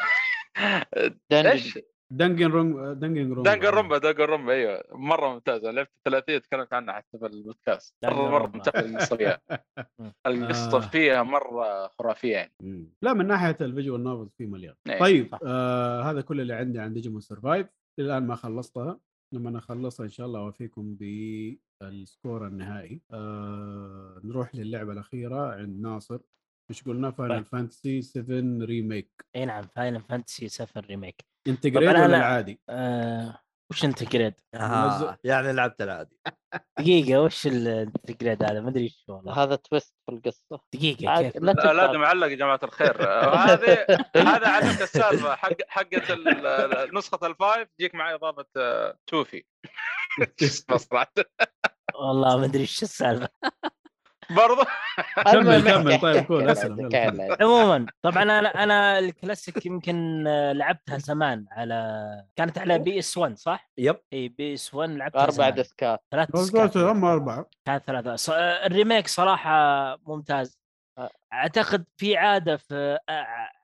[SPEAKER 3] دنج-
[SPEAKER 5] ايش؟
[SPEAKER 2] دنجن رونج دنجن رونج
[SPEAKER 5] دانجر رومبا دانجر رومبا ايوه مره ممتازه لعبت الثلاثيه تكلمت عنها حتى في البودكاست مره مره
[SPEAKER 4] دانجنرومبا.
[SPEAKER 5] ممتازه القصه فيها
[SPEAKER 2] آه.
[SPEAKER 5] القصه فيها مره خرافيه يعني
[SPEAKER 2] مم. لا من ناحيه الفيجوال نوفلز في مليان
[SPEAKER 5] إيه.
[SPEAKER 2] طيب آه هذا كل اللي عندي عن ديجيمون سرفايف الان ما خلصتها لما انا اخلصها ان شاء الله اوافيكم بالسكور النهائي آه نروح للعبه الاخيره عند ناصر مش قلنا فاينل
[SPEAKER 4] طيب.
[SPEAKER 2] فانتسي 7 ريميك
[SPEAKER 4] اي نعم فاينل فانتسي 7 ريميك
[SPEAKER 2] انتجريت
[SPEAKER 4] طيب، أنا-
[SPEAKER 2] ولا
[SPEAKER 4] أنا-
[SPEAKER 2] العادي؟
[SPEAKER 4] آه، وش انت جريد؟
[SPEAKER 6] آه. يعني لعبت العادي
[SPEAKER 4] دقيقة وش الانتر جريد هذا ما ادري ايش والله
[SPEAKER 3] هذا تويست في القصه
[SPEAKER 4] دقيقة
[SPEAKER 3] آه، عاد
[SPEAKER 4] كيف
[SPEAKER 3] لا
[SPEAKER 5] لا لا
[SPEAKER 3] تقطع.
[SPEAKER 5] ده معلق يا جماعه الخير آه، هذه هذا عادة السالفه حق حقت ال- ال- نسخه الفايف تجيك مع اضافه آه، توفي شو اسمه صراحه
[SPEAKER 4] والله ما ادري ايش السالفة
[SPEAKER 5] برضه
[SPEAKER 3] المهم
[SPEAKER 2] كمل، كمل،
[SPEAKER 3] احكي-
[SPEAKER 2] طيب،
[SPEAKER 3] احكي
[SPEAKER 2] كمل،
[SPEAKER 3] عن
[SPEAKER 2] أسلم،
[SPEAKER 3] عندك،
[SPEAKER 2] يلا،
[SPEAKER 3] عن
[SPEAKER 2] كمل.
[SPEAKER 3] عندك.
[SPEAKER 4] عموما طبعا انا انا الكلاسيك يمكن آه، لعبتها زمان على كانت على بي اس 1 صح؟
[SPEAKER 6] يب.
[SPEAKER 4] اي بي اس 1 لعبتها
[SPEAKER 3] اربع
[SPEAKER 4] زمان
[SPEAKER 3] دسكات
[SPEAKER 4] ثلاث
[SPEAKER 2] بالضبط،
[SPEAKER 4] ديسكات.
[SPEAKER 2] هم اربعه
[SPEAKER 4] كان ثلاثة ص- الريميك صراحة ممتاز
[SPEAKER 3] أ-
[SPEAKER 4] اعتقد في عاده في آ-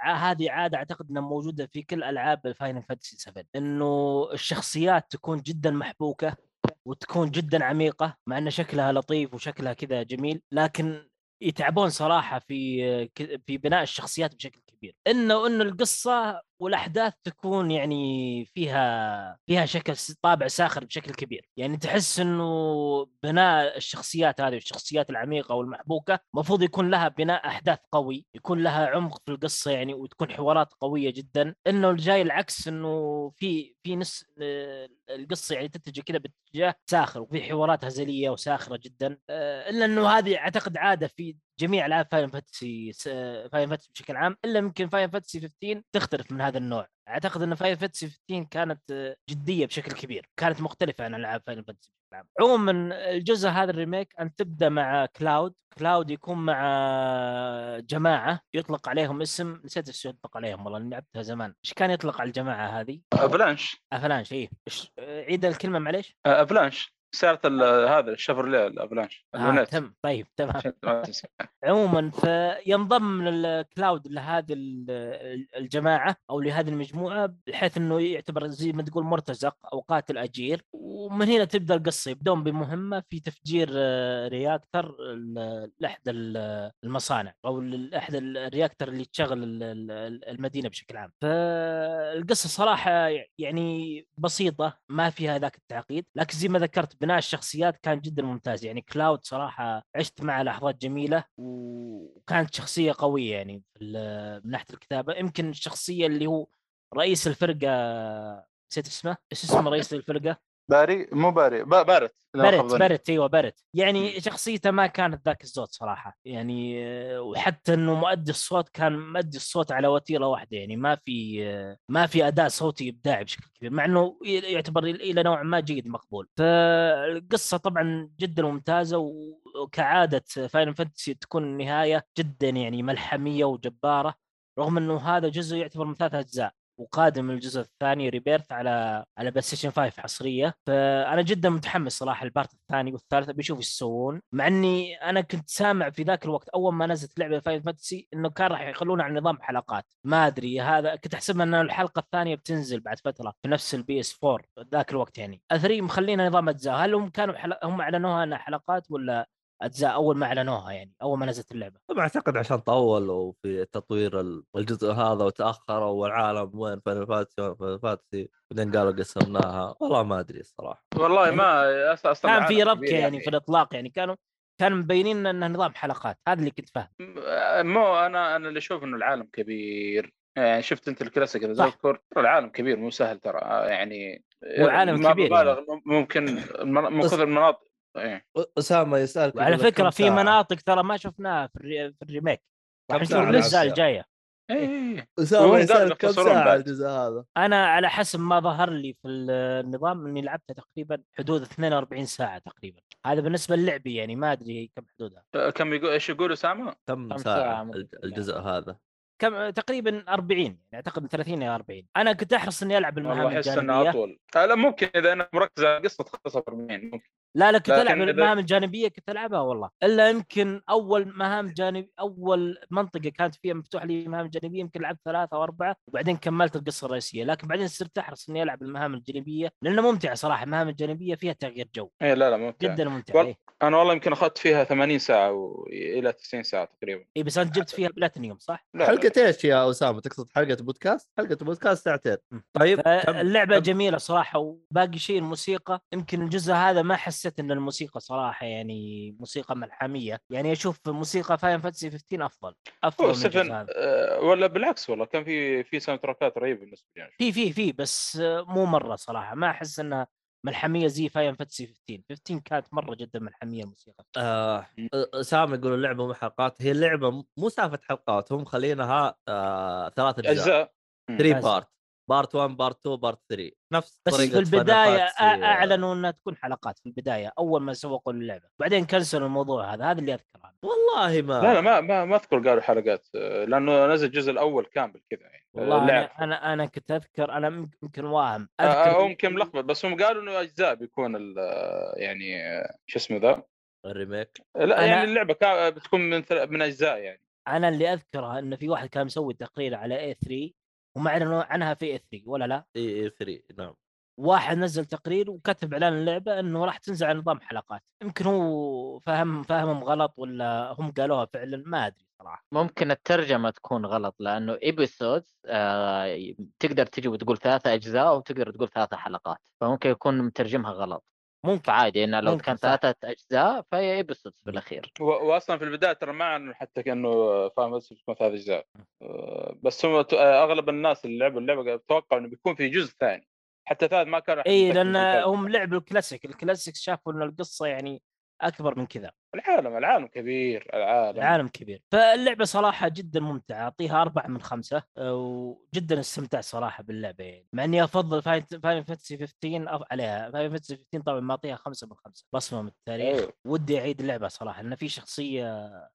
[SPEAKER 4] آ- هذه عاده اعتقد انها موجوده في كل العاب الفاينل فانتسي 7 انه الشخصيات تكون جدا محبوكه وتكون جدا عميقه مع ان شكلها لطيف وشكلها كذا جميل لكن يتعبون صراحه في ك- في بناء الشخصيات بشكل كبير انه انه القصه والاحداث تكون يعني فيها فيها شكل س- طابع ساخر بشكل كبير يعني تحس انه بناء الشخصيات هذه والشخصيات العميقه والمحبوكه المفروض يكون لها بناء احداث قوي يكون لها عمق في القصه يعني وتكون حوارات قويه جدا انه الجاي العكس انه في في نس آه، القصه يعني تتجه كذا باتجاه ساخر وفي حوارات هزليه وساخره جدا آه، الا انه هذه اعتقد عاده في جميع العاب فاين فانتسي فاين فانتسي بشكل عام الا يمكن فاين فانتسي 15 تختلف من هذا النوع اعتقد ان فاين فانتسي 15 كانت آه، جديه بشكل كبير كانت مختلفه عن العاب فاين فانتسي بشكل عام عموما الجزء هذا الريميك ان تبدا مع كلاود كلاود يكون مع جماعه يطلق عليهم اسم نسيت ايش يطلق عليهم والله أنا لعبتها زمان ايش كان يطلق على الجماعه هذه
[SPEAKER 2] آه.
[SPEAKER 5] افلانش
[SPEAKER 4] افلانش اي إيش- آه، عيد الكلمه معليش
[SPEAKER 5] آه، افلانش سياره ال- هذا الشفرليه الافلانش
[SPEAKER 4] آه
[SPEAKER 5] البنات.
[SPEAKER 4] تم طيب تمام
[SPEAKER 5] عشان ما تنسى.
[SPEAKER 4] عموما فينضم الكلاود لهذه ال- الجماعه او لهذه المجموعه بحيث انه يعتبر زي ما تقول مرتزق او قاتل اجير ومن هنا تبدا القصه يبدون بمهمه في تفجير آه، رياكتر ال- لاحدى ال- المصانع او ل- لاحدى ال- الرياكتر اللي تشغل ال- ال- المدينه بشكل عام فالقصه صراحه يعني بسيطه ما فيها ذاك التعقيد لكن زي ما ذكرت بناء الشخصيات كان جدا ممتاز يعني كلاود صراحه عشت معه لحظات جميله وكانت شخصيه قويه يعني في ال- من ناحيه الكتابه يمكن الشخصيه اللي هو رئيس الفرقه نسيت اسمه ايش اسمه رئيس الفرقه
[SPEAKER 5] باري مو باري با- بارت لا ما خاب
[SPEAKER 4] برت
[SPEAKER 5] ظني.
[SPEAKER 4] برت ايوه برت يعني شخصيته ما كانت ذاك الزود صراحه يعني آه، وحتى انه مؤدي الصوت كان مؤدي الصوت على وتيره واحده يعني ما في آه، ما في اداء صوتي ابداعي بشكل كبير مع انه ي- يعتبر الى إلى نوع ما جيد مقبول فالقصه طبعا جدا ممتازه و- وكعاده فاينل فانتسي تكون النهايه جدا يعني ملحميه وجباره رغم انه هذا جزء يعتبر من ثلاث اجزاء وقادم الجزء الثاني ريبيرث على على بلاي ستيشن 5 حصريه فانا جدا متحمس صراحه البارت الثاني والثالث بشوف ايش يسوون مع اني انا كنت سامع في ذاك الوقت اول ما نزلت لعبه فاينل فانتسي انه كان راح يخلونه على نظام حلقات ما ادري هذا كنت احسب ان الحلقه الثانيه بتنزل بعد فتره في نفس البي اس 4 ذاك الوقت يعني اثري مخلينا نظام اجزاء هل هم كانوا حل... هم اعلنوها انها حلقات ولا اجزاء اول ما اعلنوها يعني اول ما نزلت اللعبه
[SPEAKER 6] طبعا اعتقد عشان طولوا في تطوير ال- الجزء هذا وتاخروا والعالم وين فاينل فانتسي وين فاينل فانتسي بعدين قالوا قسمناها والله ما ادري الصراحه
[SPEAKER 5] والله ما أس- اصلا
[SPEAKER 4] كان في
[SPEAKER 5] عالم
[SPEAKER 4] ربكه
[SPEAKER 5] كبير
[SPEAKER 4] يعني في الاطلاق يعني كانوا كانوا مبينين انه نظام حلقات هذا اللي كنت فاهم
[SPEAKER 5] م- مو انا انا اللي اشوف انه العالم كبير يعني شفت انت الكلاسيك اذا
[SPEAKER 4] صح.
[SPEAKER 5] تذكر ترى العالم كبير مو سهل ترى آه، يعني
[SPEAKER 4] هو عالم
[SPEAKER 5] ما
[SPEAKER 4] كبير يعني.
[SPEAKER 5] ببالغ مم- ممكن المنا- من
[SPEAKER 6] بس-
[SPEAKER 5] كثر المناطق إيه.
[SPEAKER 6] أ- اسامه يسالك
[SPEAKER 4] وعلى
[SPEAKER 6] يقول لك
[SPEAKER 4] فكره
[SPEAKER 6] كم
[SPEAKER 4] في
[SPEAKER 6] ساعة؟
[SPEAKER 4] مناطق ترى ما شفناها في, الري... في الريميك
[SPEAKER 6] كم
[SPEAKER 4] راح
[SPEAKER 6] ساعة
[SPEAKER 4] نشوف الاجزاء
[SPEAKER 6] الأشياء؟
[SPEAKER 4] الجايه
[SPEAKER 5] إيه. وهم
[SPEAKER 6] اسامه
[SPEAKER 5] قالوا
[SPEAKER 6] يسالك كم
[SPEAKER 5] بيخسرون
[SPEAKER 6] ساعه
[SPEAKER 5] بعد.
[SPEAKER 6] الجزء هذا
[SPEAKER 4] انا على حسب ما ظهر لي في ال- النظام اني لعبتها تقريبا حدود 42 ساعه تقريبا هذا بالنسبه للعبي يعني ما ادري كم حدودها
[SPEAKER 5] آه، كم يقول ايش يقول اسامه؟
[SPEAKER 6] كم
[SPEAKER 4] ساعة
[SPEAKER 6] ساعه
[SPEAKER 4] ممكن يعني؟
[SPEAKER 6] الج-
[SPEAKER 4] تلعب.
[SPEAKER 6] الجزء هذا
[SPEAKER 4] كم تقريبا 40 يعني اعتقد من 30 الى 40 انا كنت احرص اني العب المهام
[SPEAKER 5] والله احس انه
[SPEAKER 4] الجانبيه
[SPEAKER 5] اطول آه، لا ممكن اذا انا مركز على القصه تخلصها في 40 ممكن
[SPEAKER 4] لا لا كنت
[SPEAKER 5] لكن
[SPEAKER 4] العب
[SPEAKER 5] إذا-
[SPEAKER 4] المهام الجانبيه كنت العبها والله الا يمكن اول مهام جانب اول منطقه كانت فيها مفتوح لي مهام جانبيه يمكن لعبت ثلاثه او اربعه وبعدين كملت القصه الرئيسيه لكن بعدين صرت احرص اني العب المهام الجانبيه لانها ممتعه صراحه المهام الجانبيه فيها تغيير جو إيه.
[SPEAKER 5] اي إيه، لا لا ممتع
[SPEAKER 4] جدا ممتعه اي
[SPEAKER 5] انا والله يمكن اخذت فيها 80 ساعه و... الى 90 ساعه تقريبا
[SPEAKER 4] إيه بس انت جبت فيها بلاتينيوم صح؟
[SPEAKER 5] لا،
[SPEAKER 6] حلقه ايش يا اسامه تقصد حلقه بودكاست حلقه بودكاست ساعتين
[SPEAKER 4] مم.
[SPEAKER 6] طيب كم
[SPEAKER 4] اللعبة
[SPEAKER 6] كم-
[SPEAKER 4] جميلة صراحة وباقي شيء الموسيقى يمكن الجزء هذا ما حسيت ان الموسيقى صراحة يعني موسيقى ملحمية يعني اشوف موسيقى فاين فانتسي 15 افضل افضل
[SPEAKER 5] هو
[SPEAKER 4] من الجزء
[SPEAKER 5] سفن
[SPEAKER 4] هذا
[SPEAKER 5] آه، ولا بالعكس والله كان في في ساوند تراكات رهيبه بالنسبه لي يعني.
[SPEAKER 4] في في في بس مو مرة صراحة ما احس انها ملحمية زي فاين فانتسي 15 15 كانت مرة جدا ملحمية الموسيقى
[SPEAKER 6] آه اسامه يقول اللعبه مو حلقات هي اللعبه مو سالفه حلقات هم خلينها آه ثلاث اجزاء
[SPEAKER 5] اجزاء
[SPEAKER 6] 3
[SPEAKER 4] بس.
[SPEAKER 6] بارت بارت 1 بارت 2 بارت 3 نفس
[SPEAKER 4] بس
[SPEAKER 6] طريقة
[SPEAKER 4] في
[SPEAKER 6] Final
[SPEAKER 4] البداية
[SPEAKER 6] Fantasy. آه.
[SPEAKER 4] أ- اعلنوا انها تكون حلقات في البداية اول ما سوقوا اللعبة بعدين كنسلوا الموضوع هذا هذا اللي اذكره
[SPEAKER 6] والله ما
[SPEAKER 5] لا لا ما ما, ما اذكر قالوا حلقات آه، لانه نزل الجزء الاول كامل كذا يعني
[SPEAKER 4] والله
[SPEAKER 5] اللعب.
[SPEAKER 4] انا انا, أنا كنت اذكر انا ممكن- يمكن واهم
[SPEAKER 5] آه، آه،
[SPEAKER 4] اذكر
[SPEAKER 5] هو يمكن ملخبط بس هم قالوا انه اجزاء بيكون ال- آه، يعني آه، شو اسمه ذا
[SPEAKER 6] الريميك
[SPEAKER 5] آه، لا
[SPEAKER 4] أنا-
[SPEAKER 5] يعني اللعبه كا- بتكون من ثل- من اجزاء يعني
[SPEAKER 4] انا اللي اذكرها انه في واحد كان مسوي تقرير على اي 3 وما اعلنوا عنها في اي 3 ولا لا
[SPEAKER 6] اي اي 3 نعم
[SPEAKER 4] واحد نزل تقرير وكتب اعلان اللعبه انه راح تنزل على نظام حلقات يمكن هو فهم فهمهم غلط ولا هم قالوها فعلا ما ادري صراحه
[SPEAKER 3] ممكن الترجمه تكون غلط لانه ايبيسود آه تقدر تجي وتقول ثلاثة اجزاء وتقدر تقول ثلاثة حلقات فممكن يكون مترجمها غلط
[SPEAKER 4] ممكن
[SPEAKER 3] فعادي انه لو
[SPEAKER 4] ممكن،
[SPEAKER 3] كان
[SPEAKER 4] صح.
[SPEAKER 3] ثلاثة اجزاء فهي ايبيسود بالاخير
[SPEAKER 5] و- واصلا في البدايه ترى ما عنه حتى كانه فاهم بس بتكون ثلاث اجزاء آه، بس هم ت- آه، اغلب الناس اللي لعبوا اللعبه قالوا- توقعوا انه بيكون في جزء ثاني حتى ثالث ما كان راح
[SPEAKER 4] اي
[SPEAKER 5] يتأكد
[SPEAKER 4] لان
[SPEAKER 5] من ثالث.
[SPEAKER 4] إيه، هم لعبوا الكلاسيك الكلاسيك شافوا ان القصه يعني اكبر من كذا
[SPEAKER 5] العالم العالم كبير العالم
[SPEAKER 4] العالم كبير فاللعبه صراحه جدا ممتعه اعطيها أربعة من خمسة أه، وجدا استمتع صراحه باللعبه يعني مع اني افضل فاين فانتسي 15 أف- عليها فاين فانتسي 15 طبعا ما اعطيها خمسة من خمسة بصمه من التاريخ
[SPEAKER 5] أيوه.
[SPEAKER 4] ودي اعيد اللعبه صراحه لان في شخصيه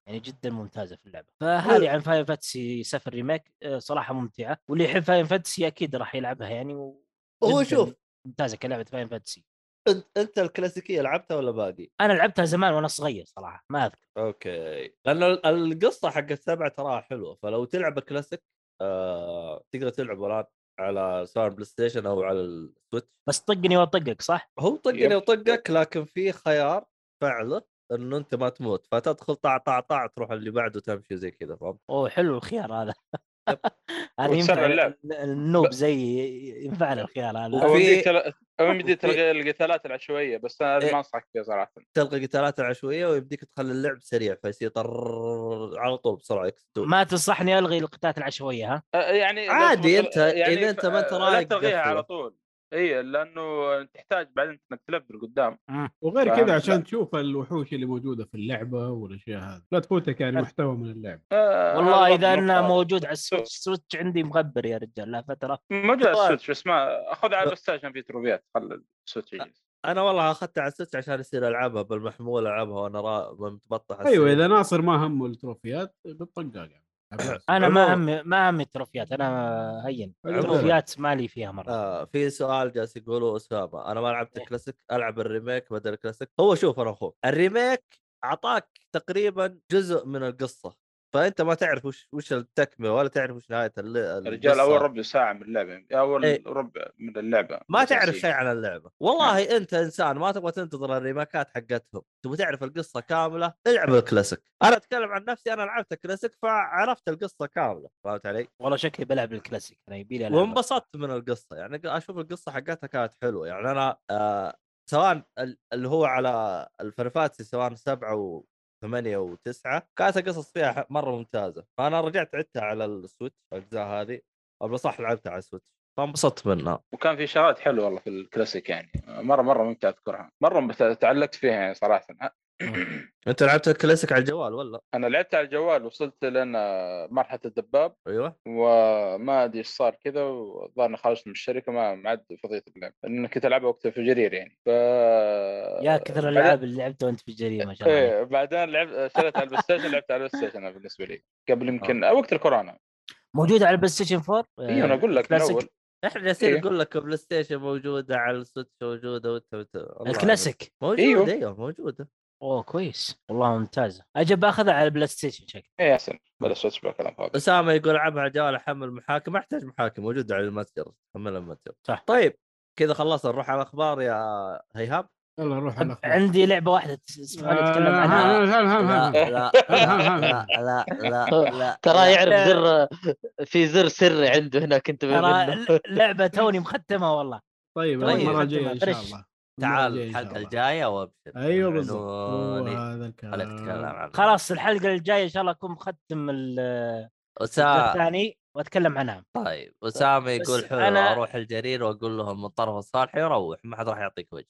[SPEAKER 4] يعني جدا ممتازه في اللعبه
[SPEAKER 6] أيوه.
[SPEAKER 4] فهذه عن فاين فانتسي 7 ريميك أه، صراحه ممتعه واللي يحب فاين فانتسي اكيد راح يلعبها يعني و...
[SPEAKER 6] هو
[SPEAKER 4] جداً
[SPEAKER 6] شوف
[SPEAKER 4] ممتازه كلعبه فاين فانتسي
[SPEAKER 6] انت, انت الكلاسيكيه لعبتها ولا باقي؟
[SPEAKER 4] انا لعبتها زمان وانا صغير صراحه ما اذكر
[SPEAKER 6] اوكي لان ال- القصه حق السبعه تراها حلوه فلو تلعب الكلاسيك آه تقدر تلعب الان على سواء بلاي ستيشن او على السويتش
[SPEAKER 4] بس طقني واطقك صح؟
[SPEAKER 6] هو
[SPEAKER 5] يب.
[SPEAKER 6] طقني وطقك لكن في خيار فعله انه انت ما تموت فتدخل طع طع طع تروح اللي بعده تمشي زي كذا فهمت؟
[SPEAKER 4] اوه حلو الخيار هذا
[SPEAKER 6] يب.
[SPEAKER 4] هذا
[SPEAKER 5] وتسرع
[SPEAKER 4] ينفع
[SPEAKER 5] اللعب.
[SPEAKER 4] ال- النوب زي ينفعنا الخيار هذا
[SPEAKER 5] أو
[SPEAKER 6] وفي-
[SPEAKER 5] يمديك تل- أو يمديك
[SPEAKER 6] وفي-
[SPEAKER 5] تلقى القتالات العشوائيه بس انا
[SPEAKER 6] إيه.
[SPEAKER 5] هذه ما انصحك فيها صراحه
[SPEAKER 6] تلقى قتالات عشوائيه ويمديك تخلي اللعب سريع فيصير طر- على طول بسرعه اكس 2
[SPEAKER 4] ما تنصحني الغي القتالات العشوائيه ها؟
[SPEAKER 5] آه، يعني لو
[SPEAKER 6] عادي
[SPEAKER 5] تبغى-
[SPEAKER 6] أنت- إذا أنت ما أنت
[SPEAKER 5] آه، لا
[SPEAKER 6] رايق
[SPEAKER 5] تلغيها
[SPEAKER 6] قفله.
[SPEAKER 5] على طول اي لانه تحتاج بعدين انك تلفل قدام
[SPEAKER 2] وغير
[SPEAKER 5] فهمت؟
[SPEAKER 2] كذا عشان تشوف الوحوش اللي موجوده في اللعبه والاشياء هذه لا تفوتك يعني محتوى من اللعبه
[SPEAKER 5] أه،
[SPEAKER 4] والله اذا انه موجود على السويتش السويتش عندي مغبر يا رجال لا فتره
[SPEAKER 5] موجود على
[SPEAKER 6] طبعاً.
[SPEAKER 5] السويتش بس ما خذ على بس عشان في تروبيات خل السويتش يجلس.
[SPEAKER 6] انا والله اخذتها على السويتش عشان يصير العبها بالمحمول العبها وانا را... متبطح
[SPEAKER 2] ايوه
[SPEAKER 6] السرير.
[SPEAKER 2] اذا ناصر ما همه التروفيات بالطقاق يعني
[SPEAKER 4] انا ما همي ما همي التروفيات انا هين التروفيات مالي فيها مره
[SPEAKER 6] آه في سؤال جالس يقوله اسامه انا ما لعبت الكلاسيك العب الريميك بدل الكلاسيك هو شوف انا اخوك الريميك اعطاك تقريبا جزء من القصه فانت ما تعرف وش وش التكمله ولا تعرف وش نهايه الل- القصه
[SPEAKER 5] الرجال اول ربع ساعه من اللعبه اول
[SPEAKER 6] إيه.
[SPEAKER 5] ربع من اللعبه
[SPEAKER 6] ما تعرف
[SPEAKER 5] الأساسية.
[SPEAKER 6] شيء عن نعم. اللعبه والله انت انسان ما تبغى تنتظر الريماكات حقتهم تبغى تعرف القصه كامله العب الكلاسيك انا اتكلم عن نفسي انا لعبت الكلاسيك فعرفت القصه كامله فهمت علي
[SPEAKER 4] والله شكلي بلعب الكلاسيك انا يبي لي ألعبها.
[SPEAKER 6] وانبسطت من القصه يعني اشوف القصه حقتها كانت حلوه يعني انا آه سواء ال- اللي هو على الفرفاتسي سواء سبعه و ثمانية وتسعة كانت القصص فيها ح- مرة ممتازة فأنا رجعت عدتها على السويتش الأجزاء هذه أو بالأصح لعبتها على السويتش فانبسطت منها
[SPEAKER 5] وكان في شغلات حلوه والله في الكلاسيك يعني مره مره ممتع اذكرها مره مت- تعلقت فيها يعني صراحه
[SPEAKER 6] أنت لعبت الكلاسيك على الجوال ولا؟
[SPEAKER 5] انا لعبت على الجوال وصلت لين مرحله الدباب
[SPEAKER 6] أيوه
[SPEAKER 5] وما ادري ايش صار كذا والظاهر اني خرجت من الشركه ما ما عاد فضيت اللعب لان كنت العبها وقت الفجرير يعني ف
[SPEAKER 4] يا
[SPEAKER 5] آه،
[SPEAKER 4] كثر الالعاب اللي لعبتها وانت في الجريمه ما شاء الله عليك.
[SPEAKER 5] ايه بعدين لعبت شريت على البلاي ستيشن لعبت على البلاي ستيشن أنا بالنسبه لي قبل يمكن وقت الكورونا
[SPEAKER 4] موجوده على البلاي ستيشن 4
[SPEAKER 5] اي انا اقول لك من
[SPEAKER 4] كلاسيك.
[SPEAKER 5] اول
[SPEAKER 6] احنا جالسين
[SPEAKER 5] إيه.
[SPEAKER 6] نقول لك بلاي ستيشن موجوده على السويتش موجوده وانت وانت- والله أعلم.
[SPEAKER 4] الكلاسيك
[SPEAKER 6] موجوده
[SPEAKER 5] أيوه.
[SPEAKER 6] ايوه, أيوه موجوده
[SPEAKER 4] اوه كويس والله ممتازه اجي باخذها على البلاي ستيشن شكل
[SPEAKER 5] اي احسن بلا صوت كلام فاضي
[SPEAKER 6] اسامه يقول العبها على جوال احمل محاكم ما احتاج محاكم موجود على المتجر حملها المتجر
[SPEAKER 4] صح.
[SPEAKER 6] طيب كذا خلصنا نروح على الاخبار يا هيهاب
[SPEAKER 2] يلا نروح على الأخبار.
[SPEAKER 4] عندي لعبه واحده اسمها
[SPEAKER 2] آه،
[SPEAKER 4] نتكلم
[SPEAKER 2] ها-
[SPEAKER 4] عنها
[SPEAKER 2] ها- ها- ها-
[SPEAKER 6] لا
[SPEAKER 2] ها.
[SPEAKER 6] لا
[SPEAKER 2] هم- هم-
[SPEAKER 6] لا لا لا, لا.
[SPEAKER 3] ترى
[SPEAKER 6] لا.
[SPEAKER 3] يعرف زر في زر سري عنده هناك انت
[SPEAKER 4] ترى
[SPEAKER 3] منه
[SPEAKER 4] لعبه توني مختمها والله
[SPEAKER 2] طيب
[SPEAKER 6] طيب.
[SPEAKER 2] المره الجايه ان شاء
[SPEAKER 4] فريش.
[SPEAKER 2] الله
[SPEAKER 6] تعال
[SPEAKER 2] المرة الجاية إن شاء
[SPEAKER 6] الحلقه
[SPEAKER 2] الله.
[SPEAKER 6] الجايه وابشر
[SPEAKER 2] ايوه بالضبط
[SPEAKER 6] عنواني.
[SPEAKER 2] هو هذا
[SPEAKER 6] خليك تتكلم
[SPEAKER 2] الكلام
[SPEAKER 6] عنه
[SPEAKER 4] أيوه، خلاص الحلقه الجايه ان شاء الله اكون مختم ال- الجزء
[SPEAKER 6] أسا...
[SPEAKER 4] الثاني واتكلم عنها
[SPEAKER 6] طيب اسامه
[SPEAKER 4] بس
[SPEAKER 6] يقول حلو
[SPEAKER 4] أنا-
[SPEAKER 6] اروح الجرير واقول لهم من طرف الصالح يروح ما حد راح يعطيك وجه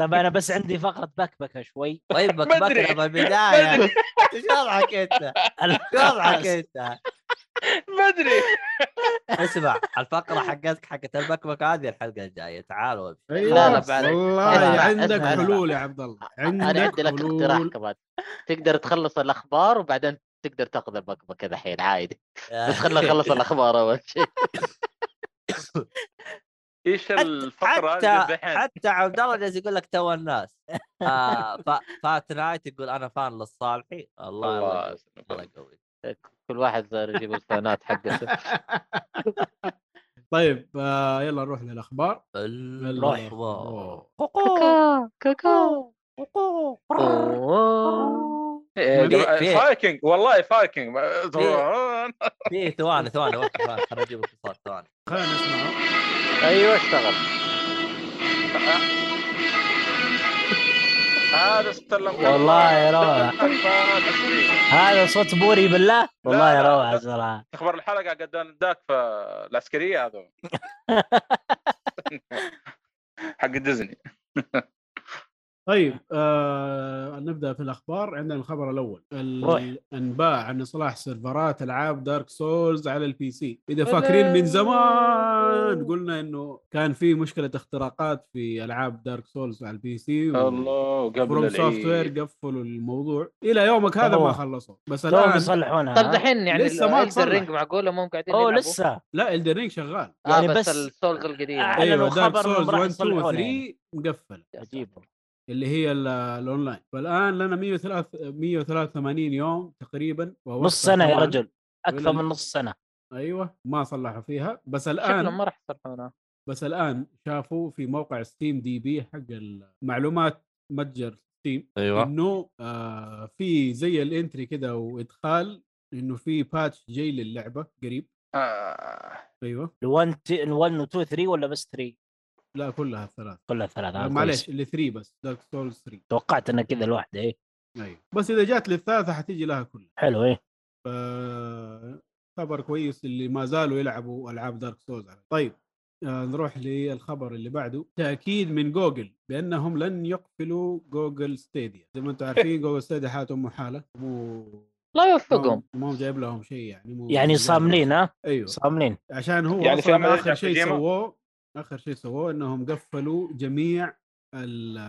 [SPEAKER 4] طب انا طيب، بس عندي فقره بكبكه شوي
[SPEAKER 6] طيب
[SPEAKER 5] أدري.
[SPEAKER 6] بكبكنا
[SPEAKER 5] ما
[SPEAKER 6] بالبدايه
[SPEAKER 5] ادري
[SPEAKER 6] ايش وضعك انت؟ ايش وضعك انت؟
[SPEAKER 5] ما ادري
[SPEAKER 6] اسمع الفقره إيه، حقتك حقت البكبك هذه الحلقه الجايه تعالوا ابشر.
[SPEAKER 3] لا،
[SPEAKER 2] ايوه
[SPEAKER 3] لا،
[SPEAKER 6] بعد-
[SPEAKER 2] والله يعني
[SPEAKER 3] اسمع،
[SPEAKER 2] عندك
[SPEAKER 3] اسمع، اسمع.
[SPEAKER 2] حلول يا عبد الله
[SPEAKER 3] انا
[SPEAKER 2] عندك
[SPEAKER 3] عندي لك اقتراح
[SPEAKER 2] حلول
[SPEAKER 3] كمان تقدر تخلص الاخبار وبعدين تقدر تاخذ البكبكه دحين عادي
[SPEAKER 6] آه،
[SPEAKER 3] بس خلنا نخلص الاخبار اول شيء
[SPEAKER 5] ايش الفقره هذه
[SPEAKER 6] حتى
[SPEAKER 5] دحين
[SPEAKER 6] حتى عبد الله جالس يقول لك تو الناس آه ف- فات نايت يقول انا فان للصالحي الله الله
[SPEAKER 5] الله
[SPEAKER 6] يقويك، الله يقويك
[SPEAKER 3] كل واحد صار يجيب الفانات حقته
[SPEAKER 2] طيب آه يلا نروح للاخبار
[SPEAKER 6] الاخبار
[SPEAKER 3] كاكا
[SPEAKER 5] إيه،
[SPEAKER 6] في-
[SPEAKER 5] جماعة-
[SPEAKER 6] في-
[SPEAKER 5] فايكنج والله فايكنج
[SPEAKER 6] في ثواني ثواني وقت ثواني خليني اجيب اتصال ثواني
[SPEAKER 2] خلينا نسمع
[SPEAKER 3] ايوه اشتغل
[SPEAKER 5] هذا استلم
[SPEAKER 4] والله روعة. هذا صوت بوري بالله والله
[SPEAKER 5] لا، لا،
[SPEAKER 4] روعه
[SPEAKER 5] لا.
[SPEAKER 4] صراحه
[SPEAKER 5] تخبر الحلقه قد ذاك في العسكريه هذا حق ديزني
[SPEAKER 2] طيب آه نبدا في الاخبار عندنا الخبر الاول
[SPEAKER 4] روح.
[SPEAKER 2] الانباء عن اصلاح سيرفرات العاب دارك سولز على البي سي اذا فاكرين من زمان قلنا انه كان في مشكله اختراقات في العاب دارك سولز على البي سي و-
[SPEAKER 5] الله قبل
[SPEAKER 2] فروم سوفت
[SPEAKER 5] العيد
[SPEAKER 2] وير
[SPEAKER 4] إيه.
[SPEAKER 2] قفلوا الموضوع الى يومك هذا ما
[SPEAKER 4] أوه.
[SPEAKER 2] خلصوا بس
[SPEAKER 4] توهم
[SPEAKER 2] الان
[SPEAKER 4] يصلحونها
[SPEAKER 3] طب
[SPEAKER 4] ها؟
[SPEAKER 3] دحين يعني
[SPEAKER 2] لسه ما تصلح.
[SPEAKER 3] الرينج معقوله مو قاعدين
[SPEAKER 4] اوه
[SPEAKER 3] يلعبوا؟
[SPEAKER 4] لسه
[SPEAKER 2] لا الدرينج شغال
[SPEAKER 3] آه بس,
[SPEAKER 4] يعني
[SPEAKER 3] أيوه،
[SPEAKER 4] بس-
[SPEAKER 3] بس السولز القديمه
[SPEAKER 4] أعلنوا
[SPEAKER 2] ايوه دارك
[SPEAKER 4] خبر إنهم
[SPEAKER 2] سولز
[SPEAKER 4] راح
[SPEAKER 2] 1 2
[SPEAKER 4] يصلحونه
[SPEAKER 2] 3
[SPEAKER 4] يعني.
[SPEAKER 2] مقفله
[SPEAKER 4] عجيب
[SPEAKER 2] اللي هي ال- الاونلاين فالان لنا 103 183 يوم تقريبا وهو
[SPEAKER 4] نص
[SPEAKER 2] أكثر
[SPEAKER 4] سنه يا
[SPEAKER 2] كمان.
[SPEAKER 4] رجل اكثر
[SPEAKER 2] ولا-
[SPEAKER 4] من نص سنه
[SPEAKER 2] ايوه ما صلحوا فيها بس
[SPEAKER 3] شكلهم
[SPEAKER 2] الان
[SPEAKER 3] ما راح يصلحونه
[SPEAKER 2] بس الان شافوا في موقع ستيم دي بي حق المعلومات متجر ستيم
[SPEAKER 4] أيوة.
[SPEAKER 6] ايوه
[SPEAKER 2] انه آه في زي الانتري كده وادخال انه في باتش جاي للعبه قريب
[SPEAKER 5] آه،
[SPEAKER 2] ايوه
[SPEAKER 4] ال1 1 و 2 3 ولا بس 3
[SPEAKER 2] لا كلها الثلاث
[SPEAKER 4] كلها ثلاثه
[SPEAKER 2] آه
[SPEAKER 4] آه،
[SPEAKER 2] معلش
[SPEAKER 4] كويس.
[SPEAKER 2] اللي 3 بس دارك سولز 3
[SPEAKER 4] توقعت انها كذا الواحده ايه
[SPEAKER 2] ايوه بس اذا جات للثالثه حتيجي لها كلها
[SPEAKER 4] حلو ايه
[SPEAKER 2] ف- خبر كويس اللي ما زالوا يلعبوا العاب دارك سولز طيب آه، نروح للخبر اللي بعده تاكيد من جوجل بانهم لن يقفلوا جوجل ستيديا زي ما انتم
[SPEAKER 4] إيه.
[SPEAKER 2] عارفين جوجل ستيديا حالته مو حاله مو
[SPEAKER 3] لا
[SPEAKER 2] مو
[SPEAKER 3] يوفقهم
[SPEAKER 2] مو جايب لهم شيء يعني مو
[SPEAKER 4] يعني
[SPEAKER 2] مو جايب-
[SPEAKER 4] صاملين ها
[SPEAKER 2] ايوه
[SPEAKER 4] صاملين
[SPEAKER 2] عشان هو
[SPEAKER 5] يعني
[SPEAKER 2] يعني
[SPEAKER 5] في عملية
[SPEAKER 2] اخر شيء
[SPEAKER 5] كوجيما؟
[SPEAKER 2] سووه اخر شيء سووه انهم قفلوا جميع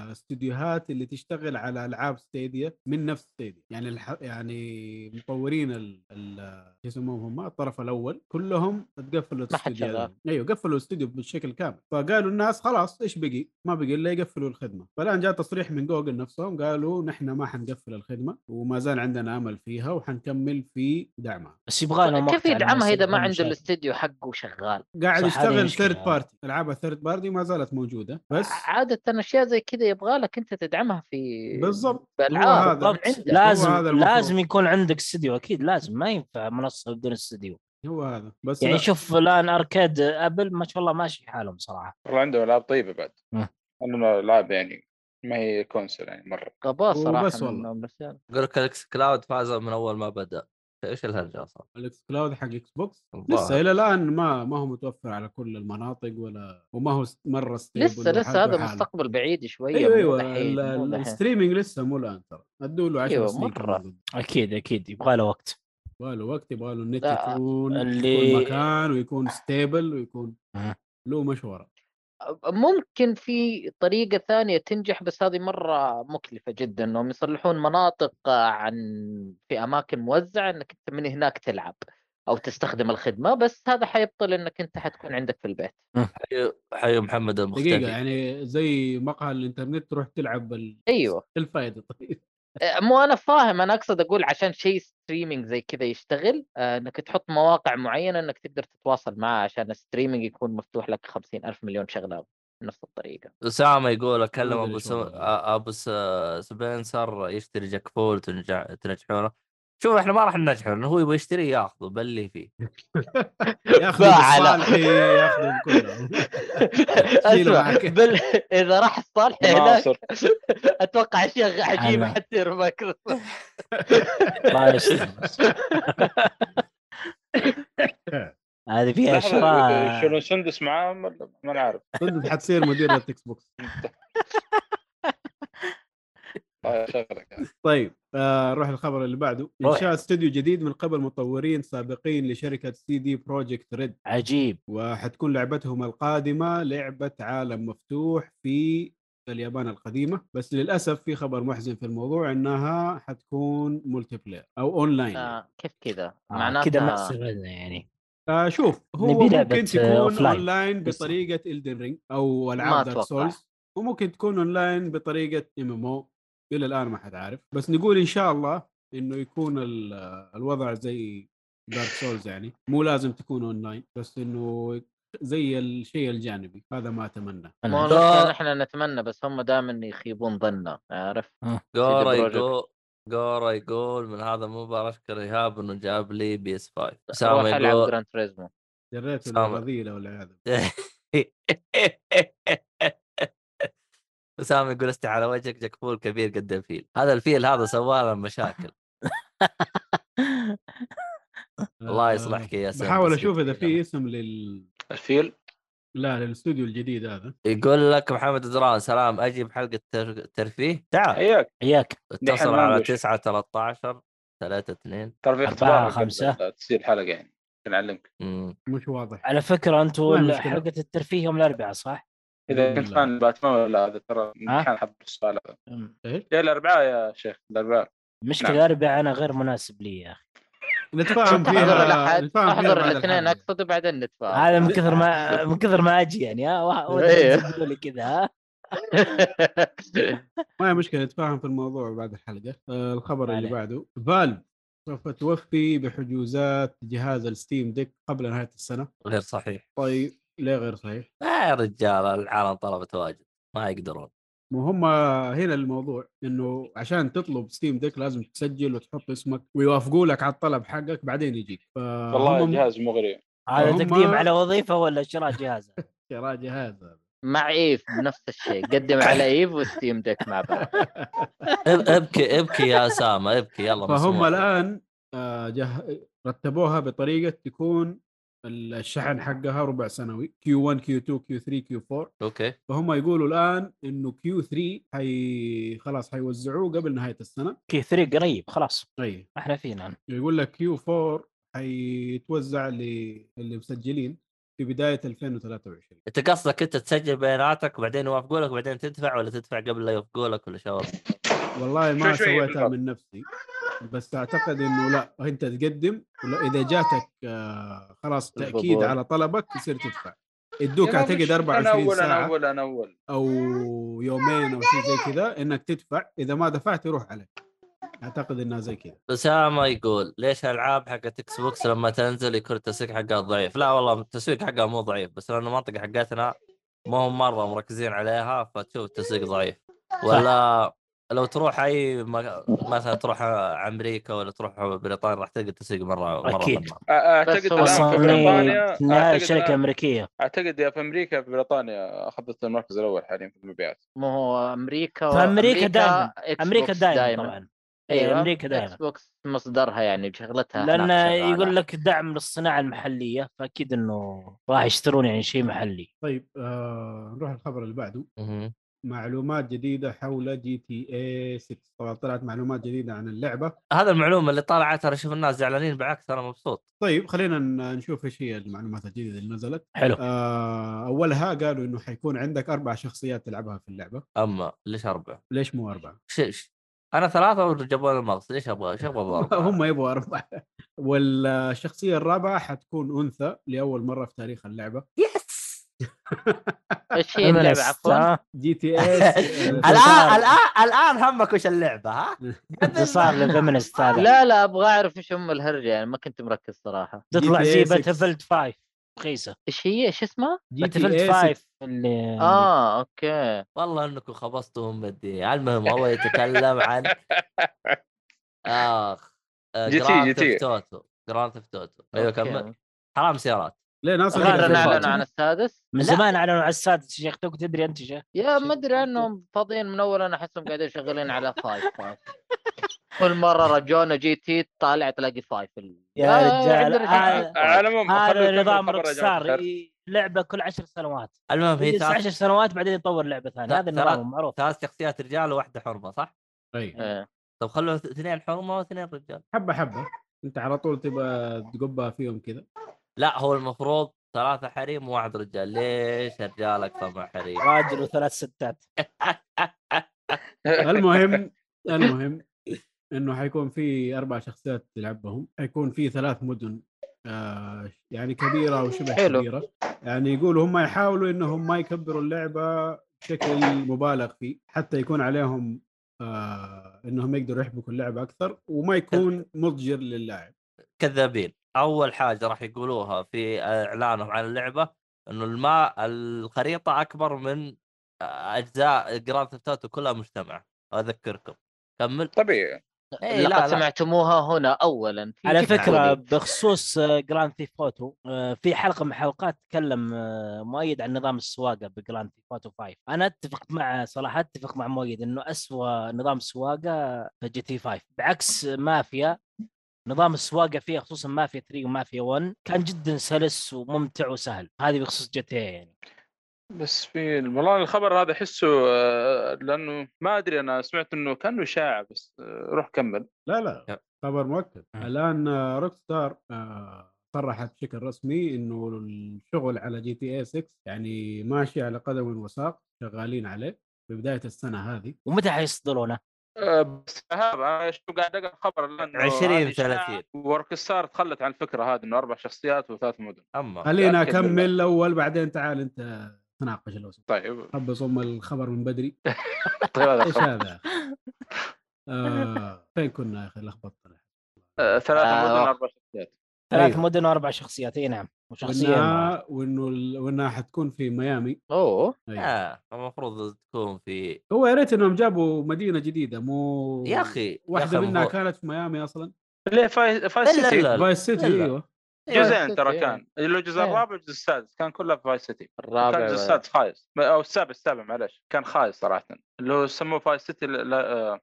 [SPEAKER 2] الاستديوهات اللي تشتغل على العاب ستيديا من نفس ستيديا يعني الح... يعني مطورين ال... ال... شو يسموهم هم الطرف الاول كلهم تقفلوا
[SPEAKER 3] ما حد
[SPEAKER 2] الاستوديو
[SPEAKER 3] شغال.
[SPEAKER 2] هذا. ايوه قفلوا الاستوديو بشكل كامل فقالوا الناس خلاص ايش بقي ما بقي الا يقفلوا الخدمه فالان جاء تصريح من جوجل نفسهم قالوا نحن ما حنقفل الخدمه وما زال عندنا امل فيها وحنكمل في دعمها
[SPEAKER 4] بس يبغى لهم
[SPEAKER 3] طيب، كيف
[SPEAKER 4] وقت على
[SPEAKER 3] يدعمها
[SPEAKER 4] الناس
[SPEAKER 3] اذا ما
[SPEAKER 4] يبغى لهم
[SPEAKER 3] عنده
[SPEAKER 4] شغل.
[SPEAKER 3] الاستديو حقه شغال
[SPEAKER 2] قاعد
[SPEAKER 4] صح، هذه
[SPEAKER 2] يشتغل
[SPEAKER 4] مشكلة.
[SPEAKER 2] ثيرد بارتي العاب الثيرد بارتي ما زالت موجوده بس
[SPEAKER 3] عاده اشياء زي كذا يبغى لك انت تدعمها في
[SPEAKER 2] بالضبط
[SPEAKER 3] بالعاب
[SPEAKER 2] هو هذا.
[SPEAKER 3] من
[SPEAKER 4] بالضبط.
[SPEAKER 3] عندك.
[SPEAKER 2] لا، هو هذا
[SPEAKER 4] لازم
[SPEAKER 2] المفروض.
[SPEAKER 4] لازم يكون عندك استديو اكيد لازم ما ينفع منصه بدون استديو
[SPEAKER 2] هو هذا بس
[SPEAKER 4] يعني
[SPEAKER 2] لا.
[SPEAKER 4] شوف الان اركاد ابل ما شاء الله ماشي حالهم صراحه
[SPEAKER 5] والله عندهم العاب طيبه بعد
[SPEAKER 4] مم.
[SPEAKER 5] عندهم العاب يعني ما هي كونسل يعني مره
[SPEAKER 3] غباء
[SPEAKER 2] هو
[SPEAKER 3] صراحه
[SPEAKER 2] بس والله.
[SPEAKER 3] منهم، بس يلا.
[SPEAKER 6] يقول لك الاكس كلاود فاز من اول ما بدا ايش الهرجه اصلا؟
[SPEAKER 2] الاكس كلاود حق اكس بوكس
[SPEAKER 6] الظاهر.
[SPEAKER 2] لسه الى الان ما ما هو متوفر على كل المناطق ولا وما هو س- مره ستيبل
[SPEAKER 3] لسه لسه هذا مستقبل بعيد شويه
[SPEAKER 2] ايوه
[SPEAKER 3] مو
[SPEAKER 2] ايوه
[SPEAKER 3] دحين،
[SPEAKER 2] ال-
[SPEAKER 3] مو
[SPEAKER 2] ال-
[SPEAKER 3] دحين.
[SPEAKER 2] الستريمينج لسه مو الان ترى ادوا له 10
[SPEAKER 3] أيوة،
[SPEAKER 2] سنين
[SPEAKER 3] مرة.
[SPEAKER 2] كمان.
[SPEAKER 4] اكيد اكيد يبغى له وقت
[SPEAKER 2] يبغى له وقت يبغى له النت
[SPEAKER 3] لا، إيه.
[SPEAKER 2] يكون
[SPEAKER 4] اللي-
[SPEAKER 2] يكون مكان ويكون ستيبل ويكون
[SPEAKER 4] أه.
[SPEAKER 2] له مشوره
[SPEAKER 3] ممكن في طريقة ثانية تنجح بس هذه مرة مكلفة جدا انهم يصلحون مناطق آه، عن في اماكن موزعة انك انت من هناك تلعب او تستخدم الخدمة بس هذا حيبطل انك انت حتكون عندك في البيت
[SPEAKER 6] حي- حي محمد
[SPEAKER 2] دقيقه
[SPEAKER 6] المختفي
[SPEAKER 2] يعني زي مقهى الانترنت تروح تلعب ال-
[SPEAKER 3] ايوه
[SPEAKER 2] الفائده طيب
[SPEAKER 3] آه، مو انا فاهم انا اقصد اقول عشان شيء ستريمينج زي كذا يشتغل آه، انك تحط مواقع معينة انك تقدر تتواصل معها عشان الستريمينج يكون مفتوح لك خمسين الف مليون شغلة بنفس الطريقة
[SPEAKER 6] اسامه يقول اكلم
[SPEAKER 2] ما أدري
[SPEAKER 6] ابو
[SPEAKER 2] إيش
[SPEAKER 6] سم...
[SPEAKER 2] والله.
[SPEAKER 6] آ- ابو س... سبنسر يشتري جاك فول تنجح... تنجحونه شوف احنا ما راح ننجحه لانه هو يبغى يشتري ياخذه بلي فيه
[SPEAKER 2] ياخذوا
[SPEAKER 3] باع على-
[SPEAKER 2] بالصالحي ياخذوا كلهم شيله
[SPEAKER 3] اسمع
[SPEAKER 2] معك.
[SPEAKER 3] بل... اذا راح الصالح هناك
[SPEAKER 5] ناصر
[SPEAKER 3] اتوقع اشياء عجيبه
[SPEAKER 4] أنا-
[SPEAKER 3] حتصير مايكروسوفت
[SPEAKER 4] الله يستر هذه فيها
[SPEAKER 5] لحظة،
[SPEAKER 4] شراء
[SPEAKER 5] شنو سندس معاهم ولا ما أنا عارف
[SPEAKER 2] صدق حتصير مدير الاكس بوكس
[SPEAKER 5] طيب، شغلك يعني.
[SPEAKER 2] طيب آه نروح للخبر اللي بعده
[SPEAKER 4] روح.
[SPEAKER 2] انشاء استوديو جديد من قبل مطورين سابقين لشركه سي دي بروجكت ريد
[SPEAKER 4] عجيب
[SPEAKER 2] وحتكون لعبتهم القادمه لعبه عالم مفتوح في اليابان القديمه بس للاسف في خبر محزن في الموضوع انها حتكون ملتي بلاير او اونلاين آه.
[SPEAKER 3] آه كيف كذا؟
[SPEAKER 4] آه كذا ما
[SPEAKER 3] معناتها
[SPEAKER 4] استفدنا يعني
[SPEAKER 2] آه شوف هو
[SPEAKER 4] نبي لعبة،
[SPEAKER 2] ممكن
[SPEAKER 4] آه،
[SPEAKER 2] تكون
[SPEAKER 4] أوفلاين.
[SPEAKER 2] اونلاين بطريقه الدن رينج او العاب دارك
[SPEAKER 3] أتوقع.
[SPEAKER 2] سولز وممكن تكون اونلاين بطريقه ام ام او الى الان ما حد عارف بس نقول ان شاء الله انه يكون ال- الوضع زي دارك سولز يعني مو لازم تكون اونلاين بس انه زي الشيء الجانبي هذا ما اتمنى
[SPEAKER 3] ما هو
[SPEAKER 4] أنا-
[SPEAKER 3] المشكلة نحن نتمنى بس هم دائما يخيبون ظننا عارف؟
[SPEAKER 6] جورا
[SPEAKER 3] بروجكت.
[SPEAKER 6] يقول جورا يقول من هذا المباراة اشكر ايهاب انه جاب لي بي اس 5
[SPEAKER 3] روح
[SPEAKER 6] اسامه
[SPEAKER 3] العب
[SPEAKER 6] يقول
[SPEAKER 3] جراند تريزمو
[SPEAKER 2] دريت
[SPEAKER 6] سامر.
[SPEAKER 2] الرذيله والعياذ
[SPEAKER 6] اسامه يقول استح على وجهك جاك فول كبير قد الفيل هذا الفيل هذا سوى لنا مشاكل الله يصلحك يا سامر
[SPEAKER 2] بحاول اشوف اذا في اسم لل
[SPEAKER 5] الفيل
[SPEAKER 2] لا للاستوديو الجديد هذا
[SPEAKER 6] يقول لك محمد دران سلام اجي بحلقه تر- ترفيه تعال
[SPEAKER 5] حياك
[SPEAKER 4] اياك
[SPEAKER 5] دحين
[SPEAKER 6] اتصل
[SPEAKER 5] ما
[SPEAKER 6] على
[SPEAKER 5] عندوش.
[SPEAKER 6] 9 13 3 2
[SPEAKER 5] ترى في
[SPEAKER 4] أربعة،
[SPEAKER 5] اختبار
[SPEAKER 4] خمسة.
[SPEAKER 5] خمسة تصير الحلقه يعني نعلمك
[SPEAKER 6] مم.
[SPEAKER 2] مش واضح
[SPEAKER 4] على فكره
[SPEAKER 2] وين
[SPEAKER 4] انتم
[SPEAKER 2] المشكلة؟
[SPEAKER 4] حلقه الترفيه يوم الاربعاء صح؟
[SPEAKER 5] اذا كنت
[SPEAKER 2] لا.
[SPEAKER 5] فان باتمان ولا هذا ترى
[SPEAKER 4] آه.
[SPEAKER 5] امتحان حط السؤال هذا
[SPEAKER 4] أمم.
[SPEAKER 2] ايش
[SPEAKER 5] يا الاربعاء يا شيخ الاربعاء
[SPEAKER 4] مشكله
[SPEAKER 5] نعم.
[SPEAKER 4] الاربعاء انا غير مناسب لي يا اخي
[SPEAKER 2] نتفاهم
[SPEAKER 3] احضر
[SPEAKER 2] فيها
[SPEAKER 3] الاحد
[SPEAKER 2] نتفاهم فيها
[SPEAKER 3] احضر
[SPEAKER 2] بعد
[SPEAKER 3] الاثنين
[SPEAKER 2] الحلقة.
[SPEAKER 3] اقصد وبعدين نتفاهم
[SPEAKER 4] هذا من كثر ما من كثر ما اجي يعني ها واحد-
[SPEAKER 3] آه، إيه.
[SPEAKER 4] واحد يقول لي كذا ها
[SPEAKER 2] ما هي مشكله نتفاهم في الموضوع بعد الحلقه آه الخبر اللي
[SPEAKER 4] عليه.
[SPEAKER 2] بعده فالف سوف توفي بحجوزات جهاز الستيم ديك قبل نهايه السنه
[SPEAKER 6] غير صحيح
[SPEAKER 2] طيب ليه غير صحيح؟
[SPEAKER 6] آه يا رجال العالم طلبت واجد ما يقدرون
[SPEAKER 2] مو هم هنا الموضوع انه عشان تطلب ستيم ديك لازم تسجل وتحط اسمك ويوافقوا لك على الطلب حقك بعدين يجيك
[SPEAKER 5] والله
[SPEAKER 2] فهم
[SPEAKER 5] جهاز مغري
[SPEAKER 4] هذا
[SPEAKER 2] هم-
[SPEAKER 4] تقديم على وظيفه ولا شراء جهاز
[SPEAKER 2] شراء جهاز هذا
[SPEAKER 3] مع ايف نفس الشيء قدم على ايف وستيم ديك مع بعض
[SPEAKER 6] اب- ابكي ابكي يا اسامه ابكي يلا
[SPEAKER 2] فهم
[SPEAKER 6] مسموح لك.
[SPEAKER 2] الان آه، جه... رتبوها بطريقه تكون ال- الشحن حقها ربع سنوي كيو 1 كيو 2 كيو 3 كيو 4
[SPEAKER 6] اوكي
[SPEAKER 2] فهم يقولوا الان انه كيو 3 حي خلاص حيوزعوه قبل نهايه السنه
[SPEAKER 4] كي 3 قريب خلاص
[SPEAKER 5] طيب.
[SPEAKER 2] اي
[SPEAKER 4] احنا طيب. فينا
[SPEAKER 2] يقول لك كيو 4 حيتوزع ل- اللي مسجلين في بدايه 2023
[SPEAKER 6] انت قصدك انت تسجل بياناتك وبعدين يوافقوا لك وبعدين تدفع ولا تدفع قبل لا يوافقوا لك ولا شو وضعك؟
[SPEAKER 2] والله ما
[SPEAKER 5] شوي شوي
[SPEAKER 2] سويتها
[SPEAKER 5] بالضبط.
[SPEAKER 2] من نفسي بس اعتقد انه لا انت تقدم ولا اذا جاتك آه، خلاص تاكيد
[SPEAKER 3] الفضول.
[SPEAKER 2] على طلبك يصير تدفع يدوك
[SPEAKER 5] يا ما مش-
[SPEAKER 2] اعتقد 24
[SPEAKER 5] انا
[SPEAKER 2] ساعه
[SPEAKER 5] اول انا اول
[SPEAKER 2] او يومين او شيء زي كذا انك تدفع اذا ما دفعت يروح عليك اعتقد انها زي كذا
[SPEAKER 6] اسامه يقول ليش الالعاب حقت اكس بوكس لما تنزل يكون التسويق حقها ضعيف؟ لا والله التسويق حقها مو ضعيف بس لان المنطقه حقتنا ما هم مره مركزين عليها فتشوف التسويق ضعيف ولا لو تروح اي مك... مثلا تروح امريكا ولا تروح بريطانيا راح تلقى التسويق مره مره
[SPEAKER 4] أكيد.
[SPEAKER 6] فنان.
[SPEAKER 5] اعتقد
[SPEAKER 3] هو
[SPEAKER 5] الان في
[SPEAKER 4] إيه،
[SPEAKER 5] بريطانيا
[SPEAKER 4] تصنيع
[SPEAKER 5] أعتقد
[SPEAKER 4] شركه
[SPEAKER 5] الآن-
[SPEAKER 4] امريكيه
[SPEAKER 5] اعتقد يا في امريكا في بريطانيا اخذت المركز الاول حاليا في المبيعات
[SPEAKER 3] ما هو امريكا
[SPEAKER 4] فأمريكا دايماً. إيه، امريكا دائما
[SPEAKER 3] دائما
[SPEAKER 4] طبعا اي امريكا دائما
[SPEAKER 3] اكس بوكس أيوة. مصدرها يعني بشغلتها
[SPEAKER 4] لان يقول لك دعم للصناعه المحليه فاكيد انه راح يشترون يعني شيء محلي
[SPEAKER 2] طيب آه نروح الخبر اللي بعده
[SPEAKER 6] مهم.
[SPEAKER 2] معلومات جديده حول جي تي اي 6 طبعا طلعت معلومات جديده عن اللعبه
[SPEAKER 6] هذا المعلومه اللي طالعه ترى شوف الناس زعلانين بالعكس انا مبسوط
[SPEAKER 2] طيب خلينا ن- نشوف ايش هي المعلومات الجديده اللي نزلت
[SPEAKER 4] حلو
[SPEAKER 2] آه اولها قالوا انه حيكون عندك اربع شخصيات تلعبها في اللعبه
[SPEAKER 6] اما ليش اربعه؟
[SPEAKER 2] ليش مو اربعه
[SPEAKER 6] شيش انا ثلاثه وجابوا لي المغص ليش ابغى ايش ابغى أربعة؟
[SPEAKER 2] هم يبغوا اربعه والشخصيه الرابعه حتكون انثى لاول مره في تاريخ اللعبه
[SPEAKER 6] يس
[SPEAKER 3] ايش هي اللعبه عفوا؟
[SPEAKER 2] جي تي إيه اس
[SPEAKER 6] الان الان الان همك وش اللعبه ها؟
[SPEAKER 4] انتصار للفيمنست هذا
[SPEAKER 3] لا لا ابغى اعرف ايش ام الهرجه يعني ما كنت مركز صراحه
[SPEAKER 4] تطلع
[SPEAKER 2] GTA
[SPEAKER 4] زي
[SPEAKER 2] 6.
[SPEAKER 4] باتل فيلد 5 رخيصه
[SPEAKER 3] ايش هي ايش اسمها؟
[SPEAKER 2] جي
[SPEAKER 4] باتل
[SPEAKER 2] تي إيه
[SPEAKER 4] فيلد 5
[SPEAKER 2] اي
[SPEAKER 4] اللي
[SPEAKER 3] اه اوكي
[SPEAKER 6] والله انكم خبصتهم بدي المهم هو يتكلم عن آه، اخ
[SPEAKER 5] جي تي- جي
[SPEAKER 6] جراند
[SPEAKER 5] تي.
[SPEAKER 6] اوف توتو جراند اوف توتو ايوه
[SPEAKER 3] أوكي.
[SPEAKER 6] كمل حرام سيارات
[SPEAKER 2] ليه ناصر
[SPEAKER 4] غير
[SPEAKER 2] يقدر
[SPEAKER 3] غير
[SPEAKER 4] أنا-
[SPEAKER 3] اعلنوا
[SPEAKER 2] يفوت؟
[SPEAKER 4] أنا-
[SPEAKER 3] عن السادس
[SPEAKER 4] من
[SPEAKER 6] لا.
[SPEAKER 4] زمان اعلنوا على السادس يا شيخ توك تدري انت يا شيخ
[SPEAKER 3] يا ما ادري عنهم فاضيين من اول انا احسهم قاعدين شغالين على فايف كل مره رجعونا جي تي طالع تلاقي فايف
[SPEAKER 4] يا
[SPEAKER 3] آه،
[SPEAKER 4] رجال،
[SPEAKER 3] عندنا
[SPEAKER 4] آه،
[SPEAKER 3] شيء.
[SPEAKER 5] على العموم خلوا
[SPEAKER 4] هذا
[SPEAKER 5] يكملوا
[SPEAKER 4] نظام
[SPEAKER 5] الخبر يا جماعة
[SPEAKER 4] روكستار
[SPEAKER 5] الخير.
[SPEAKER 4] ي- لعبه كل عشر سنوات
[SPEAKER 6] المهم طيب، هي
[SPEAKER 4] يجلس
[SPEAKER 6] ثلاث
[SPEAKER 4] عشر سنوات بعدين يطور لعبه ثانيه
[SPEAKER 6] لا،
[SPEAKER 4] هذا
[SPEAKER 6] ترى-
[SPEAKER 4] النظام المعروف
[SPEAKER 6] ثلاث شخصيات رجال وواحده حرمه صح؟
[SPEAKER 2] طيب
[SPEAKER 3] إيه.
[SPEAKER 6] طب خلوا اثنين حرمه واثنين رجال
[SPEAKER 2] حبه حبه انت على طول تبغى تقبها فيهم كذا
[SPEAKER 6] لا هو المفروض ثلاثه حريم وواحد رجال ليش الرجال اكثر من حريم؟
[SPEAKER 4] راجل وثلاث ستات
[SPEAKER 2] المهم المهم انه حيكون في اربع شخصيات تلعبهم حيكون في ثلاث مدن آه يعني كبيره او شبه
[SPEAKER 3] حلو.
[SPEAKER 2] كبيره يعني يقولوا هم يحاولوا انهم ما يكبروا اللعبه بشكل مبالغ فيه حتى يكون عليهم آه انهم يقدروا يحبكوا اللعبه اكثر وما يكون مضجر للاعب
[SPEAKER 6] كذابين اول حاجه راح يقولوها في اعلانهم عن اللعبه انه الماء الخريطه اكبر من آه، اجزاء جراند ثيفت أوتو كلها مجتمع اذكركم كمل
[SPEAKER 5] طبيعي
[SPEAKER 6] إيه، لا،
[SPEAKER 3] لقد
[SPEAKER 6] لا.
[SPEAKER 3] سمعتموها هنا اولا في
[SPEAKER 4] على
[SPEAKER 3] جدة.
[SPEAKER 4] فكره بخصوص آه، جراند ثيف اوتو آه، في حلقه من حلقات تكلم آه، مؤيد عن نظام السواقه بجراند ثيف اوتو 5 انا اتفق مع صراحه اتفق مع مؤيد انه أسوأ نظام سواقه في جي تي 5 بعكس مافيا نظام السواقه فيها خصوصا مافيا 3 ومافيا 1 كان جدا سلس وممتع وسهل هذه بخصوص جي تي يعني
[SPEAKER 5] بس في والله الخبر هذا احسه آه، لانه ما ادري انا سمعت انه كانه شاع بس آه، روح كمل
[SPEAKER 2] لا لا
[SPEAKER 6] يب. إمم.
[SPEAKER 2] خبر مؤكد الان روك ستار صرحت بشكل رسمي انه الشغل على جي تي اي 6 يعني ماشي على قدم وساق شغالين عليه في بدايه السنه هذه
[SPEAKER 4] ومتى حيصدرونه؟
[SPEAKER 5] آه، بس هذا انا شو قاعد اقرا خبر الان
[SPEAKER 6] 20 30
[SPEAKER 5] ورك ستار تخلت عن الفكره هذه انه اربع شخصيات وثلاث مدن
[SPEAKER 6] اما
[SPEAKER 2] خلينا
[SPEAKER 5] أكد بالله.
[SPEAKER 2] اكمل الاول بعدين تعال انت تناقش لو سمحت.
[SPEAKER 5] طيب
[SPEAKER 2] حب صم الخبر من بدري
[SPEAKER 5] طيب هذا
[SPEAKER 2] ايش
[SPEAKER 5] خبر.
[SPEAKER 2] هذا يا أخي؟ آه، فين كنا يا اخي لخبطنا
[SPEAKER 5] آه، ثلاث
[SPEAKER 3] آه،
[SPEAKER 5] مدن
[SPEAKER 3] آه.
[SPEAKER 5] اربع شخصيات
[SPEAKER 4] ثلاث
[SPEAKER 2] أيوه.
[SPEAKER 4] مدن واربع شخصيات اي نعم وشخصيه امرأة.
[SPEAKER 2] وانها وانه ال- وانها حتكون في ميامي
[SPEAKER 3] اوه
[SPEAKER 2] أيوه.
[SPEAKER 6] آه المفروض تكون في
[SPEAKER 2] هو يا ريت انهم جابوا مدينه جديده مو
[SPEAKER 6] يا اخي
[SPEAKER 2] واحده منها
[SPEAKER 6] كان
[SPEAKER 2] كانت في ميامي اصلا
[SPEAKER 5] ليه فايز
[SPEAKER 6] لا،
[SPEAKER 5] فايز
[SPEAKER 6] لا، لا.
[SPEAKER 5] سيتي
[SPEAKER 2] فايس سيتي
[SPEAKER 6] لا.
[SPEAKER 2] ايوه
[SPEAKER 5] جزئين
[SPEAKER 3] إيه.
[SPEAKER 5] ترى كان اللي هو الجزء
[SPEAKER 3] إيه.
[SPEAKER 5] الرابع والجزء السادس كان كلها في فايز سيتي كان
[SPEAKER 3] الرابع
[SPEAKER 5] الجزء السادس خايس او السابع السابع معلش كان خايس صراحه اللي هو سموه فايز سيتي لا- لا، آه،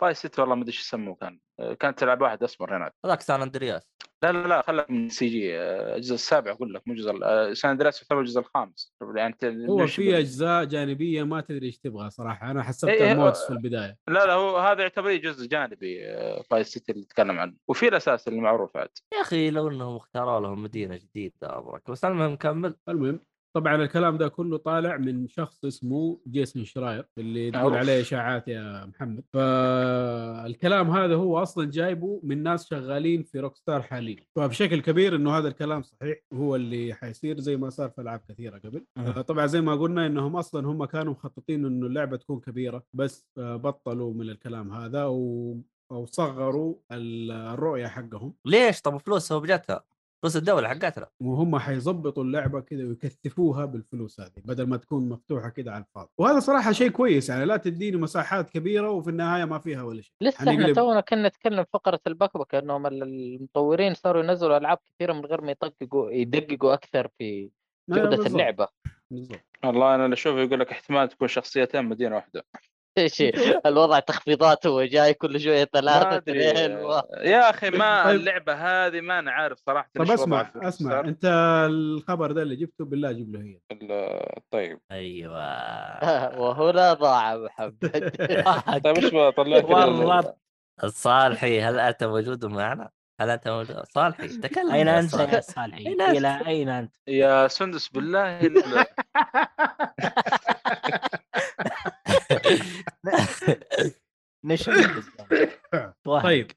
[SPEAKER 5] فايز سيتي والله ما ادري ايش يسموه كان آه، كان تلعب واحد اسمر هناك
[SPEAKER 6] هذاك سان اندرياس
[SPEAKER 5] لا لا لا خلك من سي جي آه، الجزء السابع اقول لك مو الجزء ال- آه، سان اندرياس يعتبر الجزء الخامس يعني ت-
[SPEAKER 2] هو
[SPEAKER 5] نشبه.
[SPEAKER 2] في اجزاء جانبيه ما تدري ايش تبغى صراحه انا
[SPEAKER 5] إيه،
[SPEAKER 2] حسبتها
[SPEAKER 5] إيه،
[SPEAKER 6] آه.
[SPEAKER 2] مودز في البدايه
[SPEAKER 5] لا لا هو هذا يعتبر جزء جانبي آه، فايس سيتي اللي تكلم عنه وفي الاساس المعروف عاد
[SPEAKER 6] يا اخي لو انهم اختاروا لهم مدينه جديده ابرك بس المهم كمل
[SPEAKER 2] المهم طبعا الكلام ده كله طالع من شخص اسمه جيسون شراير اللي تقول
[SPEAKER 5] معروف.
[SPEAKER 2] عليه اشاعات يا محمد فالكلام هذا هو اصلا جايبه من ناس شغالين في روكستار حاليا فبشكل كبير انه هذا الكلام صحيح هو اللي حيصير زي ما صار في العاب كثيره قبل
[SPEAKER 4] أها.
[SPEAKER 2] آه، طبعا زي ما قلنا انهم اصلا هم كانوا مخططين انه اللعبه تكون كبيره بس آه، بطلوا من الكلام هذا و او صغروا ال- الرؤيه حقهم
[SPEAKER 6] ليش طب فلوسها وبجتها فلوس الدوله حقتنا
[SPEAKER 2] وهم حيظبطوا اللعبه كذا ويكثفوها بالفلوس هذه بدل ما تكون مفتوحه كذا على الفاضي وهذا صراحه شيء كويس يعني لا تديني مساحات كبيره وفي النهايه ما فيها ولا شيء
[SPEAKER 3] لسه احنا
[SPEAKER 2] حنقلب-
[SPEAKER 3] تونا كنا نتكلم في فقره البكبكه انهم ال- المطورين صاروا ينزلوا العاب كثيره من غير ما يدققوا يدققوا اكثر في
[SPEAKER 2] لا، لا، أيوة،
[SPEAKER 3] جوده
[SPEAKER 2] بالضبط،
[SPEAKER 3] اللعبه
[SPEAKER 2] بالضبط
[SPEAKER 5] والله انا اللي اشوفه يقول لك احتمال تكون شخصيتين مدينه واحده
[SPEAKER 3] ايش الوضع تخفيضات هو جاي كل شويه
[SPEAKER 5] ما
[SPEAKER 3] ثلاثه
[SPEAKER 5] ادري
[SPEAKER 3] اثنين و-
[SPEAKER 5] يا اخي ما
[SPEAKER 2] طيب.
[SPEAKER 5] اللعبه هذه ما انا عارف صراحه
[SPEAKER 2] طب
[SPEAKER 5] إيش وضعها
[SPEAKER 2] اسمع
[SPEAKER 5] في
[SPEAKER 2] اسمع
[SPEAKER 5] الصار.
[SPEAKER 2] انت الخبر ده اللي جبته بالله جيب له هي
[SPEAKER 5] ال- طيب
[SPEAKER 6] ايوه
[SPEAKER 3] وهنا ضاع محمد
[SPEAKER 5] طيب ايش بطلع لك
[SPEAKER 4] والله.
[SPEAKER 6] صالحي هل انت موجود معنا؟ هل انت موجود؟ صالحي تكلم
[SPEAKER 4] اين
[SPEAKER 6] يا
[SPEAKER 4] انت
[SPEAKER 6] صالح.
[SPEAKER 4] يا صالحي؟
[SPEAKER 6] أين أنت؟
[SPEAKER 4] الى اين انت؟
[SPEAKER 5] يا سندس بالله ال-
[SPEAKER 4] نشر
[SPEAKER 2] طيب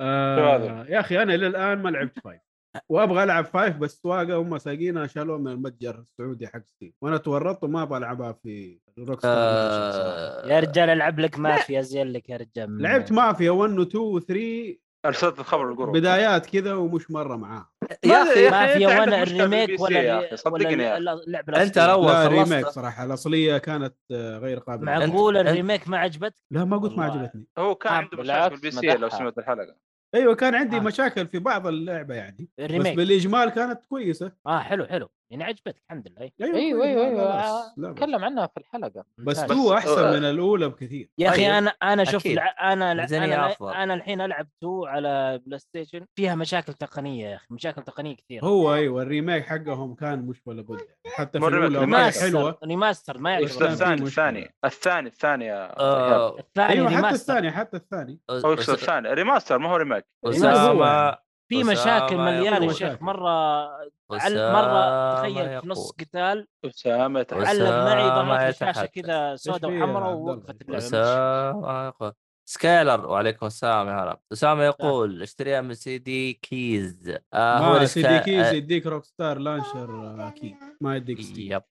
[SPEAKER 2] آه
[SPEAKER 5] هذا؟
[SPEAKER 2] يا اخي انا الى الان ما لعبت فايف وابغى العب فايف بس واقع هم ساقينها شالوها من المتجر السعودي حق ستيم وانا تورطت وما ابغى العبها في روك
[SPEAKER 4] يا
[SPEAKER 6] آه،
[SPEAKER 4] رجال العب لك مافيا زين لك يا رجال من-
[SPEAKER 2] لعبت مافيا 1 و 2 و 3
[SPEAKER 5] ارسلت الخبر الجروب
[SPEAKER 2] بدايات كذا ومش مره معاها
[SPEAKER 6] يا
[SPEAKER 5] ما- يا
[SPEAKER 6] اخي
[SPEAKER 5] أخي
[SPEAKER 4] مافيا
[SPEAKER 5] أنت عندك
[SPEAKER 4] ولا
[SPEAKER 5] مشكلة في البي
[SPEAKER 4] الريميك
[SPEAKER 5] سي
[SPEAKER 4] ولا
[SPEAKER 5] يا
[SPEAKER 4] ال-
[SPEAKER 5] أخي، صدقني يا أخي.
[SPEAKER 4] ولا اللعبه
[SPEAKER 6] أنت
[SPEAKER 4] الأصلية.
[SPEAKER 6] روّق. أول
[SPEAKER 2] لا
[SPEAKER 6] خلصت.
[SPEAKER 2] ريميك صراحه الاصليه كانت آه، غير قابله للعب.
[SPEAKER 4] معقول
[SPEAKER 6] أنت-
[SPEAKER 4] الريميك ما عجبتك؟
[SPEAKER 2] لا ما قلت ما
[SPEAKER 4] والله.
[SPEAKER 2] عجبتني
[SPEAKER 5] هو كان
[SPEAKER 3] آه،
[SPEAKER 5] عنده مشاكل في
[SPEAKER 3] بالعكس،
[SPEAKER 5] البي سي لو
[SPEAKER 3] مدحها.
[SPEAKER 5] سمعت الحلقه
[SPEAKER 2] ايوه كان عندي
[SPEAKER 4] آه.
[SPEAKER 2] مشاكل في بعض اللعبه يعني بس
[SPEAKER 4] الريميك
[SPEAKER 2] بالاجمال كانت كويسه
[SPEAKER 4] اه حلو حلو يعني عجبتك الحمد لله
[SPEAKER 2] ايوه
[SPEAKER 6] أيوة،
[SPEAKER 3] ايوه
[SPEAKER 2] كويسة، لا
[SPEAKER 3] ايوه
[SPEAKER 2] بأس،
[SPEAKER 6] آه،
[SPEAKER 3] ايوه
[SPEAKER 2] لا بأس.
[SPEAKER 3] تكلم عنها في الحلقه
[SPEAKER 2] بس
[SPEAKER 4] ممتاز.
[SPEAKER 2] تو احسن
[SPEAKER 5] آه.
[SPEAKER 2] من الاولى بكثير
[SPEAKER 4] يا اخي
[SPEAKER 6] طيب.
[SPEAKER 4] انا انا شوف
[SPEAKER 6] أكيد.
[SPEAKER 4] لع- انا لع-
[SPEAKER 6] ميزانية
[SPEAKER 4] انا
[SPEAKER 6] أفضل.
[SPEAKER 4] انا الحين العب 2 على بلاي ستيشن فيها مشاكل تقنيه يا اخي مشاكل تقنيه كثيره
[SPEAKER 6] أيوة.
[SPEAKER 2] هو ايوه الريميك حقهم كان مش ولا بد يعني. حتى في
[SPEAKER 5] مرة
[SPEAKER 2] الاولى
[SPEAKER 5] ريميك.
[SPEAKER 2] ما
[SPEAKER 5] ريماستر.
[SPEAKER 2] كانت حلوه
[SPEAKER 4] ريماستر ما
[SPEAKER 5] بس
[SPEAKER 2] يعتبر
[SPEAKER 4] يعجبك
[SPEAKER 2] أستاذ.
[SPEAKER 5] الثاني
[SPEAKER 2] مشكلة.
[SPEAKER 5] الثاني الثاني الثاني يا إيهاب.
[SPEAKER 6] آه،
[SPEAKER 4] الثاني
[SPEAKER 2] ايوه حتى
[SPEAKER 4] ريماستر
[SPEAKER 2] الثانيه حتى الثانيه
[SPEAKER 6] أس-
[SPEAKER 5] هو يقصد
[SPEAKER 6] أس-
[SPEAKER 5] الثاني ريماستر ما هو ريميك
[SPEAKER 6] اسامه
[SPEAKER 4] في
[SPEAKER 6] أسامة
[SPEAKER 4] مشاكل مليانه
[SPEAKER 6] آه،
[SPEAKER 4] يا
[SPEAKER 6] يقول.
[SPEAKER 4] شيخ مره
[SPEAKER 6] أسامة
[SPEAKER 4] عل- مره تخيل في
[SPEAKER 6] يقول.
[SPEAKER 4] نص قتال
[SPEAKER 5] اسامه يتحدث.
[SPEAKER 4] علق معي ضغط
[SPEAKER 6] أسامة
[SPEAKER 4] لي شاشه
[SPEAKER 6] يتحدث. آه،
[SPEAKER 4] كذا سوداء
[SPEAKER 2] فيها يا
[SPEAKER 4] وحمراء
[SPEAKER 2] عبد الله؟
[SPEAKER 4] ووقفت اللعبه
[SPEAKER 6] أسامة يقول. سكايلر وعليكم السلام يا هلا اسامه يقول اشتريها من سي دي كيز آه هو
[SPEAKER 2] ما
[SPEAKER 6] اللي
[SPEAKER 2] سي دي
[SPEAKER 6] اشترى-
[SPEAKER 2] كيز
[SPEAKER 6] آه،
[SPEAKER 2] يديك روك ستار لانشر آه، اكيد ما يديك ستيم
[SPEAKER 6] يب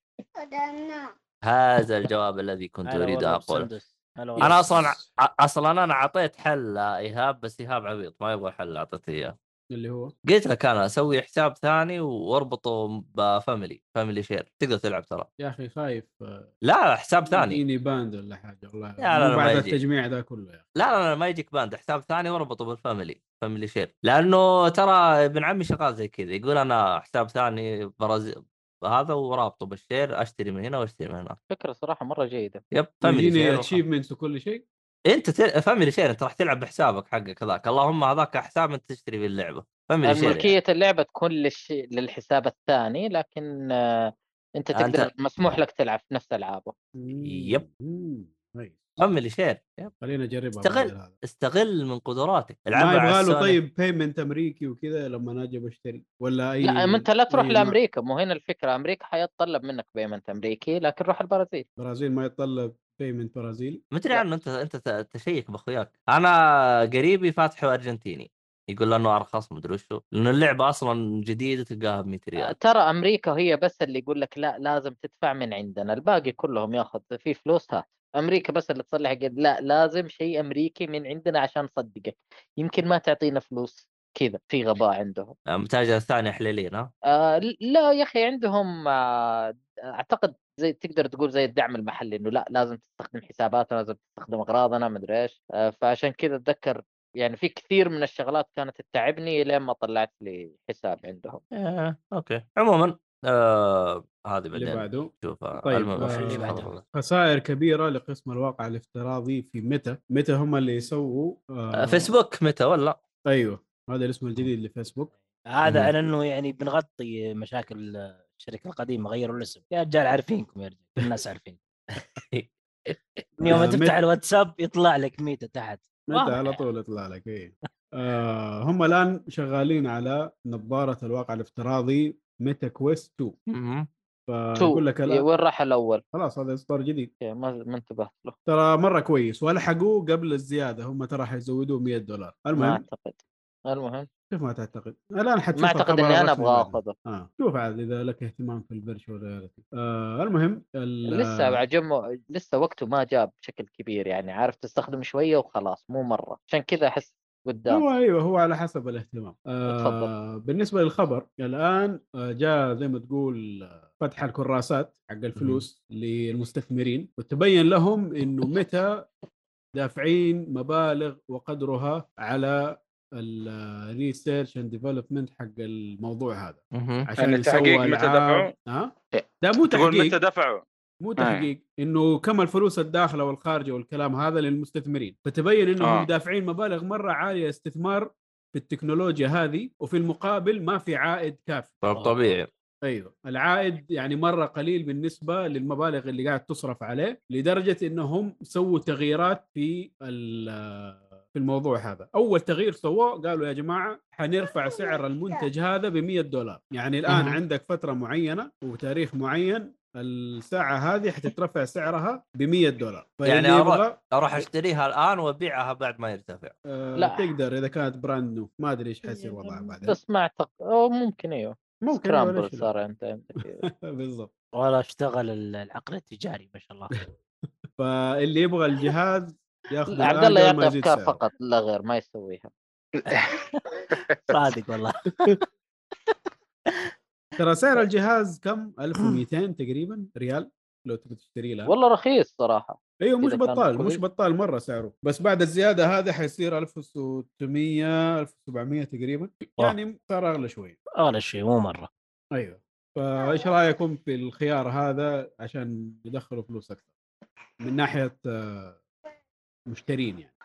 [SPEAKER 6] هذا الجواب الذي كنت
[SPEAKER 4] هلا
[SPEAKER 6] اريد
[SPEAKER 4] والله
[SPEAKER 6] اقوله
[SPEAKER 4] بسندس. هلا والله
[SPEAKER 6] انا اصلا أ- اصلا انا اعطيت حل ايهاب بس ايهاب عبيط ما يبغى حل اعطيته اياه
[SPEAKER 2] اللي هو
[SPEAKER 6] قلت لك انا اسوي حساب ثاني واربطه بفاميلي فاميلي شير تقدر تلعب ترى
[SPEAKER 2] يا اخي خايف آه،
[SPEAKER 6] لا لا حساب ثاني
[SPEAKER 2] يجيني باند ولا حاجه والله
[SPEAKER 6] لا، لا، ما
[SPEAKER 2] مو بعد
[SPEAKER 6] يجي.
[SPEAKER 2] التجميع ذا كله يا
[SPEAKER 6] لا لا لا ما يجيك باند حساب ثاني واربطه بالفاميلي فاميلي شير لانه ترى ابن عمي شغال زي كذا يقول انا حساب ثاني برازيل هذا ورابطه بالشير اشتري من هنا واشتري من هنا
[SPEAKER 3] فكره صراحه مره جيده
[SPEAKER 6] يب
[SPEAKER 2] اخي
[SPEAKER 6] فاميلي
[SPEAKER 2] يجيني
[SPEAKER 6] شير وخلاص.
[SPEAKER 2] اتشيفمنتس وكل شيء
[SPEAKER 6] انت تل... فاميلي شير انت راح تلعب بحسابك حقك هذاك اللهم هذاك حساب انت تشتري في اللعبه فاميلي شير يعني.
[SPEAKER 3] ملكيه اللعبه تكون للش... للحساب الثاني لكن آه، انت
[SPEAKER 6] أنت-
[SPEAKER 3] تقدر مسموح لك تلعب في نفس العابه
[SPEAKER 6] يب.
[SPEAKER 2] مم، كويس.
[SPEAKER 6] فاميلي شير يب.
[SPEAKER 2] خلينا نجربها
[SPEAKER 6] استغل.
[SPEAKER 2] بالموديل هذا.
[SPEAKER 6] استغل من قدراتك
[SPEAKER 2] ما
[SPEAKER 6] العبها على
[SPEAKER 2] يبغى له
[SPEAKER 6] السوني.
[SPEAKER 2] طيب بيمنت امريكي وكذا لما انا اجي بشتري ولا اي
[SPEAKER 3] لا ما انت لا تروح
[SPEAKER 2] أي
[SPEAKER 3] لامريكا مو هنا الفكره امريكا حيتطلب منك بيمنت امريكي لكن روح البرازيل
[SPEAKER 2] برازيل ما يتطلب بيمنت برازيلي
[SPEAKER 6] مدري عنه انت انت ت- تشيك باخوياك انا قريبي فاتحه ارجنتيني يقول لانه ارخص مدري وشو لانه اللعبه اصلا جديده تلقاها ب 100 ريال
[SPEAKER 3] أه، ترى امريكا هي بس اللي يقول لك لا لازم تدفع من عندنا الباقي كلهم ياخذ في فلوس هات امريكا بس اللي تصلح قد لا لازم شيء امريكي من عندنا عشان نصدقك يمكن ما تعطينا فلوس كذا في غباء عندهم
[SPEAKER 2] آه.
[SPEAKER 6] المتاجر الثانيه حليلين ها
[SPEAKER 3] آه ل- لا يا اخي عندهم آه اعتقد زي تقدر تقول زي الدعم المحلي انه لا لازم تستخدم حساباتنا لازم تستخدم اغراضنا مدري ايش آه فعشان كذا اتذكر يعني في كثير من الشغلات كانت تتعبني لين ما طلعت لي حساب عندهم
[SPEAKER 6] آه، اوكي عموما آه هذه
[SPEAKER 2] اللي
[SPEAKER 6] بعدين
[SPEAKER 2] بعده
[SPEAKER 6] شوفها
[SPEAKER 2] طيب،
[SPEAKER 6] المهم
[SPEAKER 2] آه،
[SPEAKER 6] إيش
[SPEAKER 4] اللي
[SPEAKER 6] خبر
[SPEAKER 4] بعده.
[SPEAKER 2] خسائر كبيره لقسم الواقع الافتراضي في ميتا ميتا هم اللي يسووا
[SPEAKER 6] آه،
[SPEAKER 2] آه
[SPEAKER 6] فيسبوك متى ولا
[SPEAKER 2] ايوه هذا الاسم الجديد لفيسبوك
[SPEAKER 4] هذا
[SPEAKER 7] مم.
[SPEAKER 4] على انه يعني بنغطي مشاكل الشركه القديمه غيروا الاسم يا رجال عارفينكم يا رجال كل الناس عارفين من يوم ما
[SPEAKER 2] آه، مت-
[SPEAKER 4] تفتح الواتساب يطلع لك ميتا تحت
[SPEAKER 2] متى
[SPEAKER 4] واضح
[SPEAKER 2] على
[SPEAKER 4] يعني.
[SPEAKER 2] طول يطلع لك ايه آه هم الان شغالين على نظاره الواقع الافتراضي ميتا كويست 2
[SPEAKER 1] مهم.
[SPEAKER 2] فاقول لك
[SPEAKER 3] إيه،
[SPEAKER 2] الآن
[SPEAKER 3] وين راح الاول؟
[SPEAKER 2] خلاص هذا اصدار جديد
[SPEAKER 3] إيه، ما ما انتبهت له
[SPEAKER 2] ترى مره كويس والحقوه قبل الزياده هم ترى حيزودوه 100 دولار
[SPEAKER 3] ما
[SPEAKER 2] المهم
[SPEAKER 3] اعتقد المهم
[SPEAKER 2] كيف ما تعتقد الان حتشوف
[SPEAKER 3] ما اعتقد
[SPEAKER 2] الخبر
[SPEAKER 3] اني انا
[SPEAKER 2] الرسمي
[SPEAKER 3] ابغى
[SPEAKER 2] بعدين.
[SPEAKER 3] اخذه
[SPEAKER 2] آه. شوف عاد اذا لك اهتمام في الفيرتشوال رياليتي آه المهم ال-
[SPEAKER 3] لسه بعد جمه لسه وقته ما جاء بشكل كبير يعني عارف تستخدم شويه وخلاص مو مره عشان كذا احس قدام
[SPEAKER 2] هو ايوه هو على حسب الاهتمام آه
[SPEAKER 3] نعم. اتفضل.
[SPEAKER 2] بالنسبه للخبر الان آه، جاء زي ما تقول آه، فتح الكراسات حق الفلوس للمستثمرين وتبين لهم انه متى دافعين مبالغ وقدرها على آه، الريسيرش اند ديفلوبمنت حق الموضوع هذا
[SPEAKER 1] مهم.
[SPEAKER 2] عشان
[SPEAKER 5] يعني
[SPEAKER 2] يسووا
[SPEAKER 5] تحقيق متى
[SPEAKER 2] ألعاب.
[SPEAKER 5] دفعوا؟
[SPEAKER 2] ها؟
[SPEAKER 5] إيه.
[SPEAKER 2] ده مو
[SPEAKER 5] تقول
[SPEAKER 2] تحقيق
[SPEAKER 5] متى دفعوا؟
[SPEAKER 2] مو تحقيق انه كم الفلوس الداخله والخارجه والكلام هذا للمستثمرين فتبين انهم آه.
[SPEAKER 5] آه.
[SPEAKER 2] دافعين مبالغ مره عاليه استثمار في التكنولوجيا هذه وفي المقابل ما في عائد كافي
[SPEAKER 1] طب طبيعي
[SPEAKER 2] ايوه العائد يعني مره قليل بالنسبه للمبالغ اللي قاعد تصرف عليه لدرجه انهم سووا تغييرات في ال- في الموضوع هذا اول تغيير سووه قالوا يا جماعه حنرفع سعر
[SPEAKER 3] يعني
[SPEAKER 2] المنتج هذا ب 100 دولار يعني الان
[SPEAKER 1] مهم.
[SPEAKER 2] عندك فتره معينه وتاريخ معين الساعه هذه حتترفع سعرها ب 100 دولار فاللي
[SPEAKER 1] يعني أروح-
[SPEAKER 2] يبغى،
[SPEAKER 1] اروح اشتريها الان وابيعها بعد ما يرتفع
[SPEAKER 2] آه
[SPEAKER 3] لا.
[SPEAKER 2] لا. تقدر اذا كانت براند نو ما ادري ايش حيصير وضعها بعدين
[SPEAKER 3] بس ما اعتقد او ممكن ايوه
[SPEAKER 2] ممكن ولا
[SPEAKER 3] سكرامبل
[SPEAKER 2] شيء.
[SPEAKER 3] صار انت عندك
[SPEAKER 2] بالضبط
[SPEAKER 4] والله اشتغل ال- العقل التجاري ما شاء الله
[SPEAKER 2] فاللي يبغى الجهاز ياخذ الآن
[SPEAKER 3] عبد الله
[SPEAKER 2] قبل ما
[SPEAKER 3] يعطي
[SPEAKER 2] يزيد
[SPEAKER 3] افكار
[SPEAKER 2] سعره.
[SPEAKER 3] فقط لا غير ما يسويها
[SPEAKER 4] صادق والله
[SPEAKER 2] ترى
[SPEAKER 3] طيب.
[SPEAKER 2] سعر الجهاز كم 1200 تقريبا ريال لو تبي تشتري لها
[SPEAKER 3] والله رخيص صراحه
[SPEAKER 2] ايوه مش
[SPEAKER 3] إذا كان
[SPEAKER 2] بطال مش
[SPEAKER 3] كويس.
[SPEAKER 2] بطال مره سعره بس بعد الزياده هذا حيصير 1600 1700 تقريبا
[SPEAKER 4] آه.
[SPEAKER 2] يعني صار اغلى شوي
[SPEAKER 4] ولا شيء مو مره
[SPEAKER 3] أيوه.
[SPEAKER 2] ايوه فايش رايكم في الخيار هذا عشان يدخلوا فلوس اكثر من ناحيه آه، مشترين يعني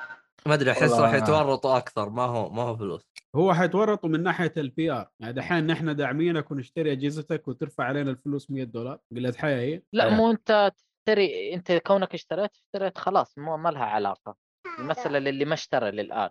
[SPEAKER 1] ما ادري احس
[SPEAKER 7] والله
[SPEAKER 1] راح
[SPEAKER 7] أنا-
[SPEAKER 1] يتورطوا اكثر ما هو ما هو فلوس
[SPEAKER 2] هو حيتورطوا من ناحيه البي ار يعني دحين نحن داعمينك ونشتري اجهزتك وترفع علينا الفلوس 100 دولار قله حياه هي
[SPEAKER 3] لا
[SPEAKER 1] إيه.
[SPEAKER 3] مو انت تشتري انت كونك اشتريت اشتريت خلاص مو ما لها علاقه المساله للي ما اشترى للان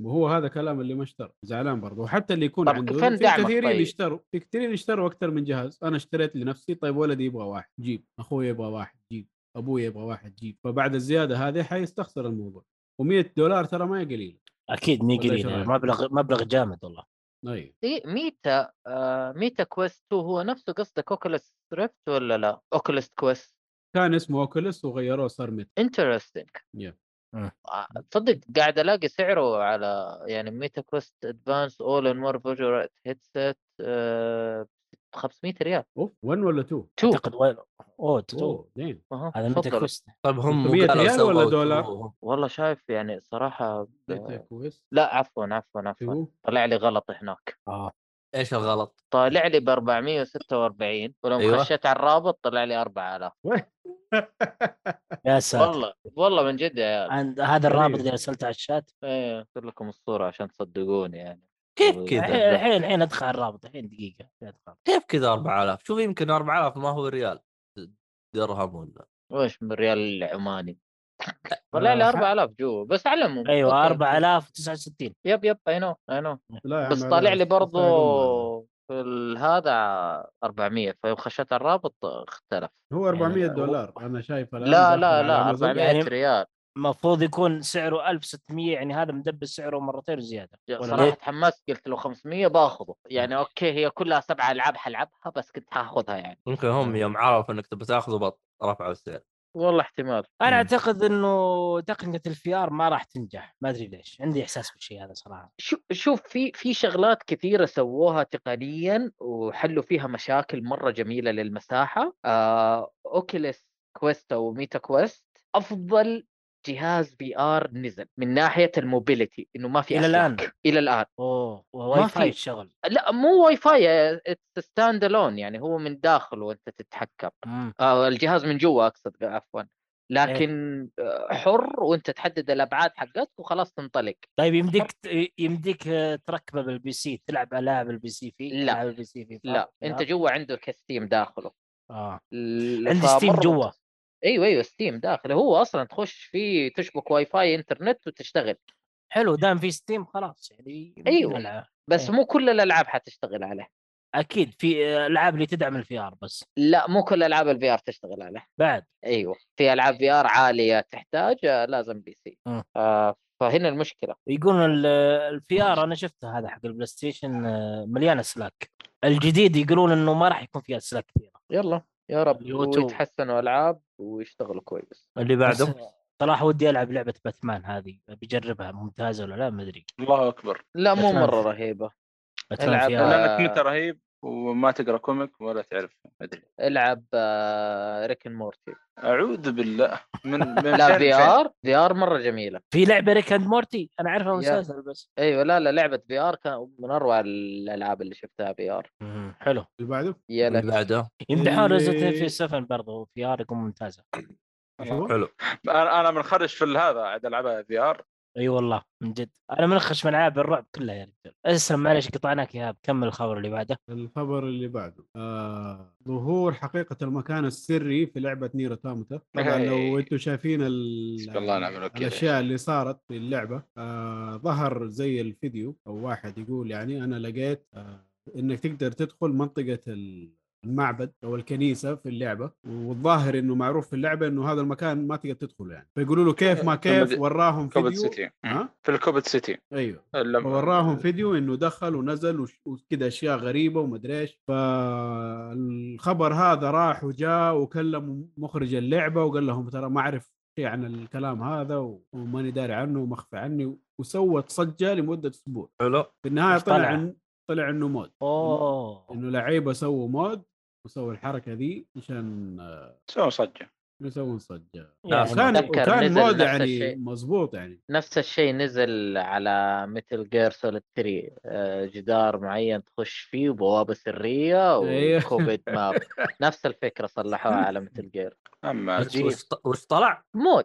[SPEAKER 2] وهو هذا كلام اللي ما اشترى زعلان برضه وحتى اللي يكون
[SPEAKER 3] طب
[SPEAKER 2] عنده
[SPEAKER 3] فين
[SPEAKER 2] في
[SPEAKER 3] دعمك
[SPEAKER 2] كثيرين
[SPEAKER 3] طيب؟
[SPEAKER 2] يشتروا في كثيرين يشتروا اكثر من جهاز انا اشتريت لنفسي طيب ولدي يبغى واحد جيب اخوي يبغى واحد جيب ابوي يبغى واحد جيب فبعد الزياده هذه حيستخسر الموضوع و100 دولار ترى ما هي قليله
[SPEAKER 4] اكيد مي
[SPEAKER 2] والله
[SPEAKER 4] قليل
[SPEAKER 2] شغال.
[SPEAKER 4] مبلغ مبلغ جامد والله
[SPEAKER 2] اي
[SPEAKER 3] إيه، ميتا آه ميتا كويست 2 هو نفسه قصدك اوكلس ريفت ولا لا اوكلس كويست
[SPEAKER 2] كان اسمه اوكوليس وغيروه صار ميتا
[SPEAKER 3] انترستنج
[SPEAKER 2] Yeah.
[SPEAKER 4] مم.
[SPEAKER 3] تصدق آه. قاعد الاقي سعره على يعني ميتا كويست ادفانس اول ان ور فيجوال هيدسيت 500 آه، ريال
[SPEAKER 2] اوف 1 ولا 2
[SPEAKER 3] تو
[SPEAKER 4] اعتقد وين اوه تو
[SPEAKER 2] اوه دين
[SPEAKER 3] أها،
[SPEAKER 4] هذا متى
[SPEAKER 3] تفضل.
[SPEAKER 4] كوست
[SPEAKER 6] طيب،
[SPEAKER 1] طب هم
[SPEAKER 2] 300
[SPEAKER 1] قالوا
[SPEAKER 2] ريال ولا
[SPEAKER 1] سووا
[SPEAKER 2] دولار؟
[SPEAKER 1] تو-
[SPEAKER 3] والله شايف يعني صراحه
[SPEAKER 2] ميتا كويس أيوه.
[SPEAKER 3] لا عفوا عفوا عفوا
[SPEAKER 2] 2
[SPEAKER 3] طلع لي غلط هناك
[SPEAKER 1] ايش الغلط؟
[SPEAKER 3] طالع لي ب 446 ولما
[SPEAKER 1] أيوة.
[SPEAKER 3] أيوة. خشيت على الرابط طلع لي 4000
[SPEAKER 4] يا ساتر
[SPEAKER 3] والله والله من جد يا عيال
[SPEAKER 4] عند هذا الرابط
[SPEAKER 2] غريب.
[SPEAKER 4] اللي ارسلته على الشات
[SPEAKER 3] ايه ارسل لكم الصوره عشان تصدقوني يعني
[SPEAKER 1] كيف
[SPEAKER 3] والله.
[SPEAKER 1] كذا؟
[SPEAKER 4] الحين الحين الحين ادخل على الرابط الحين دقيقه أدخل.
[SPEAKER 1] كيف كذا 4000 شوف يمكن 4000 ما هو ريال درهم ولا
[SPEAKER 3] وش من ريال العماني طلع لي
[SPEAKER 2] آه،
[SPEAKER 3] 4000 جوا بس على العموم
[SPEAKER 4] ايوه
[SPEAKER 3] إيه، أوكي.
[SPEAKER 4] 4069
[SPEAKER 3] يب يب اي نو اي نو
[SPEAKER 2] لا يا
[SPEAKER 3] بس
[SPEAKER 2] عم
[SPEAKER 3] طالع
[SPEAKER 2] علي،
[SPEAKER 3] لي
[SPEAKER 2] بس- بس أقوم
[SPEAKER 3] برضو في ال- هذا 400 فيوم خشيت على الرابط اختلف
[SPEAKER 2] أنا. هو 400
[SPEAKER 3] يعني-
[SPEAKER 2] دولار انا شايف الآن
[SPEAKER 3] لا
[SPEAKER 2] داخل
[SPEAKER 3] لا
[SPEAKER 2] على
[SPEAKER 3] لا
[SPEAKER 2] Amazon.
[SPEAKER 3] 400
[SPEAKER 4] يعني-
[SPEAKER 3] ريال
[SPEAKER 4] المفروض يكون سعره 1600 يعني هذا مدبس سعره مرتين زياده
[SPEAKER 3] صراحه تحمست قلت لو 500 باخذه يعني اوكي هي كلها سبعة العاب حلعبها بس كنت حاخذها يعني
[SPEAKER 1] يمكن هم يوم عرفوا انك تبي تاخذه بط رفعوا السعر
[SPEAKER 3] والله احتمال
[SPEAKER 4] انا اعتقد انه تقنيه الفي ار ما راح تنجح ما ادري ليش عندي احساس بالشيء هذا صراحه
[SPEAKER 3] شو- شوف في في شغلات كثيره سووها تقنيا وحلوا فيها مشاكل مره جميله للمساحه آه، اوكيليس كويست او ميتا كويست افضل جهاز بي ار نزل من ناحيه الموبيليتي انه ما في
[SPEAKER 4] إلى الآن.
[SPEAKER 3] أسلاك. الى الان
[SPEAKER 4] اوه واي فاي
[SPEAKER 3] في.
[SPEAKER 4] الشغل
[SPEAKER 3] لا مو واي فاي ستاند الون يعني هو من داخل وانت تتحكم
[SPEAKER 4] مم. إيه.
[SPEAKER 3] آه، الجهاز من جوا اقصد عفوا لكن آه، حر وانت تحدد الابعاد حقتك وخلاص تنطلق
[SPEAKER 4] طيب
[SPEAKER 3] أه.
[SPEAKER 4] يمديك يمديك آه، تركبه بالبي سي تلعب العاب البي سي فيه
[SPEAKER 3] لا.
[SPEAKER 4] ألعاب البي سي فيه
[SPEAKER 3] لا انت
[SPEAKER 4] نعم.
[SPEAKER 3] جوا عندك ستيم داخله
[SPEAKER 4] اه
[SPEAKER 3] ال-
[SPEAKER 4] عندي ستيم
[SPEAKER 3] فمرة-
[SPEAKER 4] جوا
[SPEAKER 3] ايوه ايوه ستيم داخله هو اصلا تخش فيه تشبك واي فاي انترنت وتشتغل
[SPEAKER 4] حلو دام في ستيم خلاص يعني
[SPEAKER 3] أيوة.
[SPEAKER 4] نلعب.
[SPEAKER 3] بس
[SPEAKER 4] إيه.
[SPEAKER 3] مو كل الالعاب حتشتغل عليه
[SPEAKER 4] اكيد في آه، العاب اللي تدعم الفي ار بس
[SPEAKER 3] لا مو كل العاب الفي ار تشتغل عليه
[SPEAKER 4] بعد
[SPEAKER 3] ايوه في العاب في ار عاليه تحتاج آه، لازم بي سي
[SPEAKER 4] مم.
[SPEAKER 3] آه فهنا المشكله
[SPEAKER 4] يقولون الفي ار انا شفته هذا حق البلاي ستيشن آه، مليان اسلاك الجديد يقولون انه ما راح يكون فيه اسلاك كثيره
[SPEAKER 3] يلا يا رب
[SPEAKER 4] اليوتيوب.
[SPEAKER 3] ويتحسنوا العاب ويشتغلوا كويس
[SPEAKER 1] اللي
[SPEAKER 4] بس
[SPEAKER 1] بعده
[SPEAKER 4] صراحه ودي العب لعبه باتمان هذه بجربها ممتازه ولا لا ما ادري
[SPEAKER 5] الله اكبر
[SPEAKER 3] لا مو
[SPEAKER 4] باتمان.
[SPEAKER 3] مره رهيبه
[SPEAKER 4] باتمان
[SPEAKER 3] العب
[SPEAKER 4] في
[SPEAKER 3] آه.
[SPEAKER 4] ار
[SPEAKER 5] لانك متى رهيب وما تقرا كوميك ولا تعرف ادري
[SPEAKER 3] العب آه ريكن مورتي
[SPEAKER 5] اعوذ بالله من, من
[SPEAKER 3] لا
[SPEAKER 5] فين
[SPEAKER 3] في
[SPEAKER 5] لفين.
[SPEAKER 3] ار في ار مره جميله
[SPEAKER 4] في لعبه ريك اند مورتي انا اعرفها مسلسل بس
[SPEAKER 3] ايوه لا لا لعبه في ار كان من اروع الالعاب اللي شفتها في ار
[SPEAKER 4] مم، حلو
[SPEAKER 2] اللي بعده
[SPEAKER 3] يا
[SPEAKER 1] اللي
[SPEAKER 3] لك
[SPEAKER 1] بعده
[SPEAKER 4] يمدحون
[SPEAKER 2] اللي-
[SPEAKER 4] ريزنت ايفل 7 برضه في ار يكون ممتازه
[SPEAKER 2] أيوة.
[SPEAKER 1] حلو
[SPEAKER 5] انا انا منخرج في هذا عاد العبها في ار
[SPEAKER 4] اي والله من جد انا منخش من العاب الرعب كلها يا رجال اسلم معلش قطعناك يا هاب كمل الخبر اللي بعده
[SPEAKER 2] الخبر اللي بعده آه، ظهور حقيقه المكان السري في لعبه نير اوتوماتا طبعا لو
[SPEAKER 5] هاي.
[SPEAKER 2] انتم شايفين ال-
[SPEAKER 5] بسم الله نعم ونعم الوكيل.
[SPEAKER 2] الاشياء اللي صارت في اللعبه آه، ظهر زي الفيديو او واحد يقول يعني انا لقيت آه، انك تقدر تدخل منطقه ال- المعبد او الكنيسه في اللعبه والظاهر انه معروف في اللعبه انه هذا المكان ما تقدر تدخله يعني فيقولوا له
[SPEAKER 5] آه،
[SPEAKER 2] كيف ما كيف
[SPEAKER 5] كوبد-
[SPEAKER 2] وراهم
[SPEAKER 5] كوبت
[SPEAKER 2] فيديو
[SPEAKER 5] سيتي مم.
[SPEAKER 2] ها
[SPEAKER 5] في الكوبت سيتي
[SPEAKER 2] ايوه
[SPEAKER 5] لما-
[SPEAKER 2] فوراهم فيديو انه دخل ونزل وش- وكذا اشياء غريبه ومدري ايش فالخبر هذا راح وجاء وكلم مخرج اللعبه وقال لهم ترى ما اعرف شيء عن الكلام هذا و- وماني داري عنه ومخفى عني وسوت صجه لمده اسبوع
[SPEAKER 1] حلو
[SPEAKER 2] في النهايه
[SPEAKER 4] إيش طلع؟
[SPEAKER 2] طلع إن- طلع انه مود
[SPEAKER 4] اوه
[SPEAKER 2] انه لعيبه سووا مود وسووا الحركه دي عشان آه،
[SPEAKER 5] سووا صجه
[SPEAKER 2] يسوون صجه
[SPEAKER 1] ناس
[SPEAKER 4] يعني
[SPEAKER 2] وكان
[SPEAKER 3] أتذكر
[SPEAKER 2] وكان
[SPEAKER 3] نزل
[SPEAKER 2] مود
[SPEAKER 3] نفس
[SPEAKER 2] يعني
[SPEAKER 3] الشيء.
[SPEAKER 2] مضبوط يعني
[SPEAKER 3] نفس الشيء نزل على متل جير سوليد 3 آه، جدار معين تخش فيه وبوابه سريه
[SPEAKER 2] أيوه.
[SPEAKER 3] وكوبيد ماب نفس الفكره صلحوها على متل جير
[SPEAKER 5] اما
[SPEAKER 1] بس وش ط- وش طلع؟
[SPEAKER 3] مود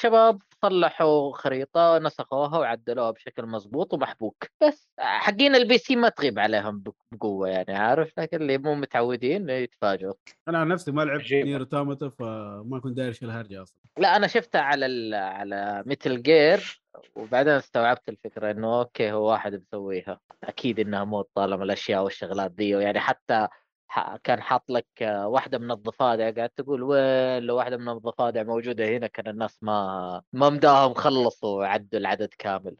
[SPEAKER 3] شباب صلحوا خريطه نسخوها وعدلوها بشكل مزبوط ومحبوك بس آه، حقين البي سي ما تغيب عليهم بق- بقوه يعني عارف لكن اللي مو متعودين يتفاجئوا
[SPEAKER 2] انا عن نفسي ما لعبت
[SPEAKER 5] عجيبة.
[SPEAKER 2] نير اوتوماتا فما كنت داير ايش الهرجه اصلا
[SPEAKER 3] لا انا شفتها على ال... على ميتل جير وبعدين استوعبت الفكره انه اوكي هو واحد مسويها اكيد انها مو طالما الاشياء والشغلات دي يعني حتى ح... كان حاط لك آه، واحده من الضفادع قاعد تقول وين لو واحده من الضفادع موجوده هنا كان الناس ما ما مداهم خلصوا عدوا العدد كامل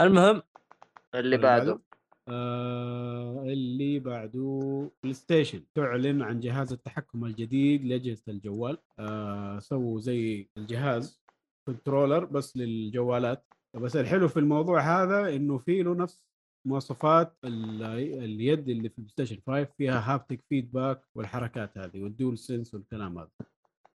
[SPEAKER 1] المهم
[SPEAKER 2] اللي
[SPEAKER 3] اللي
[SPEAKER 5] طيب،
[SPEAKER 3] بعده
[SPEAKER 2] آه اللي بعده بلاي ستيشن تعلن عن جهاز التحكم الجديد لاجهزه الجوال آه سووا زي الجهاز كنترولر بس للجوالات بس الحلو في الموضوع هذا انه في له نفس مواصفات ال- اليد اللي في البلاي ستيشن 5 فيها هابتك فيدباك والحركات هذه والدول سنس والكلام هذا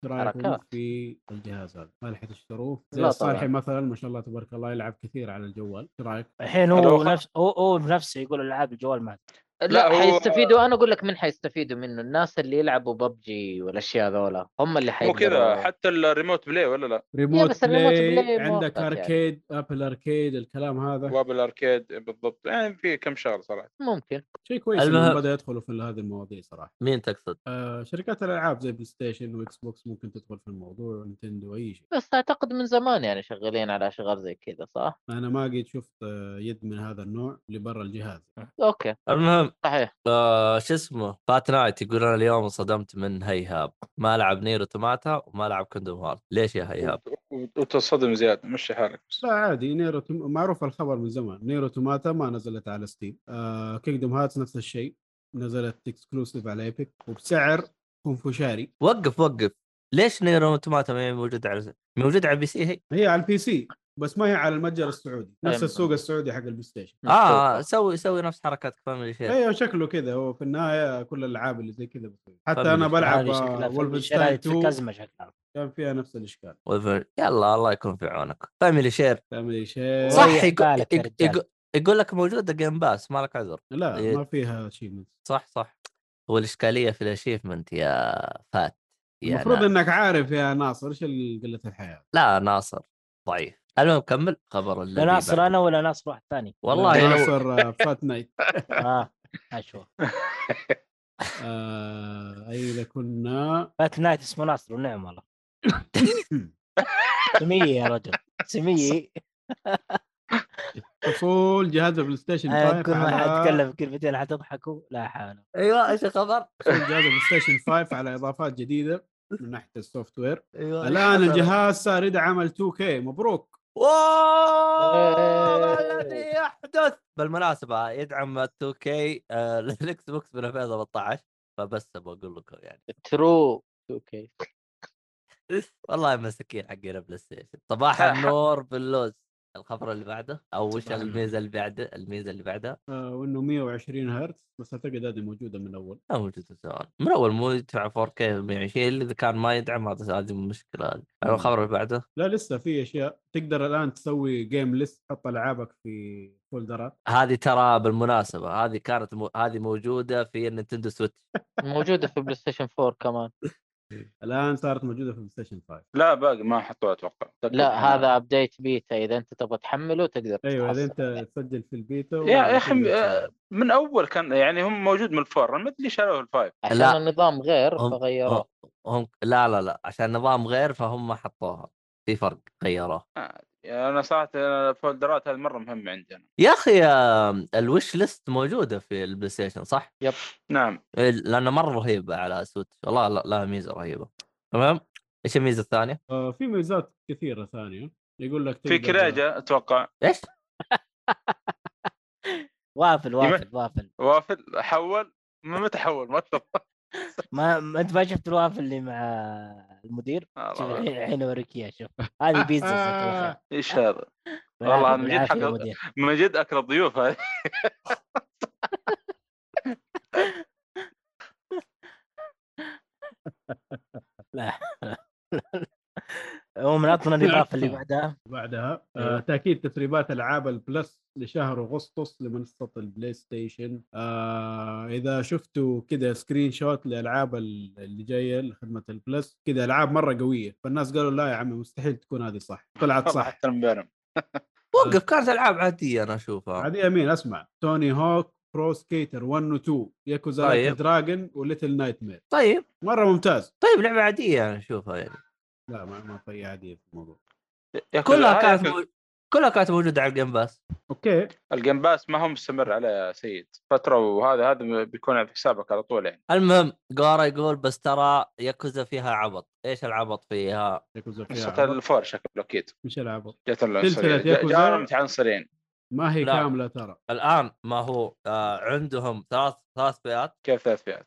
[SPEAKER 2] إيش رايكم
[SPEAKER 3] حركات.
[SPEAKER 2] في الجهاز هذا هل حتشتروه
[SPEAKER 3] لا
[SPEAKER 2] زي
[SPEAKER 3] طبعاً.
[SPEAKER 2] الصالحي مثلا ما شاء الله تبارك الله يلعب كثير على الجوال ايش رايك
[SPEAKER 4] الحين
[SPEAKER 5] أنا
[SPEAKER 4] هو
[SPEAKER 5] وخ-
[SPEAKER 4] نفس هو هو بنفسه يقول العاب الجوال ما
[SPEAKER 3] لا,
[SPEAKER 5] لا، هو-
[SPEAKER 3] حيستفيدوا انا اقول لك من حيستفيدوا منه الناس اللي يلعبوا ببجي والاشياء ذولا هم اللي
[SPEAKER 5] مو
[SPEAKER 3] حيقدروا
[SPEAKER 5] كذا حتى الريموت بلاي ولا لا
[SPEAKER 2] ريموت
[SPEAKER 3] بس الريموت
[SPEAKER 2] بلاي
[SPEAKER 3] بلاي
[SPEAKER 2] عندك
[SPEAKER 3] مؤقت يعني.
[SPEAKER 2] اركيد ابل اركيد الكلام هذا
[SPEAKER 5] باب الاركيد بالضبط يعني في كم شغله صراحه
[SPEAKER 3] ممكن
[SPEAKER 2] شيء كويس
[SPEAKER 1] المهم-
[SPEAKER 2] انهم بدا يدخلوا في هذه المواضيع صراحه
[SPEAKER 1] مين تقصد؟
[SPEAKER 2] آه شركات الالعاب زي بلاي ستيشن واكس بوكس ممكن تدخل في الموضوع ونتندو اي شيء
[SPEAKER 3] بس اعتقد من زمان يعني شغالين على اشغال زي كذا صح؟
[SPEAKER 2] انا ما قد شفت آه، يد من هذا النوع اللي برا الجهاز
[SPEAKER 3] اوكي
[SPEAKER 1] المهم
[SPEAKER 3] صحيح
[SPEAKER 1] آه شو اسمه فات نايت يقول انا اليوم انصدمت من هيهاب ما لعب نير اوتوماتا وما لعب كندوم هارت ليش يا هيهاب؟
[SPEAKER 5] وت- وتنصدم زياده مشي حالك
[SPEAKER 2] لا عادي نيرو توم- معروف الخبر من زمان نيرو توماتا ما نزلت على ستيم آه كينجدوم هاتس نفس الشيء نزلت اكسكلوسيف على ايبك وبسعر خنفشاري
[SPEAKER 1] وقف وقف ليش نير اوتوماتا ما هي موجوده على موجوده على البي سي هي؟
[SPEAKER 2] هي على البي سي بس ما هي على المتجر السعودي نفس
[SPEAKER 3] أيوة.
[SPEAKER 2] السوق السعودي حق البلاي ستيشن
[SPEAKER 1] اه سوي سوي نفس حركات فاميلي شير
[SPEAKER 2] ايوه شكله كذا هو في النهايه كل الالعاب اللي زي كذا بتصير حتى
[SPEAKER 1] فبالفعل
[SPEAKER 2] انا بلعب
[SPEAKER 4] هذه
[SPEAKER 5] آه،
[SPEAKER 4] شكلها في
[SPEAKER 2] ولفنشتاين
[SPEAKER 4] الشرايط في
[SPEAKER 2] 2
[SPEAKER 4] كازمه شكلها
[SPEAKER 2] كان فيها نفس الاشكال
[SPEAKER 1] يلا الله يكون في عونك فاميلي شير
[SPEAKER 2] تعمل شيء
[SPEAKER 4] صح.
[SPEAKER 1] صح
[SPEAKER 4] ريح
[SPEAKER 1] يقو-
[SPEAKER 4] بالك يا
[SPEAKER 1] يقو-
[SPEAKER 4] رجال.
[SPEAKER 1] يقو- يقول لك موجوده جيم باس ما لك عذر
[SPEAKER 2] لا
[SPEAKER 1] إيه.
[SPEAKER 2] ما فيها شيء من
[SPEAKER 1] صح صح هو الاشكاليه في الاشيفمنت يا فات
[SPEAKER 2] المفروض
[SPEAKER 6] يعني
[SPEAKER 2] انك عارف يا ناصر ايش ال- قله الحياه
[SPEAKER 6] لا ناصر ضعيف المهم كمل خبر
[SPEAKER 4] لا
[SPEAKER 6] الذي
[SPEAKER 4] ناصر
[SPEAKER 6] بعد.
[SPEAKER 4] انا ولا ناصر واحد ثاني
[SPEAKER 6] والله لو
[SPEAKER 2] ناصر آه، فات نايت
[SPEAKER 4] اه اشوف
[SPEAKER 2] آه، اين كنا
[SPEAKER 4] فات نايت اسمه ناصر ونعم والله سميه يا رجل سميه
[SPEAKER 2] فصول جهاز البلاي ستيشن 5
[SPEAKER 4] آه، كل ما
[SPEAKER 2] على-
[SPEAKER 4] حتكلم كلمتين حتضحكوا لا حول
[SPEAKER 6] ايوه ايش الخبر؟
[SPEAKER 2] فصول جهاز البلاي ستيشن 5 على اضافات جديده من ناحيه السوفت وير
[SPEAKER 6] ايوه
[SPEAKER 2] الان
[SPEAKER 6] حصل.
[SPEAKER 2] الجهاز صار يدعم ال 2K مبروك
[SPEAKER 6] واو
[SPEAKER 4] إيه.
[SPEAKER 6] الذي يحدث بالمناسبه يدعم 2 كي الاكس بوكس من 2017 فبس ابغى اقول لكم يعني
[SPEAKER 3] ترو اوكي
[SPEAKER 6] والله مساكين حقين بلاي ستيشن صباح النور باللوز الخبر اللي بعده او وش
[SPEAKER 2] صباح النور.
[SPEAKER 6] الميزه اللي بعده الميزه اللي بعدها
[SPEAKER 2] آه، وانه 120 هرتز بس اعتقد هذه موجوده من الاول
[SPEAKER 6] لا موجود سؤال من اول مو يدفع 4K 120 اللي اذا كان ما يدعم هذا هذه المشكله هذه
[SPEAKER 2] مم.
[SPEAKER 6] الخبر اللي بعده
[SPEAKER 2] لا لسه في اشياء تقدر الان تسوي جيم ليست تحط العابك في فولدرات
[SPEAKER 6] هذه ترى بالمناسبه هذه كانت مو... هذه موجوده في النينتندو سويتش
[SPEAKER 3] موجوده في بلاي ستيشن 4 كمان
[SPEAKER 2] الان صارت موجوده في البلاي ستيشن 5
[SPEAKER 5] لا باقي ما حطوها اتوقع
[SPEAKER 3] لا هذا ابديت بيتا اذا انت تبغى تحمله تقدر يعني
[SPEAKER 2] ايوه اذا انت
[SPEAKER 3] تتحصل عليه.
[SPEAKER 2] تسجل في البيتا
[SPEAKER 5] يا أخي،
[SPEAKER 2] وتقدر
[SPEAKER 5] آه،
[SPEAKER 2] تسوي.
[SPEAKER 5] من اول كان يعني هم موجود من الفور أنا ما ادري شالوه الفايف
[SPEAKER 3] عشان
[SPEAKER 6] لا.
[SPEAKER 3] النظام غير
[SPEAKER 6] هم-
[SPEAKER 3] فغيروه
[SPEAKER 6] هم لا لا لا عشان نظام غير فهم حطوها في فرق غيروه
[SPEAKER 5] انا صراحه يعني الفولدرات هذه مره مهمه عندنا
[SPEAKER 6] يا اخي آم، الوش ليست موجوده في البلاي ستيشن صح؟
[SPEAKER 5] نعم
[SPEAKER 6] إيه، لانه مره رهيبه على سويتش والله لا, لا ميزه رهيبه تمام ايش الميزه الثانيه؟
[SPEAKER 2] آه، في ميزات كثيره ثانيه يقول لك
[SPEAKER 5] في
[SPEAKER 2] تقدر-
[SPEAKER 5] كريجه اتوقع
[SPEAKER 6] ايش؟
[SPEAKER 4] وافل وافل
[SPEAKER 5] يبقى-
[SPEAKER 4] وافل
[SPEAKER 5] وافل حول من متى حول ما اتوقع
[SPEAKER 4] ما ما- انت ما شفت الوافل اللي مع المدير شوف الحين الحين اوريك اياه شوف هذه بيتزا جزاك الله خير.
[SPEAKER 5] ايش هذا؟ آه. والله
[SPEAKER 4] بالعافية-
[SPEAKER 5] أنا من جد
[SPEAKER 4] بالعافية يا
[SPEAKER 5] حقق-
[SPEAKER 4] مدير.
[SPEAKER 5] من جد اكل الضيوف هذه
[SPEAKER 4] عموما عطنا الاضافه اللي بعدها
[SPEAKER 2] بعدها
[SPEAKER 4] أيوة.
[SPEAKER 2] آه، تاكيد تسريبات العاب البلس لشهر اغسطس لمنصه البلاي ستيشن آه، اذا شفتوا كذا سكرين شوت لالعاب ال- اللي جايه لخدمه البلس كذا العاب مره قويه فالناس قالوا لا يا عمي مستحيل تكون هذه صح طلعت صح
[SPEAKER 5] حتى المبارم
[SPEAKER 6] وقف كانت العاب عاديه انا اشوفها
[SPEAKER 2] عادي امين اسمع توني هوك برو سكيتر 1 و 2 ياكوزا
[SPEAKER 6] طيب.
[SPEAKER 2] طيب. دراجون وليتل نايت مير
[SPEAKER 6] طيب
[SPEAKER 2] مره ممتاز
[SPEAKER 6] طيب لعبه عاديه انا اشوفها يعني
[SPEAKER 2] لا ما ما في عاديه في الموضوع
[SPEAKER 5] آه،
[SPEAKER 6] كلها كانت مو... كلها كانت موجوده على الجيم باس
[SPEAKER 2] اوكي
[SPEAKER 5] الجيم باس ما هو مستمر عليه يا سيد فتره وهذا هذا بيكون في حسابك على طول يعني
[SPEAKER 6] المهم جورا يقول بس ترى ياكوزا فيها عبط ايش العبط فيها؟
[SPEAKER 2] ياكوزا فيها
[SPEAKER 5] نسخه
[SPEAKER 2] عبط.
[SPEAKER 5] الفور شكله اكيد
[SPEAKER 2] مش العبط
[SPEAKER 5] جت
[SPEAKER 2] سلسلة
[SPEAKER 5] العنصريه
[SPEAKER 2] ياكوزا.
[SPEAKER 5] جانا متعنصرين
[SPEAKER 2] ما هي
[SPEAKER 6] لا.
[SPEAKER 2] كامله ترى
[SPEAKER 6] الان ما هو آه عندهم ثلاث ثلاث فئات
[SPEAKER 5] كيف ثلاث فئات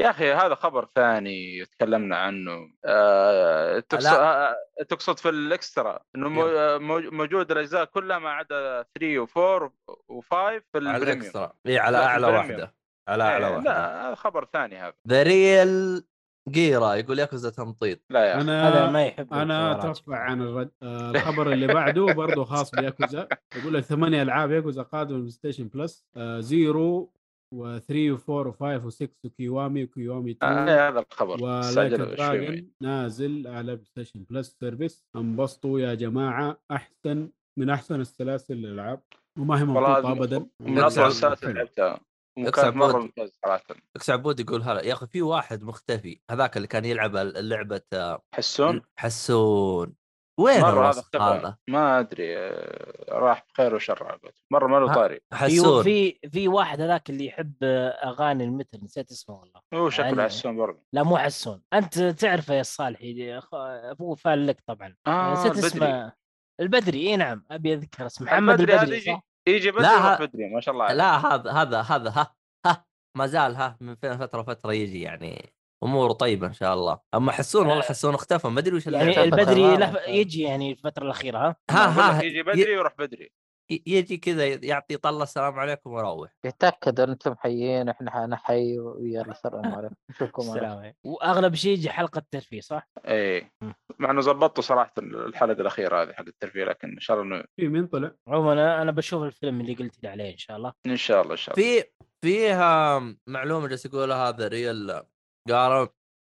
[SPEAKER 5] يا اخي هذا خبر ثاني تكلمنا عنه آه، تقصد, آه، تقصد في الاكسترا انه مو- آه، مو- موجود الاجزاء كلها ما عدا 3 و4 و5 في
[SPEAKER 6] على
[SPEAKER 5] البريميوم
[SPEAKER 6] الاكسترا اي على
[SPEAKER 5] لا، في
[SPEAKER 6] اعلى
[SPEAKER 5] البريميوم.
[SPEAKER 6] واحده على اعلى
[SPEAKER 5] إيه،
[SPEAKER 6] واحده
[SPEAKER 5] لا هذا خبر ثاني هذا
[SPEAKER 6] ذا ريل جيرا يقول ياكوزا تمطيط
[SPEAKER 5] لا يا اخي
[SPEAKER 4] هذا
[SPEAKER 2] انا
[SPEAKER 4] ما يحب
[SPEAKER 5] آه،
[SPEAKER 2] انا
[SPEAKER 4] الحوارات.
[SPEAKER 2] اترفع عن الرد... آه، الخبر اللي بعده برضه خاص بياكوزا يقول لك ثمانية العاب ياكوزا قادمه للبلاي ستيشن بلس آه، زيرو و3 و4 و5 و6 وكيوامي وكيوامي 2
[SPEAKER 5] آه، هذا الخبر
[SPEAKER 2] ولايك
[SPEAKER 5] استعجلوا شوي.
[SPEAKER 2] دراجون نازل على بلاي ستيشن بلس سيرفيس انبسطوا يا جماعه احسن من احسن السلاسل الالعاب وما هي
[SPEAKER 5] والله
[SPEAKER 2] ممقوطه ابدا
[SPEAKER 5] من افضل
[SPEAKER 6] نكسر-
[SPEAKER 5] السلاسل اللي
[SPEAKER 2] حلو.
[SPEAKER 5] لعبتها
[SPEAKER 6] نكسر
[SPEAKER 5] وكانت مره
[SPEAKER 6] بود.
[SPEAKER 5] ممتازه صراحه
[SPEAKER 6] اكس عبود يقول هلا يا اخي في واحد مختفي هذاك اللي كان يلعب ال- لعبه آه،
[SPEAKER 5] حسون
[SPEAKER 6] حسون وين
[SPEAKER 5] مره هذا
[SPEAKER 6] الوسخ
[SPEAKER 5] اختفى
[SPEAKER 6] هذا
[SPEAKER 5] ما ادري آه، راح بخير وشر على قولتهم. مره ما له
[SPEAKER 6] ها.
[SPEAKER 5] طاري
[SPEAKER 4] في
[SPEAKER 6] حسون
[SPEAKER 4] في في واحد هذاك اللي يحب اغاني المثل نسيت اسمه والله
[SPEAKER 5] هو شكله
[SPEAKER 4] علي.
[SPEAKER 5] حسون برضه
[SPEAKER 4] لا مو حسون انت تعرفه يا الصالحي أخ- ابوه فال لك طبعا
[SPEAKER 5] اه
[SPEAKER 4] نسيت
[SPEAKER 5] البدري
[SPEAKER 4] اسمه البدري اي نعم ابي اذكر اسمه محمد
[SPEAKER 5] البدري هذا
[SPEAKER 4] البدري
[SPEAKER 5] يجي-
[SPEAKER 4] صح؟
[SPEAKER 5] يجي بدري
[SPEAKER 6] ها-
[SPEAKER 5] ويروح بدري ما شاء الله عليه.
[SPEAKER 6] لا هذا هذا هذا ها ها ما زال ها من فين فتره فتره يجي يعني اموره طيبه ان شاء الله اما حسون والله حسون اختفى ما ادري وش اللي
[SPEAKER 4] آه. يعني
[SPEAKER 6] حصل.
[SPEAKER 4] البدري
[SPEAKER 3] تمام،
[SPEAKER 4] له
[SPEAKER 3] تمام.
[SPEAKER 4] يجي يعني الفتره الاخيره ها
[SPEAKER 6] ها
[SPEAKER 5] أقول
[SPEAKER 6] ها
[SPEAKER 5] لك
[SPEAKER 4] إيه.
[SPEAKER 5] يجي
[SPEAKER 6] ي-
[SPEAKER 5] بدري ويروح بدري
[SPEAKER 6] ي- يجي كذا يعطي طله السلام عليكم ويروح
[SPEAKER 3] يتاكد انتم حيين احنا انا حي ويلا سلام عليكم نشوفكم على
[SPEAKER 4] السلام عليكم. واغلب شيء يجي حلقه ترفيه صح؟
[SPEAKER 5] اي إيه. مع انه ظبطته صراحه الحلقه الاخيره هذه حق الترفيه لكن ان شاء الله إنه-
[SPEAKER 2] في مين طلع؟
[SPEAKER 4] عموما أنا- انا بشوف الفيلم اللي قلت لي عليه ان شاء الله
[SPEAKER 5] ان شاء الله ان شاء الله
[SPEAKER 6] في فيها معلومه جالس يقولها هذا ريال قالوا آه،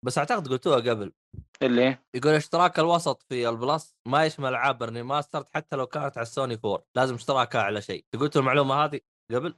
[SPEAKER 6] بس اعتقد قلتوها قبل
[SPEAKER 5] اللي
[SPEAKER 6] يقول اشتراك الوسط في البلس ما يشمل العاب برني ماسترد حتى لو كانت على السوني 4 لازم اشتراكها على شيء قلت المعلومه هذه قبل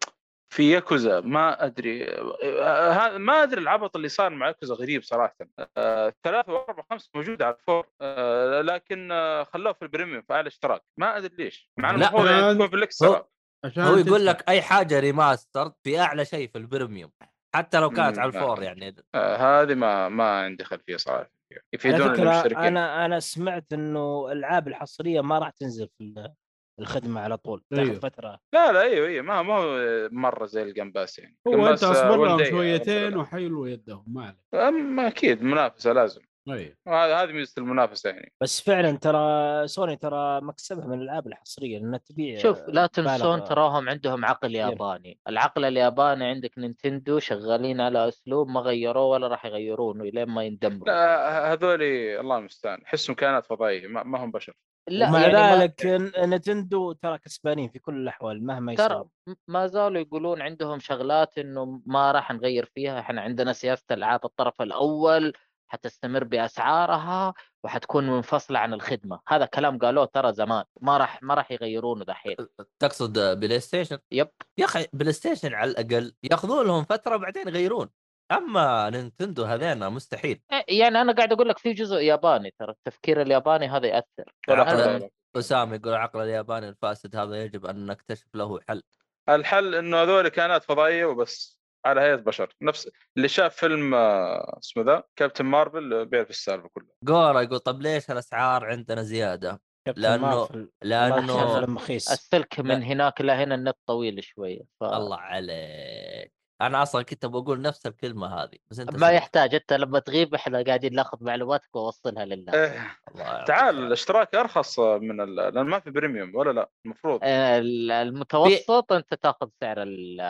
[SPEAKER 5] في ياكوزا ما ادري آه، هذا ما ادري العبط اللي صار مع ياكوزا غريب صراحه آه، ثلاثة وأربعة خمسة موجودة على الفور آه، لكن آه، خلوه في البريميوم في اعلى اشتراك ما ادري ليش مع
[SPEAKER 6] لا،
[SPEAKER 5] المفروض
[SPEAKER 2] آه،
[SPEAKER 5] يعني تكون في الاكس
[SPEAKER 6] هو-
[SPEAKER 2] عشان
[SPEAKER 6] هو يقول
[SPEAKER 2] تدفع.
[SPEAKER 6] لك اي حاجه ريماسترد في اعلى شيء في البريميوم حتى لو كانت
[SPEAKER 5] مم،
[SPEAKER 6] على الفور
[SPEAKER 5] آه.
[SPEAKER 6] يعني
[SPEAKER 5] آه، هذه ما ما عندي خلفيه صراحه يفيدون
[SPEAKER 4] على فكره
[SPEAKER 5] المشتركين
[SPEAKER 4] انا انا سمعت انه الالعاب الحصريه ما راح تنزل في ال- الخدمه على طول تاخذ
[SPEAKER 2] أيوه.
[SPEAKER 4] فتره
[SPEAKER 5] لا لا ايوه ايوه ما ما هو مره زي الجمباس يعني
[SPEAKER 2] هو انت
[SPEAKER 5] الجمباس، آه،
[SPEAKER 2] اصبر لهم
[SPEAKER 5] one day،
[SPEAKER 2] شويتين
[SPEAKER 5] آه،
[SPEAKER 2] وحيلوا يدهم ما عليك
[SPEAKER 5] اما اكيد منافسه لازم
[SPEAKER 2] طيب
[SPEAKER 5] وهذا هذه ميزه المنافسه يعني
[SPEAKER 4] بس فعلا ترى سوني ترى مكسبها من الالعاب الحصريه لانها تبيع
[SPEAKER 3] شوف لا
[SPEAKER 4] مبالغ.
[SPEAKER 3] تنسون تراهم عندهم عقل
[SPEAKER 4] كبيرة.
[SPEAKER 3] ياباني العقل الياباني عندك نينتندو شغالين على اسلوب ما غيروه ولا راح يغيرونه لين ما يندمروا
[SPEAKER 5] لا هذول الله المستعان احسهم كائنات فضائيه ما, ما هم بشر
[SPEAKER 3] لا
[SPEAKER 4] ومع
[SPEAKER 3] يعني ما-
[SPEAKER 4] ذلك ن- نتندو ترى كسبانين في كل الاحوال مهما
[SPEAKER 3] ترى
[SPEAKER 4] يصير
[SPEAKER 3] م- ما زالوا يقولون عندهم شغلات انه ما راح نغير فيها احنا عندنا سياسه العاب الطرف الاول حتستمر باسعارها وحتكون منفصله عن الخدمه هذا كلام قالوه ترى زمان ما راح ما راح يغيرونه دحين
[SPEAKER 6] تقصد بلاي ستيشن
[SPEAKER 3] يب
[SPEAKER 6] يا اخي بلاي ستيشن على الاقل ياخذون لهم فتره بعدين يغيرون اما نينتندو هذين مستحيل
[SPEAKER 3] إيه، يعني انا قاعد اقول لك في جزء ياباني ترى التفكير الياباني هذا ياثر
[SPEAKER 5] ولا
[SPEAKER 3] أنا-
[SPEAKER 5] حول ولا
[SPEAKER 6] اسامه يقول العقل الياباني الفاسد هذا يجب ان نكتشف له حل
[SPEAKER 5] الحل انه هذول كائنات فضائيه وبس على هيئه بشر نفس اللي شاف فيلم آه، اسمه ذا كابتن مارفل آه، بيعرف السالفه كلها
[SPEAKER 6] جورا يقول طب ليش الاسعار عندنا زياده؟
[SPEAKER 4] كابتن
[SPEAKER 6] لأنه-
[SPEAKER 4] مارفل-
[SPEAKER 6] لانه
[SPEAKER 4] مارفل فيلم رخيص
[SPEAKER 3] السلك من هناك لهنا النت طويل شويه ف...
[SPEAKER 5] آه.
[SPEAKER 6] الله عليك انا اصلا كنت بقول نفس الكلمه هذه بس انت
[SPEAKER 3] ما
[SPEAKER 6] سمعت.
[SPEAKER 3] يحتاج انت لما تغيب احنا قاعدين ناخذ معلوماتك واوصلها لله
[SPEAKER 5] إيه،
[SPEAKER 6] الله يعطيك
[SPEAKER 5] تعال
[SPEAKER 6] العافية.
[SPEAKER 5] الاشتراك ارخص من ال... لان ما في بريميوم ولا لا المفروض
[SPEAKER 3] إيه. ال- المتوسط انت تاخذ سعر ال-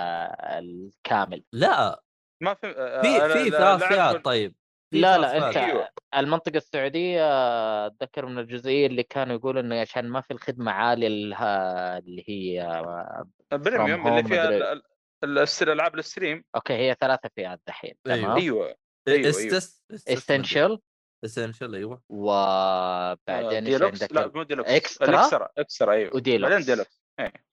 [SPEAKER 3] الكامل
[SPEAKER 6] لا
[SPEAKER 5] ما في آه،
[SPEAKER 6] في
[SPEAKER 5] أنا-
[SPEAKER 6] في
[SPEAKER 5] لا-
[SPEAKER 6] ثلاث
[SPEAKER 5] لا أقول-
[SPEAKER 6] فئات طيب في
[SPEAKER 3] لا
[SPEAKER 6] ثلاث
[SPEAKER 3] لا
[SPEAKER 6] فئات.
[SPEAKER 3] انت
[SPEAKER 5] أيوة.
[SPEAKER 3] المنطقه السعوديه اتذكر من الجزئيه اللي كانوا يقولوا انه عشان ما في الخدمه عاليه لها- اللي هي
[SPEAKER 5] بريميوم
[SPEAKER 3] From
[SPEAKER 5] اللي
[SPEAKER 3] home
[SPEAKER 5] فيها
[SPEAKER 3] مدري.
[SPEAKER 5] ال- ال- الأس- الالعاب الستريم
[SPEAKER 3] اوكي هي ثلاثه فئات دحين
[SPEAKER 6] أيوة.
[SPEAKER 3] تمام
[SPEAKER 5] ايوه أيوة، أيوة.
[SPEAKER 6] استس
[SPEAKER 5] آه،
[SPEAKER 3] اسنشال
[SPEAKER 6] اسنشال ايوه
[SPEAKER 3] وبعدين ايش
[SPEAKER 5] ديلوكس
[SPEAKER 3] عندك
[SPEAKER 5] لا مو ديلوكس
[SPEAKER 3] إكسترا؟
[SPEAKER 5] الاكسترا اكسترا ايوه
[SPEAKER 3] وديلوكس.
[SPEAKER 5] بعدين ديلوكس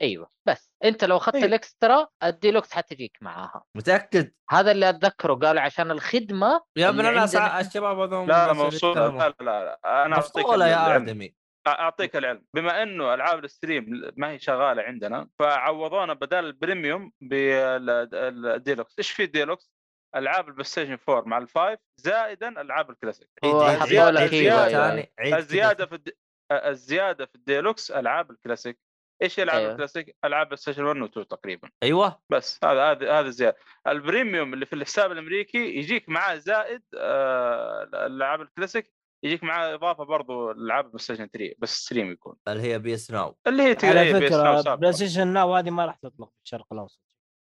[SPEAKER 3] ايوه بس انت لو اخذت
[SPEAKER 5] أيوة.
[SPEAKER 3] الاكسترا الديلوكس حتجيك معاها
[SPEAKER 6] متاكد
[SPEAKER 3] هذا اللي اتذكره قالوا عشان الخدمه
[SPEAKER 6] يا ابن
[SPEAKER 3] اللي
[SPEAKER 6] الناس
[SPEAKER 3] عندنا-
[SPEAKER 6] الشباب هذول
[SPEAKER 5] يعني لا لا موصولة لا لا, لا. انا اعطيك
[SPEAKER 6] مفصوله يا
[SPEAKER 5] العلم.
[SPEAKER 6] ادمي
[SPEAKER 5] اعطيك العلم بما انه العاب الستريم ما هي شغاله عندنا فعوضونا بدل البريميوم بالديلوكس ايش في ديلوكس؟ العاب البلاي ستيشن 4 مع الفايف زائدا العاب الكلاسيك
[SPEAKER 3] هو
[SPEAKER 6] عيد-
[SPEAKER 5] حطوا
[SPEAKER 6] عيد-
[SPEAKER 5] لك
[SPEAKER 6] عيد
[SPEAKER 5] إيوه،
[SPEAKER 6] كذا
[SPEAKER 5] أيوة.
[SPEAKER 6] ثاني، عيد كذا
[SPEAKER 5] الزياده في الد... الزياده في الديلوكس العاب الكلاسيك ايش العاب
[SPEAKER 3] أيوة.
[SPEAKER 5] أيوة. الكلاسيك؟ العاب بلاي ستيشن 1 و 2 تقريبا
[SPEAKER 6] ايوه
[SPEAKER 5] بس هذا هذا هذا الزياده البريميوم اللي في الحساب الامريكي يجيك معاه زائد آه، الالعاب الكلاسيك يجيك معاه اضافه برضو العاب بلاي ستيشن 3 بس ستريم يكون
[SPEAKER 6] اللي هي بي اس ناو
[SPEAKER 5] اللي هي تقريباً
[SPEAKER 3] إيه،
[SPEAKER 4] على
[SPEAKER 5] بي إس ناو
[SPEAKER 4] فكره
[SPEAKER 5] سابقاً.
[SPEAKER 4] بلاي ستيشن ناو هذه ما راح تطلق في الشرق الاوسط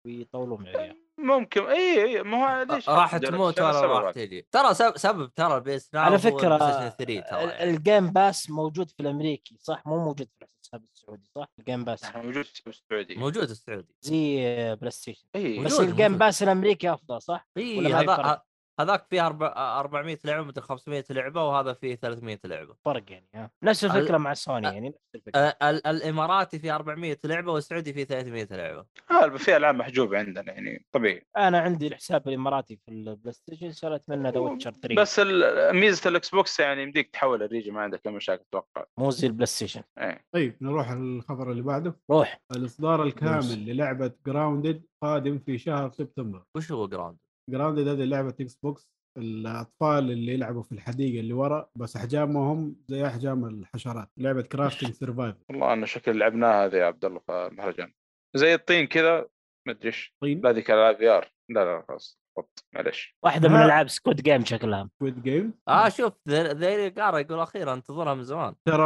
[SPEAKER 4] بيطولون
[SPEAKER 6] إيه،
[SPEAKER 4] عريان
[SPEAKER 5] ممكن اي اي ما
[SPEAKER 4] آه،
[SPEAKER 5] هو ليش
[SPEAKER 6] راح
[SPEAKER 5] يحط
[SPEAKER 6] تموت
[SPEAKER 5] ديلوكس؟
[SPEAKER 6] ولا
[SPEAKER 5] السبب
[SPEAKER 6] راح
[SPEAKER 5] هذا.
[SPEAKER 6] تجي ترى سب- سبب ترى بي اس ناو
[SPEAKER 4] على
[SPEAKER 6] هو
[SPEAKER 4] فكرة،
[SPEAKER 6] PlayStation 3 ترى
[SPEAKER 4] ال-
[SPEAKER 6] يعني.
[SPEAKER 4] الجيم باس موجود في الامريكي صح مو موجود في الحساب السعودي صح الجيم باس
[SPEAKER 5] يعني موجود في السعوديه
[SPEAKER 6] موجود السعودي
[SPEAKER 4] زي بلاي ستيشن
[SPEAKER 5] اي
[SPEAKER 4] بس
[SPEAKER 6] موجود،
[SPEAKER 4] الجيم
[SPEAKER 6] موجود.
[SPEAKER 4] باس الامريكي افضل صح؟ ولا
[SPEAKER 6] اي
[SPEAKER 4] ما
[SPEAKER 6] إيه، هذا
[SPEAKER 4] يفرق؟
[SPEAKER 6] ه- هذاك فيه أربع- 400 لعبه مثل 500 لعبه وهذا فيه 300 لعبه
[SPEAKER 4] فرق يعني ها. نفس
[SPEAKER 6] ال-
[SPEAKER 4] الفكره مع سوني يعني نفس الفكره
[SPEAKER 6] آه، ال- الاماراتي فيه 400 لعبه والسعودي فيه 300 لعبه
[SPEAKER 5] هذا في العاب محجوبه عندنا يعني طبيعي
[SPEAKER 4] انا عندي الحساب الاماراتي في البلاي ستيشن شريت منه ذا ويتشر 3
[SPEAKER 5] بس
[SPEAKER 4] بس
[SPEAKER 5] ال- ميزه الاكس بوكس يعني يمديك تحول الريجن ما عندك اي مشاكل اتوقع
[SPEAKER 4] مو زي البلاي ستيشن
[SPEAKER 5] إيه.
[SPEAKER 2] طيب نروح الخبر اللي بعده
[SPEAKER 4] روح
[SPEAKER 2] الاصدار
[SPEAKER 4] بس.
[SPEAKER 2] الكامل للعبه جراوندد قادم في شهر سبتمبر
[SPEAKER 6] وش هو جراوند؟
[SPEAKER 2] جراوندد هذه لعبه اكس بوكس الاطفال اللي يلعبوا في الحديقه اللي ورا بس احجامهم زي احجام الحشرات لعبه كرافتنج سرفايف
[SPEAKER 5] والله انا شكل لعبناها هذه يا عبد الله في المهرجان زي الطين كذا ما ادري ايش
[SPEAKER 2] طين
[SPEAKER 5] لا ذيك العاب في ار لا لا خلاص بط. معلش
[SPEAKER 4] واحده من
[SPEAKER 2] ها.
[SPEAKER 4] العاب سكوت جيم شكلها
[SPEAKER 2] كويت جيم
[SPEAKER 6] اه شوف ذيري قارا يقول اخيرا انتظرها من زمان
[SPEAKER 2] ترى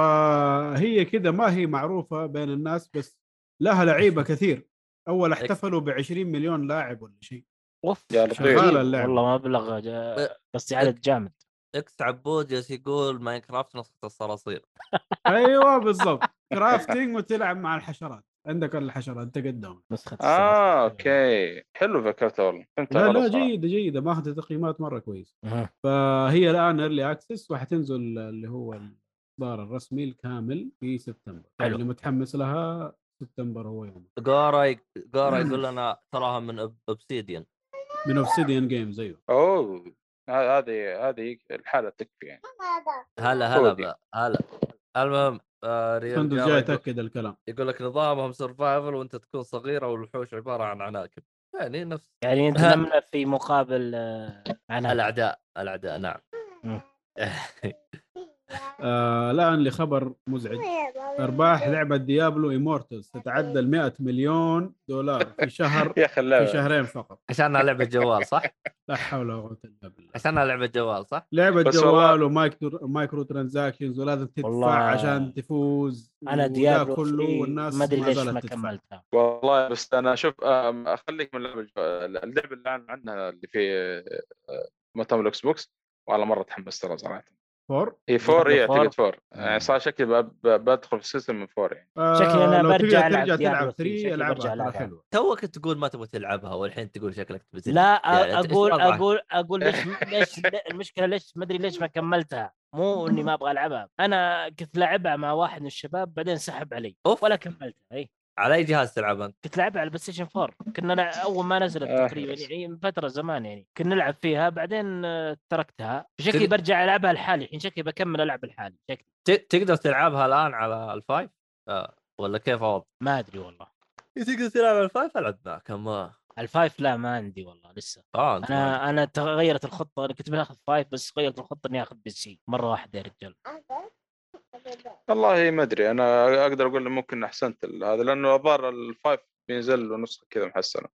[SPEAKER 2] هي كذا ما هي معروفه بين الناس بس لها لعيبه كثير اول احتفلوا ب 20 مليون لاعب ولا شيء
[SPEAKER 4] اوف
[SPEAKER 5] يا لطيف.
[SPEAKER 2] شغالة اللعبة.
[SPEAKER 4] والله مبلغ جا- بس عدد جامد
[SPEAKER 6] اكس عبود جالس يقول ماينكرافت نسخه الصراصير
[SPEAKER 2] ايوه بالضبط كرافتنج أيوة، وتلعب مع الحشرات عندك الحشرات تقدم
[SPEAKER 4] نسخه
[SPEAKER 5] اه
[SPEAKER 4] السنة.
[SPEAKER 5] اوكي حلو فكرته والله فهمت
[SPEAKER 2] لا
[SPEAKER 5] غلط
[SPEAKER 2] لا
[SPEAKER 5] صراحة.
[SPEAKER 2] جيده جيده ماخذه تقييمات مره كويس
[SPEAKER 4] أها.
[SPEAKER 2] فهي الان ايرلي اكسس وحتنزل اللي هو الاصدار الرسمي الكامل في سبتمبر
[SPEAKER 4] حلو.
[SPEAKER 2] اللي متحمس لها سبتمبر هو يوم
[SPEAKER 6] جورا جورا يقول لنا تراها من اوبسيديان
[SPEAKER 2] من اوبسيديان جيمز ايوه
[SPEAKER 5] اوه ه- هذه هذه الحاله تكفي يعني
[SPEAKER 6] هلا هلا
[SPEAKER 5] كودي.
[SPEAKER 6] بقى، هلا المهم آه، ريال
[SPEAKER 2] الفندق
[SPEAKER 6] جارا
[SPEAKER 2] جاي
[SPEAKER 6] يقول-
[SPEAKER 2] تاكد الكلام
[SPEAKER 6] يقول لك نظامهم سرفايفل وانت تكون صغيره والوحوش عباره عن عناكب يعني نفس
[SPEAKER 4] يعني انت
[SPEAKER 6] ها.
[SPEAKER 4] لمنا في مقابل آه، عنها
[SPEAKER 6] الاعداء الاعداء نعم
[SPEAKER 4] مم.
[SPEAKER 2] آه الان لخبر مزعج ارباح لعبه ديابلو ايمورتلز تتعدى ال 100 مليون دولار في شهر
[SPEAKER 5] يا اخي
[SPEAKER 2] في
[SPEAKER 5] اللعبه
[SPEAKER 2] شهرين فقط
[SPEAKER 6] عشانها لعبه جوال صح؟
[SPEAKER 2] لا حول ولا قوه الا بالله
[SPEAKER 6] عشانها لعبه جوال صح؟
[SPEAKER 2] لعبه
[SPEAKER 5] بس
[SPEAKER 2] جوال ومايكرو مايكرو ترانزاكشنز ولازم تدفع
[SPEAKER 4] والله.
[SPEAKER 2] عشان تفوز
[SPEAKER 4] انا
[SPEAKER 2] وذا
[SPEAKER 4] ديابلو
[SPEAKER 2] كله
[SPEAKER 4] شيء
[SPEAKER 2] والناس
[SPEAKER 4] ما ادري ليش
[SPEAKER 2] زالت
[SPEAKER 4] ما
[SPEAKER 2] تدفع.
[SPEAKER 4] كملتها
[SPEAKER 5] والله بس انا شوف أم، اخليك من اللعبه الج- اللعبه اللي أعلن عنها اللي في أه، مؤتمر الاكس بوكس والله مره تحمست ترى صراحه
[SPEAKER 2] فور
[SPEAKER 5] هي فور هي
[SPEAKER 4] Diablo four.
[SPEAKER 5] اعتقد فور يعني صار شكلي ب- ب- بدخل في السيستم من فور يعني
[SPEAKER 2] آه،
[SPEAKER 4] شكلي أنا
[SPEAKER 2] لو
[SPEAKER 4] برجع
[SPEAKER 2] تبي ترجع
[SPEAKER 4] ألعب
[SPEAKER 2] تلعب
[SPEAKER 4] ديابلو
[SPEAKER 2] 3
[SPEAKER 4] شكلي
[SPEAKER 2] العبها ترى
[SPEAKER 4] برجع ألعبها.
[SPEAKER 2] حلوه
[SPEAKER 6] توك تقول ما تبغى تلعبها والحين تقول شكلك تبي تلعب.
[SPEAKER 4] لا
[SPEAKER 6] يعني
[SPEAKER 4] أ-
[SPEAKER 6] أنت إيش
[SPEAKER 4] اقول
[SPEAKER 6] وضعك؟
[SPEAKER 4] اقول اقول ليش ليش لا- المشكله ليش ما ادري ليش ما كملتها مو اني ما ابغى العبها انا كنت لاعبها مع واحد من الشباب بعدين سحب علي
[SPEAKER 6] اوف
[SPEAKER 4] ولا كملتها إيه. اي
[SPEAKER 6] على اي جهاز تلعب انت؟
[SPEAKER 4] كنت لعبها على البلاي ستيشن 4 كنا نا- اول ما نزلت
[SPEAKER 5] آه،
[SPEAKER 4] تقريبا
[SPEAKER 5] بس.
[SPEAKER 4] يعني من فتره زمان يعني كنا نلعب فيها بعدين آه، تركتها شكلي
[SPEAKER 6] تد-
[SPEAKER 4] برجع العبها لحالي الحين شكلي بكمل العب لحالي شكلي
[SPEAKER 6] ت- تقدر تلعبها الان على الفايف؟ آه. ولا كيف وضع؟
[SPEAKER 4] ما ادري والله
[SPEAKER 6] تقدر تلعب على الفايف العب معك اما
[SPEAKER 4] الفايف لا ما عندي والله لسه
[SPEAKER 6] اه انت ما عندك.
[SPEAKER 4] انا انا تغيرت الخطه انا كنت باخذ فايف بس غيرت الخطه اني اخذ بي سي مره واحده يا رجال
[SPEAKER 5] والله ما ادري انا اقدر اقول ممكن احسنت ال- هذا لانه الظاهر الفايف بينزل له نسخه كذا محسنه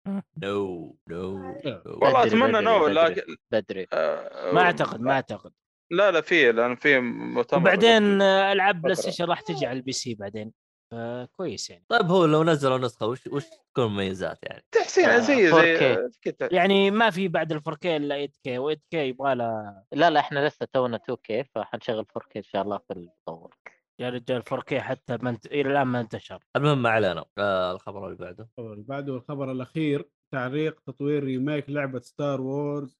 [SPEAKER 6] نو نو نو.
[SPEAKER 5] والله
[SPEAKER 3] بدري،
[SPEAKER 5] اتمنى
[SPEAKER 3] بدري،
[SPEAKER 5] نو
[SPEAKER 3] بدري.
[SPEAKER 5] لكن
[SPEAKER 3] بدري
[SPEAKER 5] آه،
[SPEAKER 4] ما اعتقد ما اعتقد
[SPEAKER 5] لا لا في لان في مؤتمر
[SPEAKER 4] وبعدين آه، العاب بلاي
[SPEAKER 5] فترة.
[SPEAKER 4] ستيشن راح تجي على البي سي بعدين فكويس يعني
[SPEAKER 6] طيب هو لو نزلوا نسخه وش وش تكون مميزات يعني؟
[SPEAKER 5] تحسين زي زي
[SPEAKER 3] 4K.
[SPEAKER 5] كده.
[SPEAKER 4] يعني ما في بعد ال 4K الا 8K و 8K يبغى لها
[SPEAKER 3] لا لا احنا لسه تونا 2K فحنشغل 4K ان شاء الله في التطور
[SPEAKER 4] يا رجال 4K حتى ما انت... الى الان ما انتشر
[SPEAKER 6] المهم ما علينا آه الخبر اللي بعده
[SPEAKER 2] الخبر اللي بعده الخبر الاخير تعريق تطوير ريميك لعبه ستار وورز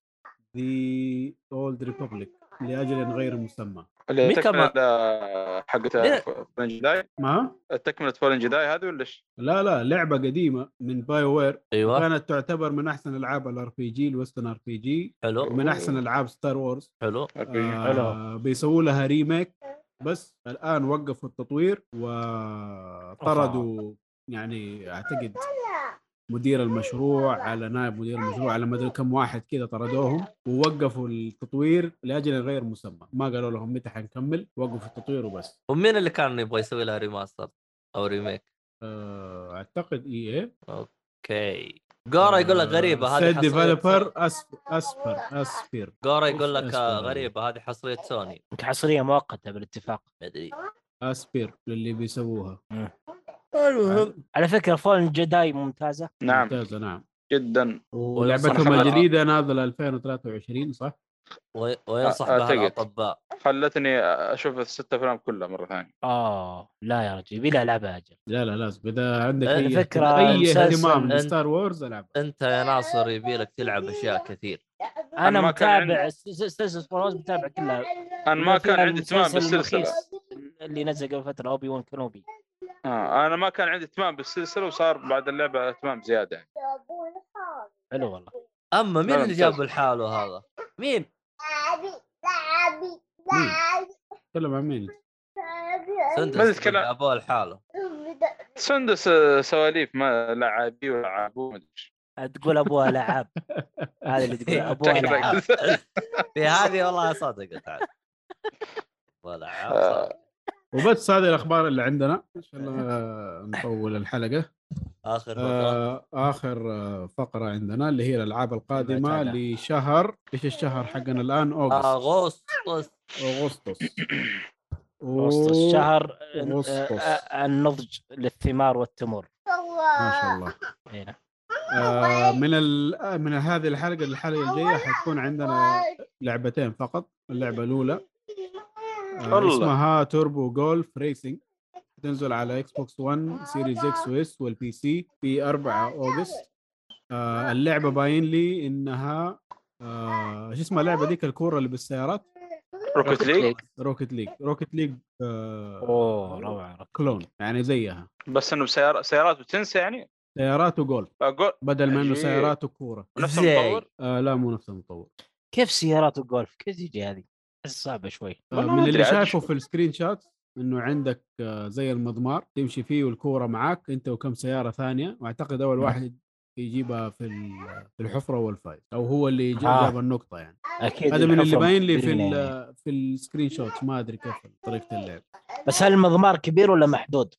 [SPEAKER 2] ذا اولد ريبوبليك لاجل غير مسمى
[SPEAKER 5] اللي
[SPEAKER 6] ميكا
[SPEAKER 5] التكملة حقت فولن جداي
[SPEAKER 2] ما
[SPEAKER 5] تكملة فولن جداي هذه ولا ايش؟
[SPEAKER 2] لا لا لعبه قديمه من باي وير
[SPEAKER 6] ايوه
[SPEAKER 2] كانت تعتبر من احسن العاب الار بي جي الويسترن ار بي جي
[SPEAKER 6] حلو
[SPEAKER 2] من احسن العاب ستار وورز
[SPEAKER 6] حلو
[SPEAKER 2] آه بيسووا لها ريميك بس الان وقفوا التطوير وطردوا يعني اعتقد مدير المشروع على نائب مدير المشروع على ما ادري كم واحد كذا طردوهم ووقفوا التطوير لاجل غير مسمى ما قالوا لهم متى حنكمل وقفوا التطوير وبس
[SPEAKER 6] ومين اللي كان يبغى يسوي لها ريماستر او ريميك؟
[SPEAKER 2] آه اعتقد اي اي
[SPEAKER 6] اوكي
[SPEAKER 4] آه،
[SPEAKER 6] جورا يقول لك غريبه هذه
[SPEAKER 2] آه، سيد
[SPEAKER 6] حصرية
[SPEAKER 2] ديفلوبر
[SPEAKER 6] سوني.
[SPEAKER 2] اسفر اسفر
[SPEAKER 6] جورا يقول لك آه،
[SPEAKER 2] أسفل.
[SPEAKER 6] غريبه هذه حصريه سوني
[SPEAKER 4] حصريه مؤقته بالاتفاق
[SPEAKER 6] مدري
[SPEAKER 2] اسبير للي بيسووها
[SPEAKER 4] على فكره فولن جداي ممتازه
[SPEAKER 5] نعم
[SPEAKER 2] ممتازه نعم
[SPEAKER 5] جدا
[SPEAKER 2] ولعبتهم
[SPEAKER 5] صراحة-
[SPEAKER 2] الجديده نازله 2023 صح؟
[SPEAKER 6] وي- وينصح
[SPEAKER 5] أ-
[SPEAKER 6] بها
[SPEAKER 5] أعتقد.
[SPEAKER 6] الاطباء
[SPEAKER 5] خلتني اشوف الست افلام كلها مرة ثانية
[SPEAKER 4] اه لا يا رجل يبي لها لعبه اجل
[SPEAKER 2] لا لا لازم اذا عندك
[SPEAKER 6] على
[SPEAKER 2] اي
[SPEAKER 4] فكرة
[SPEAKER 2] اهتمام- اي
[SPEAKER 4] مسلسل
[SPEAKER 2] اهتمام
[SPEAKER 6] أن-
[SPEAKER 2] لستار وورز العبها
[SPEAKER 6] انت يا ناصر يبي لك تلعب اشياء كثير
[SPEAKER 4] انا
[SPEAKER 5] ما كان
[SPEAKER 4] متابع سلسله فولن متابع كلها
[SPEAKER 5] انا ما
[SPEAKER 4] بما فيها
[SPEAKER 5] كان عندي اهتمام
[SPEAKER 4] المسلسل
[SPEAKER 5] بالسلسلة
[SPEAKER 4] المخيس اللي نزل قبل فتره اوبي وان كنوبي
[SPEAKER 5] آه. انا ما كان عندي اهتمام بالسلسلة وصار بعد اللعبة اهتمام زيادة يعني.
[SPEAKER 4] حلو والله
[SPEAKER 6] اما مين
[SPEAKER 5] لا،
[SPEAKER 6] اللي
[SPEAKER 5] ممتاز.
[SPEAKER 6] جابه لحاله هذا؟ مين؟
[SPEAKER 2] تكلم عن مين؟
[SPEAKER 6] سندس
[SPEAKER 5] ما تتكلم.
[SPEAKER 6] جابوه لحاله
[SPEAKER 5] سندس آه، سواليف ما لا عابي ولا عابو ما ادري إيش.
[SPEAKER 4] تقول ابوها لعاب هذا اللي تقول ابوها
[SPEAKER 5] شكلك.
[SPEAKER 4] لعاب
[SPEAKER 6] في هذه والله صدقت عاد ولا
[SPEAKER 5] آه.
[SPEAKER 6] عاد صدق.
[SPEAKER 2] وبس هذه الاخبار اللي عندنا ان شاء الله آه، نطول الحلقه
[SPEAKER 6] اخر فقره
[SPEAKER 2] آه اخر آه، فقره عندنا اللي هي الالعاب القادمه
[SPEAKER 4] نتابع.
[SPEAKER 2] لشهر ايش الشهر حقنا الان
[SPEAKER 6] آه،
[SPEAKER 2] اوغست
[SPEAKER 6] اغسطس
[SPEAKER 2] اغسطس
[SPEAKER 4] اغسطس شهر
[SPEAKER 2] أغسطس.
[SPEAKER 4] آه، آه، النضج للثمار إيه، نعم. والتمر
[SPEAKER 2] ما شاء الله
[SPEAKER 4] هنا
[SPEAKER 2] آه من ال... آه، من هذه الحلقه للحلقه الجايه حتكون عندنا لعبتين فقط اللعبه الاولى آه،
[SPEAKER 5] والله.
[SPEAKER 2] اسمها توربو جولف ريسنج تنزل على اكس بوكس 1 سيريز اكس واس والبي سي في 4 اوغست آه اللعبه باين لي انها آه شو اسمها اللعبه ذيك الكوره اللي بالسيارات
[SPEAKER 5] روكت ليج
[SPEAKER 2] روكت ليج روكت ليج آه
[SPEAKER 4] اوه روعه
[SPEAKER 2] كلون يعني زيها
[SPEAKER 5] بس انه بسيارة سيارات وتنسى يعني
[SPEAKER 2] سيارات وجولف
[SPEAKER 5] أقول
[SPEAKER 2] بدل ما انه
[SPEAKER 5] عجيب.
[SPEAKER 2] سيارات وكوره
[SPEAKER 5] نفس
[SPEAKER 1] زي.
[SPEAKER 5] المطور
[SPEAKER 2] آه لا مو نفس المطور
[SPEAKER 4] كيف سيارات الجولف كيف تجي هذه؟ أحس صعبه شوي
[SPEAKER 2] آه،
[SPEAKER 5] والله
[SPEAKER 2] من
[SPEAKER 5] ما
[SPEAKER 2] اللي
[SPEAKER 5] أدري، عاد
[SPEAKER 2] شايفه
[SPEAKER 5] نشوف.
[SPEAKER 2] في السكرين شات انه عندك آه، زي المضمار تمشي فيه والكوره معاك انت وكم سياره ثانيه واعتقد اول
[SPEAKER 5] نعم.
[SPEAKER 2] واحد يجيبها في ال- في الحفره هو الفايز او هو اللي يجي-
[SPEAKER 4] آه.
[SPEAKER 2] جاب النقطه يعني
[SPEAKER 5] إيه،
[SPEAKER 4] اكيد
[SPEAKER 2] هذا من اللي
[SPEAKER 4] الحفرة
[SPEAKER 2] باين لي في
[SPEAKER 4] مبينة
[SPEAKER 2] ال-
[SPEAKER 4] يعني.
[SPEAKER 2] في السكرين شوت ما ادري كيف طريقه اللعب
[SPEAKER 4] بس هل المضمار كبير ولا محدود؟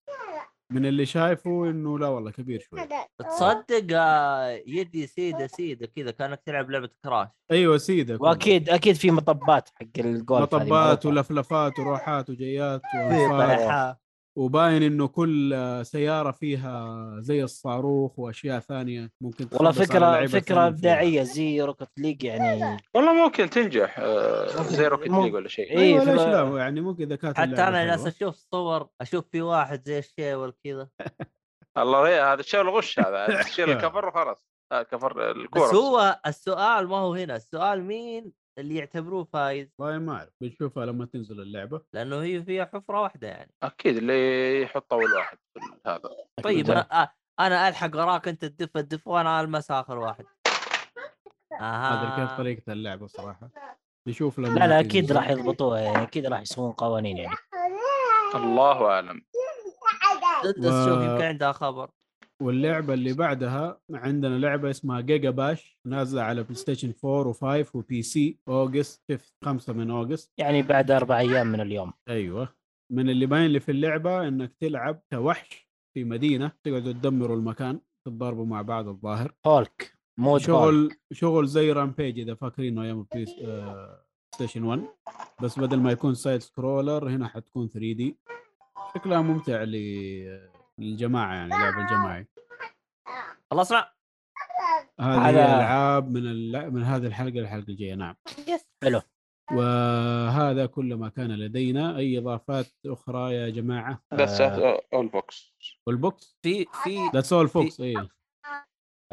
[SPEAKER 2] من اللي شايفه انه لا والله كبير شوي
[SPEAKER 1] تصدق آه، يدي سيده سيده كذا كانك تلعب لعبه كراش
[SPEAKER 2] ايوه سيده كله.
[SPEAKER 4] واكيد اكيد في مطبات حق الجولف هذه
[SPEAKER 2] مطبات
[SPEAKER 4] معروفة.
[SPEAKER 5] يعني
[SPEAKER 2] ولفلفات وروحات وجيات
[SPEAKER 1] في
[SPEAKER 2] وأنفاق.
[SPEAKER 1] طيحه
[SPEAKER 2] وباين انه كل سياره فيها زي الصاروخ واشياء ثانيه ممكن
[SPEAKER 4] والله
[SPEAKER 2] تخلص على
[SPEAKER 4] فكره
[SPEAKER 2] اللعيبة
[SPEAKER 4] فكره
[SPEAKER 2] الثانية فيها.
[SPEAKER 4] ابداعيه زي روكت ليج يعني
[SPEAKER 5] والله ممكن تنجح آه، زي روكت
[SPEAKER 4] ممكن.
[SPEAKER 5] ليج ولا شيء
[SPEAKER 4] إيه،
[SPEAKER 2] ايوه
[SPEAKER 4] في
[SPEAKER 2] ليش
[SPEAKER 4] ب-
[SPEAKER 2] لا يعني ممكن اذا كانت
[SPEAKER 1] حتى
[SPEAKER 2] اللعبة
[SPEAKER 1] انا جالس
[SPEAKER 2] حلوة.
[SPEAKER 1] اشوف صور اشوف في واحد زي الشيول كذا
[SPEAKER 5] الله هي هذا الشيء الغش هذا تشيل الكفر وخلاص آه، كفر
[SPEAKER 1] بس
[SPEAKER 5] الكوره
[SPEAKER 1] هو السؤال ما هو هنا السؤال مين اللي يعتبروه فايز
[SPEAKER 2] والله ما اعرف بنشوفها لما تنزل اللعبه
[SPEAKER 1] لانه هي فيها حفره واحده يعني
[SPEAKER 5] اكيد اللي يحط اول واحد في هذا
[SPEAKER 1] طيب انا انا الحق وراك انت تدف الدف وانا المس اخر واحد
[SPEAKER 2] ما ادري كيف
[SPEAKER 1] اها
[SPEAKER 2] طريقه اللعبه صراحه نشوف لما
[SPEAKER 4] آه. لا لا
[SPEAKER 2] تنزل.
[SPEAKER 4] اكيد راح يضبطوها يعني اكيد راح يسوون قوانين يعني
[SPEAKER 5] الله اعلم
[SPEAKER 1] انت
[SPEAKER 2] و-
[SPEAKER 1] تشوف يمكن عندها خبر
[SPEAKER 2] واللعبه اللي بعدها عندنا لعبه اسمها جيجا باش نازله على بلاي ستيشن 4 و5 وبي سي اوجست 5 من اوجست
[SPEAKER 4] يعني بعد اربع ايام من اليوم
[SPEAKER 2] ايوه من اللي باين لي في اللعبه انك تلعب كوحش في مدينه تقعدوا تدمروا المكان تتضاربوا مع بعض الظاهر
[SPEAKER 4] هولك مود هولك.
[SPEAKER 2] شغل شغل زي رامبيج اذا فاكرينه ايام بلاي آه، ستيشن 1 بس بدل ما يكون سايد سكرولر هنا حتكون 3 دي شكلها ممتع ل- للجماعه يعني لعب الجماعي
[SPEAKER 1] خلصنا
[SPEAKER 2] هذه
[SPEAKER 4] هذا-
[SPEAKER 2] هي العاب من الل- من هذه الحلقه للحلقه الجايه نعم
[SPEAKER 4] حلو
[SPEAKER 2] وهذا كل ما كان لدينا اي اضافات اخرى يا جماعه
[SPEAKER 5] ذاتس اول بوكس
[SPEAKER 2] والبوكس
[SPEAKER 1] في في
[SPEAKER 2] ذاتس اول فوكس اي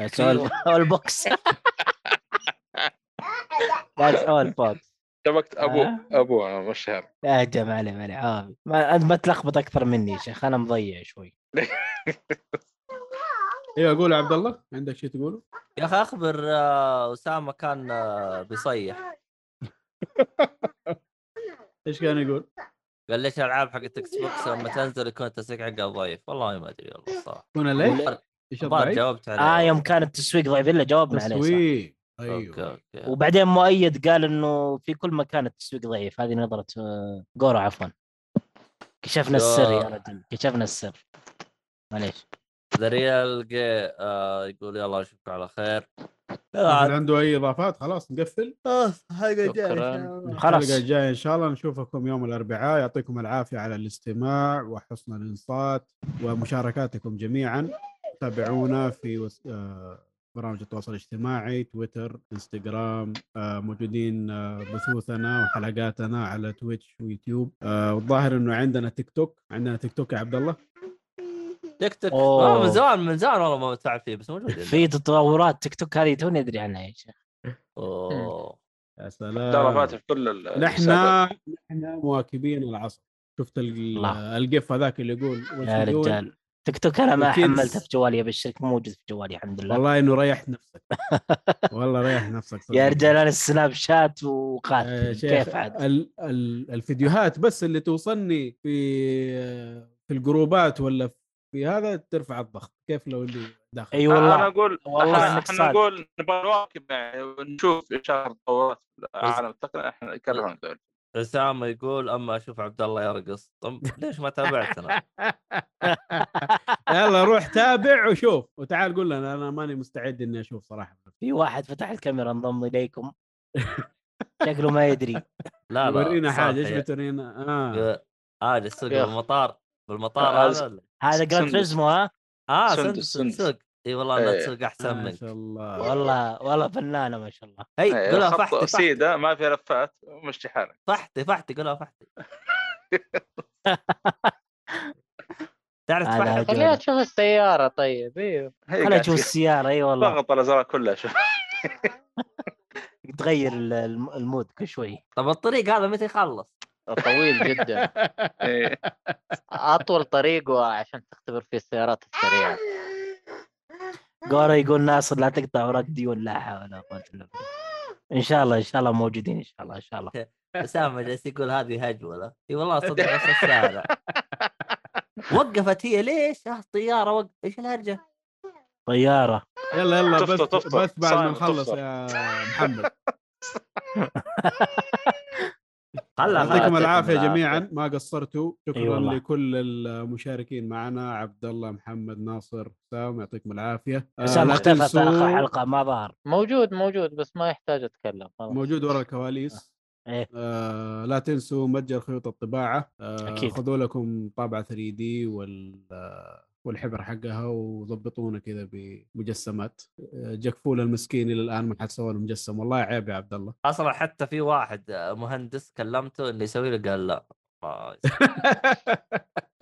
[SPEAKER 4] That's all- all box. That's all box.
[SPEAKER 5] شبكت ابوه
[SPEAKER 4] آه.
[SPEAKER 5] ابوه مش هذا
[SPEAKER 4] لا هجم علي مالي عافي ما انت ما تلخبط اكثر مني يا شيخ انا مضيع شوي
[SPEAKER 2] ايوه قول يا عبد الله عندك شيء تقوله؟
[SPEAKER 1] يا اخي اخبر آه، اسامه كان آه، بيصيح
[SPEAKER 2] ايش كان يقول؟
[SPEAKER 1] قال ليش الالعاب حقت اكس بوكس لما تنزل يكون التسويق حقها ضعيف والله ما ادري والله الصراحه
[SPEAKER 2] كنا ليش؟ ايش
[SPEAKER 1] الظاهر
[SPEAKER 2] الضعيف؟
[SPEAKER 1] جاوبت
[SPEAKER 4] اه
[SPEAKER 1] عليه
[SPEAKER 4] يوم كان التسويق ضعيف الا جاوبنا عليه صح؟
[SPEAKER 2] تسويق
[SPEAKER 1] اوكي
[SPEAKER 2] ايوه
[SPEAKER 6] آه.
[SPEAKER 1] اوكي
[SPEAKER 4] وبعدين مؤيد قال انه في كل مكان التسويق ضعيف هذه نظره آه، جورو عفوا كشفنا السر يا
[SPEAKER 1] جورو.
[SPEAKER 4] رجل كشفنا السر معليش
[SPEAKER 1] ذا ريال جي آه، يقول يلا اشوفكم على خير
[SPEAKER 2] أحد عنده اي اضافات خلاص نقفل
[SPEAKER 6] خلاص حلقه جايه إن
[SPEAKER 5] شكراً.
[SPEAKER 6] شاء الله.
[SPEAKER 4] خلاص.
[SPEAKER 2] الحلقه الجايه ان شاء الله نشوفكم يوم الاربعاء يعطيكم العافيه على الاستماع وحسن الانصات ومشاركاتكم جميعا تابعونا في وس... آه، برامج التواصل الاجتماعي تويتر انستغرام آه، موجودين آه، بثوثنا وحلقاتنا على تويتش ويوتيوب آه، والظاهر انه عندنا تيك توك عندنا تيك توك يا عبد الله
[SPEAKER 1] تيك توك
[SPEAKER 4] أوه.
[SPEAKER 1] والله آه، من زمان من زمان والله ما متفاعل فيه بس موجود عندنا.
[SPEAKER 4] في تطورات تيك توك هذه توني ادري عنها يا شيخ
[SPEAKER 1] اوه
[SPEAKER 2] يا
[SPEAKER 5] ترى
[SPEAKER 2] سلام
[SPEAKER 5] فاتح كل ال-
[SPEAKER 2] آه. نحن آه،
[SPEAKER 5] الحسابات.
[SPEAKER 2] نحن مواكبين العصر شفت ال-
[SPEAKER 4] الله.
[SPEAKER 2] القف هذاك اللي يقول وش
[SPEAKER 4] يا
[SPEAKER 2] يقول؟
[SPEAKER 4] رجال تيك توك انا ما
[SPEAKER 2] Kids.
[SPEAKER 4] حملته في جوالي ابشرك موجود في جوالي الحمد لله
[SPEAKER 2] والله انه ريحت نفسك والله ريح نفسك صدق.
[SPEAKER 4] يا رجال انا السناب شات
[SPEAKER 2] آه، يا
[SPEAKER 4] وقاتل
[SPEAKER 2] شيخ
[SPEAKER 4] كيف عاد
[SPEAKER 2] ال- ال- الفيديوهات بس اللي توصلني في في الجروبات ولا في هذا ترفع الضغط كيف لو اللي داخل
[SPEAKER 4] اي
[SPEAKER 5] انا
[SPEAKER 4] والله
[SPEAKER 5] اقول
[SPEAKER 4] والله
[SPEAKER 5] إحنا-
[SPEAKER 4] إنك
[SPEAKER 5] احنا
[SPEAKER 4] صادق.
[SPEAKER 5] نقول نبغى نواكب يعني ونشوف ايش التطورات في العالم التقني احنا نكرهون ذول
[SPEAKER 1] اسامه يقول اما اشوف عبد الله يرقص طب ليش ما تابعتنا؟
[SPEAKER 2] يلا روح تابع وشوف وتعال قول لنا انا ماني مستعد اني اشوف صراحه
[SPEAKER 4] في واحد فتح الكاميرا انضم اليكم شكله ما يدري
[SPEAKER 1] لا لا
[SPEAKER 2] ورينا حاجه
[SPEAKER 1] صالح
[SPEAKER 2] ايش
[SPEAKER 1] يا-
[SPEAKER 2] بتورينا اه
[SPEAKER 1] يا- اه السوق
[SPEAKER 5] يا أخ.
[SPEAKER 1] بالمطار بالمطار
[SPEAKER 5] آه،
[SPEAKER 1] هذا ولا؟
[SPEAKER 4] هذا جراند
[SPEAKER 5] سندس.
[SPEAKER 4] تريزمو ها
[SPEAKER 1] اه
[SPEAKER 5] سندس،
[SPEAKER 1] سندس
[SPEAKER 5] سندس.
[SPEAKER 1] السوق اي والله انها
[SPEAKER 5] إيه.
[SPEAKER 1] تسوق احسن
[SPEAKER 2] آه، ما
[SPEAKER 1] منك
[SPEAKER 2] شاء الله
[SPEAKER 4] والله والله فنانه ما شاء الله
[SPEAKER 1] هي
[SPEAKER 5] إيه،
[SPEAKER 1] قولها
[SPEAKER 5] خط
[SPEAKER 1] فحتي فحتي
[SPEAKER 5] سيده ما في لفات مشي حالك
[SPEAKER 1] فحتي فحتي قولها فحتي
[SPEAKER 6] تعرف
[SPEAKER 4] أنا
[SPEAKER 6] تفحط
[SPEAKER 4] أجل.
[SPEAKER 3] خليها تشوف السياره طيب ايوه
[SPEAKER 5] هي
[SPEAKER 4] خليني
[SPEAKER 5] إيه، قاعد
[SPEAKER 4] اشوف
[SPEAKER 5] فيها.
[SPEAKER 4] السياره اي والله
[SPEAKER 5] ضغط الازرار كلها شوف
[SPEAKER 4] تغير ال- الم- المود كل شوي
[SPEAKER 6] طب الطريق هذا متى يخلص؟
[SPEAKER 3] طويل جدا
[SPEAKER 5] إيه.
[SPEAKER 3] اطول طريق عشان تختبر فيه السيارات السريعه
[SPEAKER 4] جورا يقول ناصر لا تقطع وراك ديون لا حول ولا قوه الا بالله ان شاء الله ان شاء الله موجودين ان شاء الله ان شاء الله
[SPEAKER 6] اسامه جالس يقول هذه هجوله اي والله صدق نفس الشارع وقفت هي ليش؟ آه، الطياره وقف ايش الهرجه؟
[SPEAKER 4] طياره
[SPEAKER 2] يلا يلا
[SPEAKER 5] تفطر-
[SPEAKER 2] بس
[SPEAKER 5] تفطر.
[SPEAKER 2] بس بعد ما
[SPEAKER 5] صايم
[SPEAKER 2] نخلص
[SPEAKER 5] تفطر.
[SPEAKER 2] يا محمد
[SPEAKER 6] خلها
[SPEAKER 3] الله
[SPEAKER 2] يعطيكم
[SPEAKER 3] يعطيكم
[SPEAKER 2] العافيه
[SPEAKER 3] العافية.
[SPEAKER 2] جميعا ما قصرتوا
[SPEAKER 4] أي
[SPEAKER 2] شكرا
[SPEAKER 4] أيوة والله.
[SPEAKER 2] لكل المشاركين معنا عبد الله محمد ناصر سام يعطيكم العافيه آه،
[SPEAKER 4] حسام
[SPEAKER 2] لا
[SPEAKER 4] اختفى في
[SPEAKER 2] تنسوا-
[SPEAKER 4] اخر حلقه ما ظهر
[SPEAKER 3] موجود موجود بس ما يحتاج اتكلم خلاص
[SPEAKER 2] موجود ورا الكواليس
[SPEAKER 4] إيه.
[SPEAKER 2] آه لا تنسوا متجر خيوط الطباعه آه
[SPEAKER 4] أكيد.
[SPEAKER 2] خذوا لكم طابعه 3 دي وال آه، والحبر حقها وضبطونا كذا بمجسمات آه، جكفول المسكين الى الان ما حد سوى له مجسم والله عيب يا عبد الله
[SPEAKER 6] اصلا حتى في واحد آه، مهندس كلمته انه يسوي له قال لا ما يصير.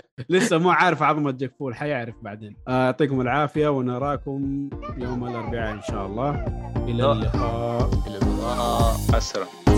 [SPEAKER 2] لسه مو عارف عظمه جكفول حيعرف بعدين آه، يعطيكم العافيه ونراكم يوم الاربعاء ان شاء الله الى
[SPEAKER 6] لا.
[SPEAKER 2] اللقاء
[SPEAKER 6] الإضاءة
[SPEAKER 5] مع السلامه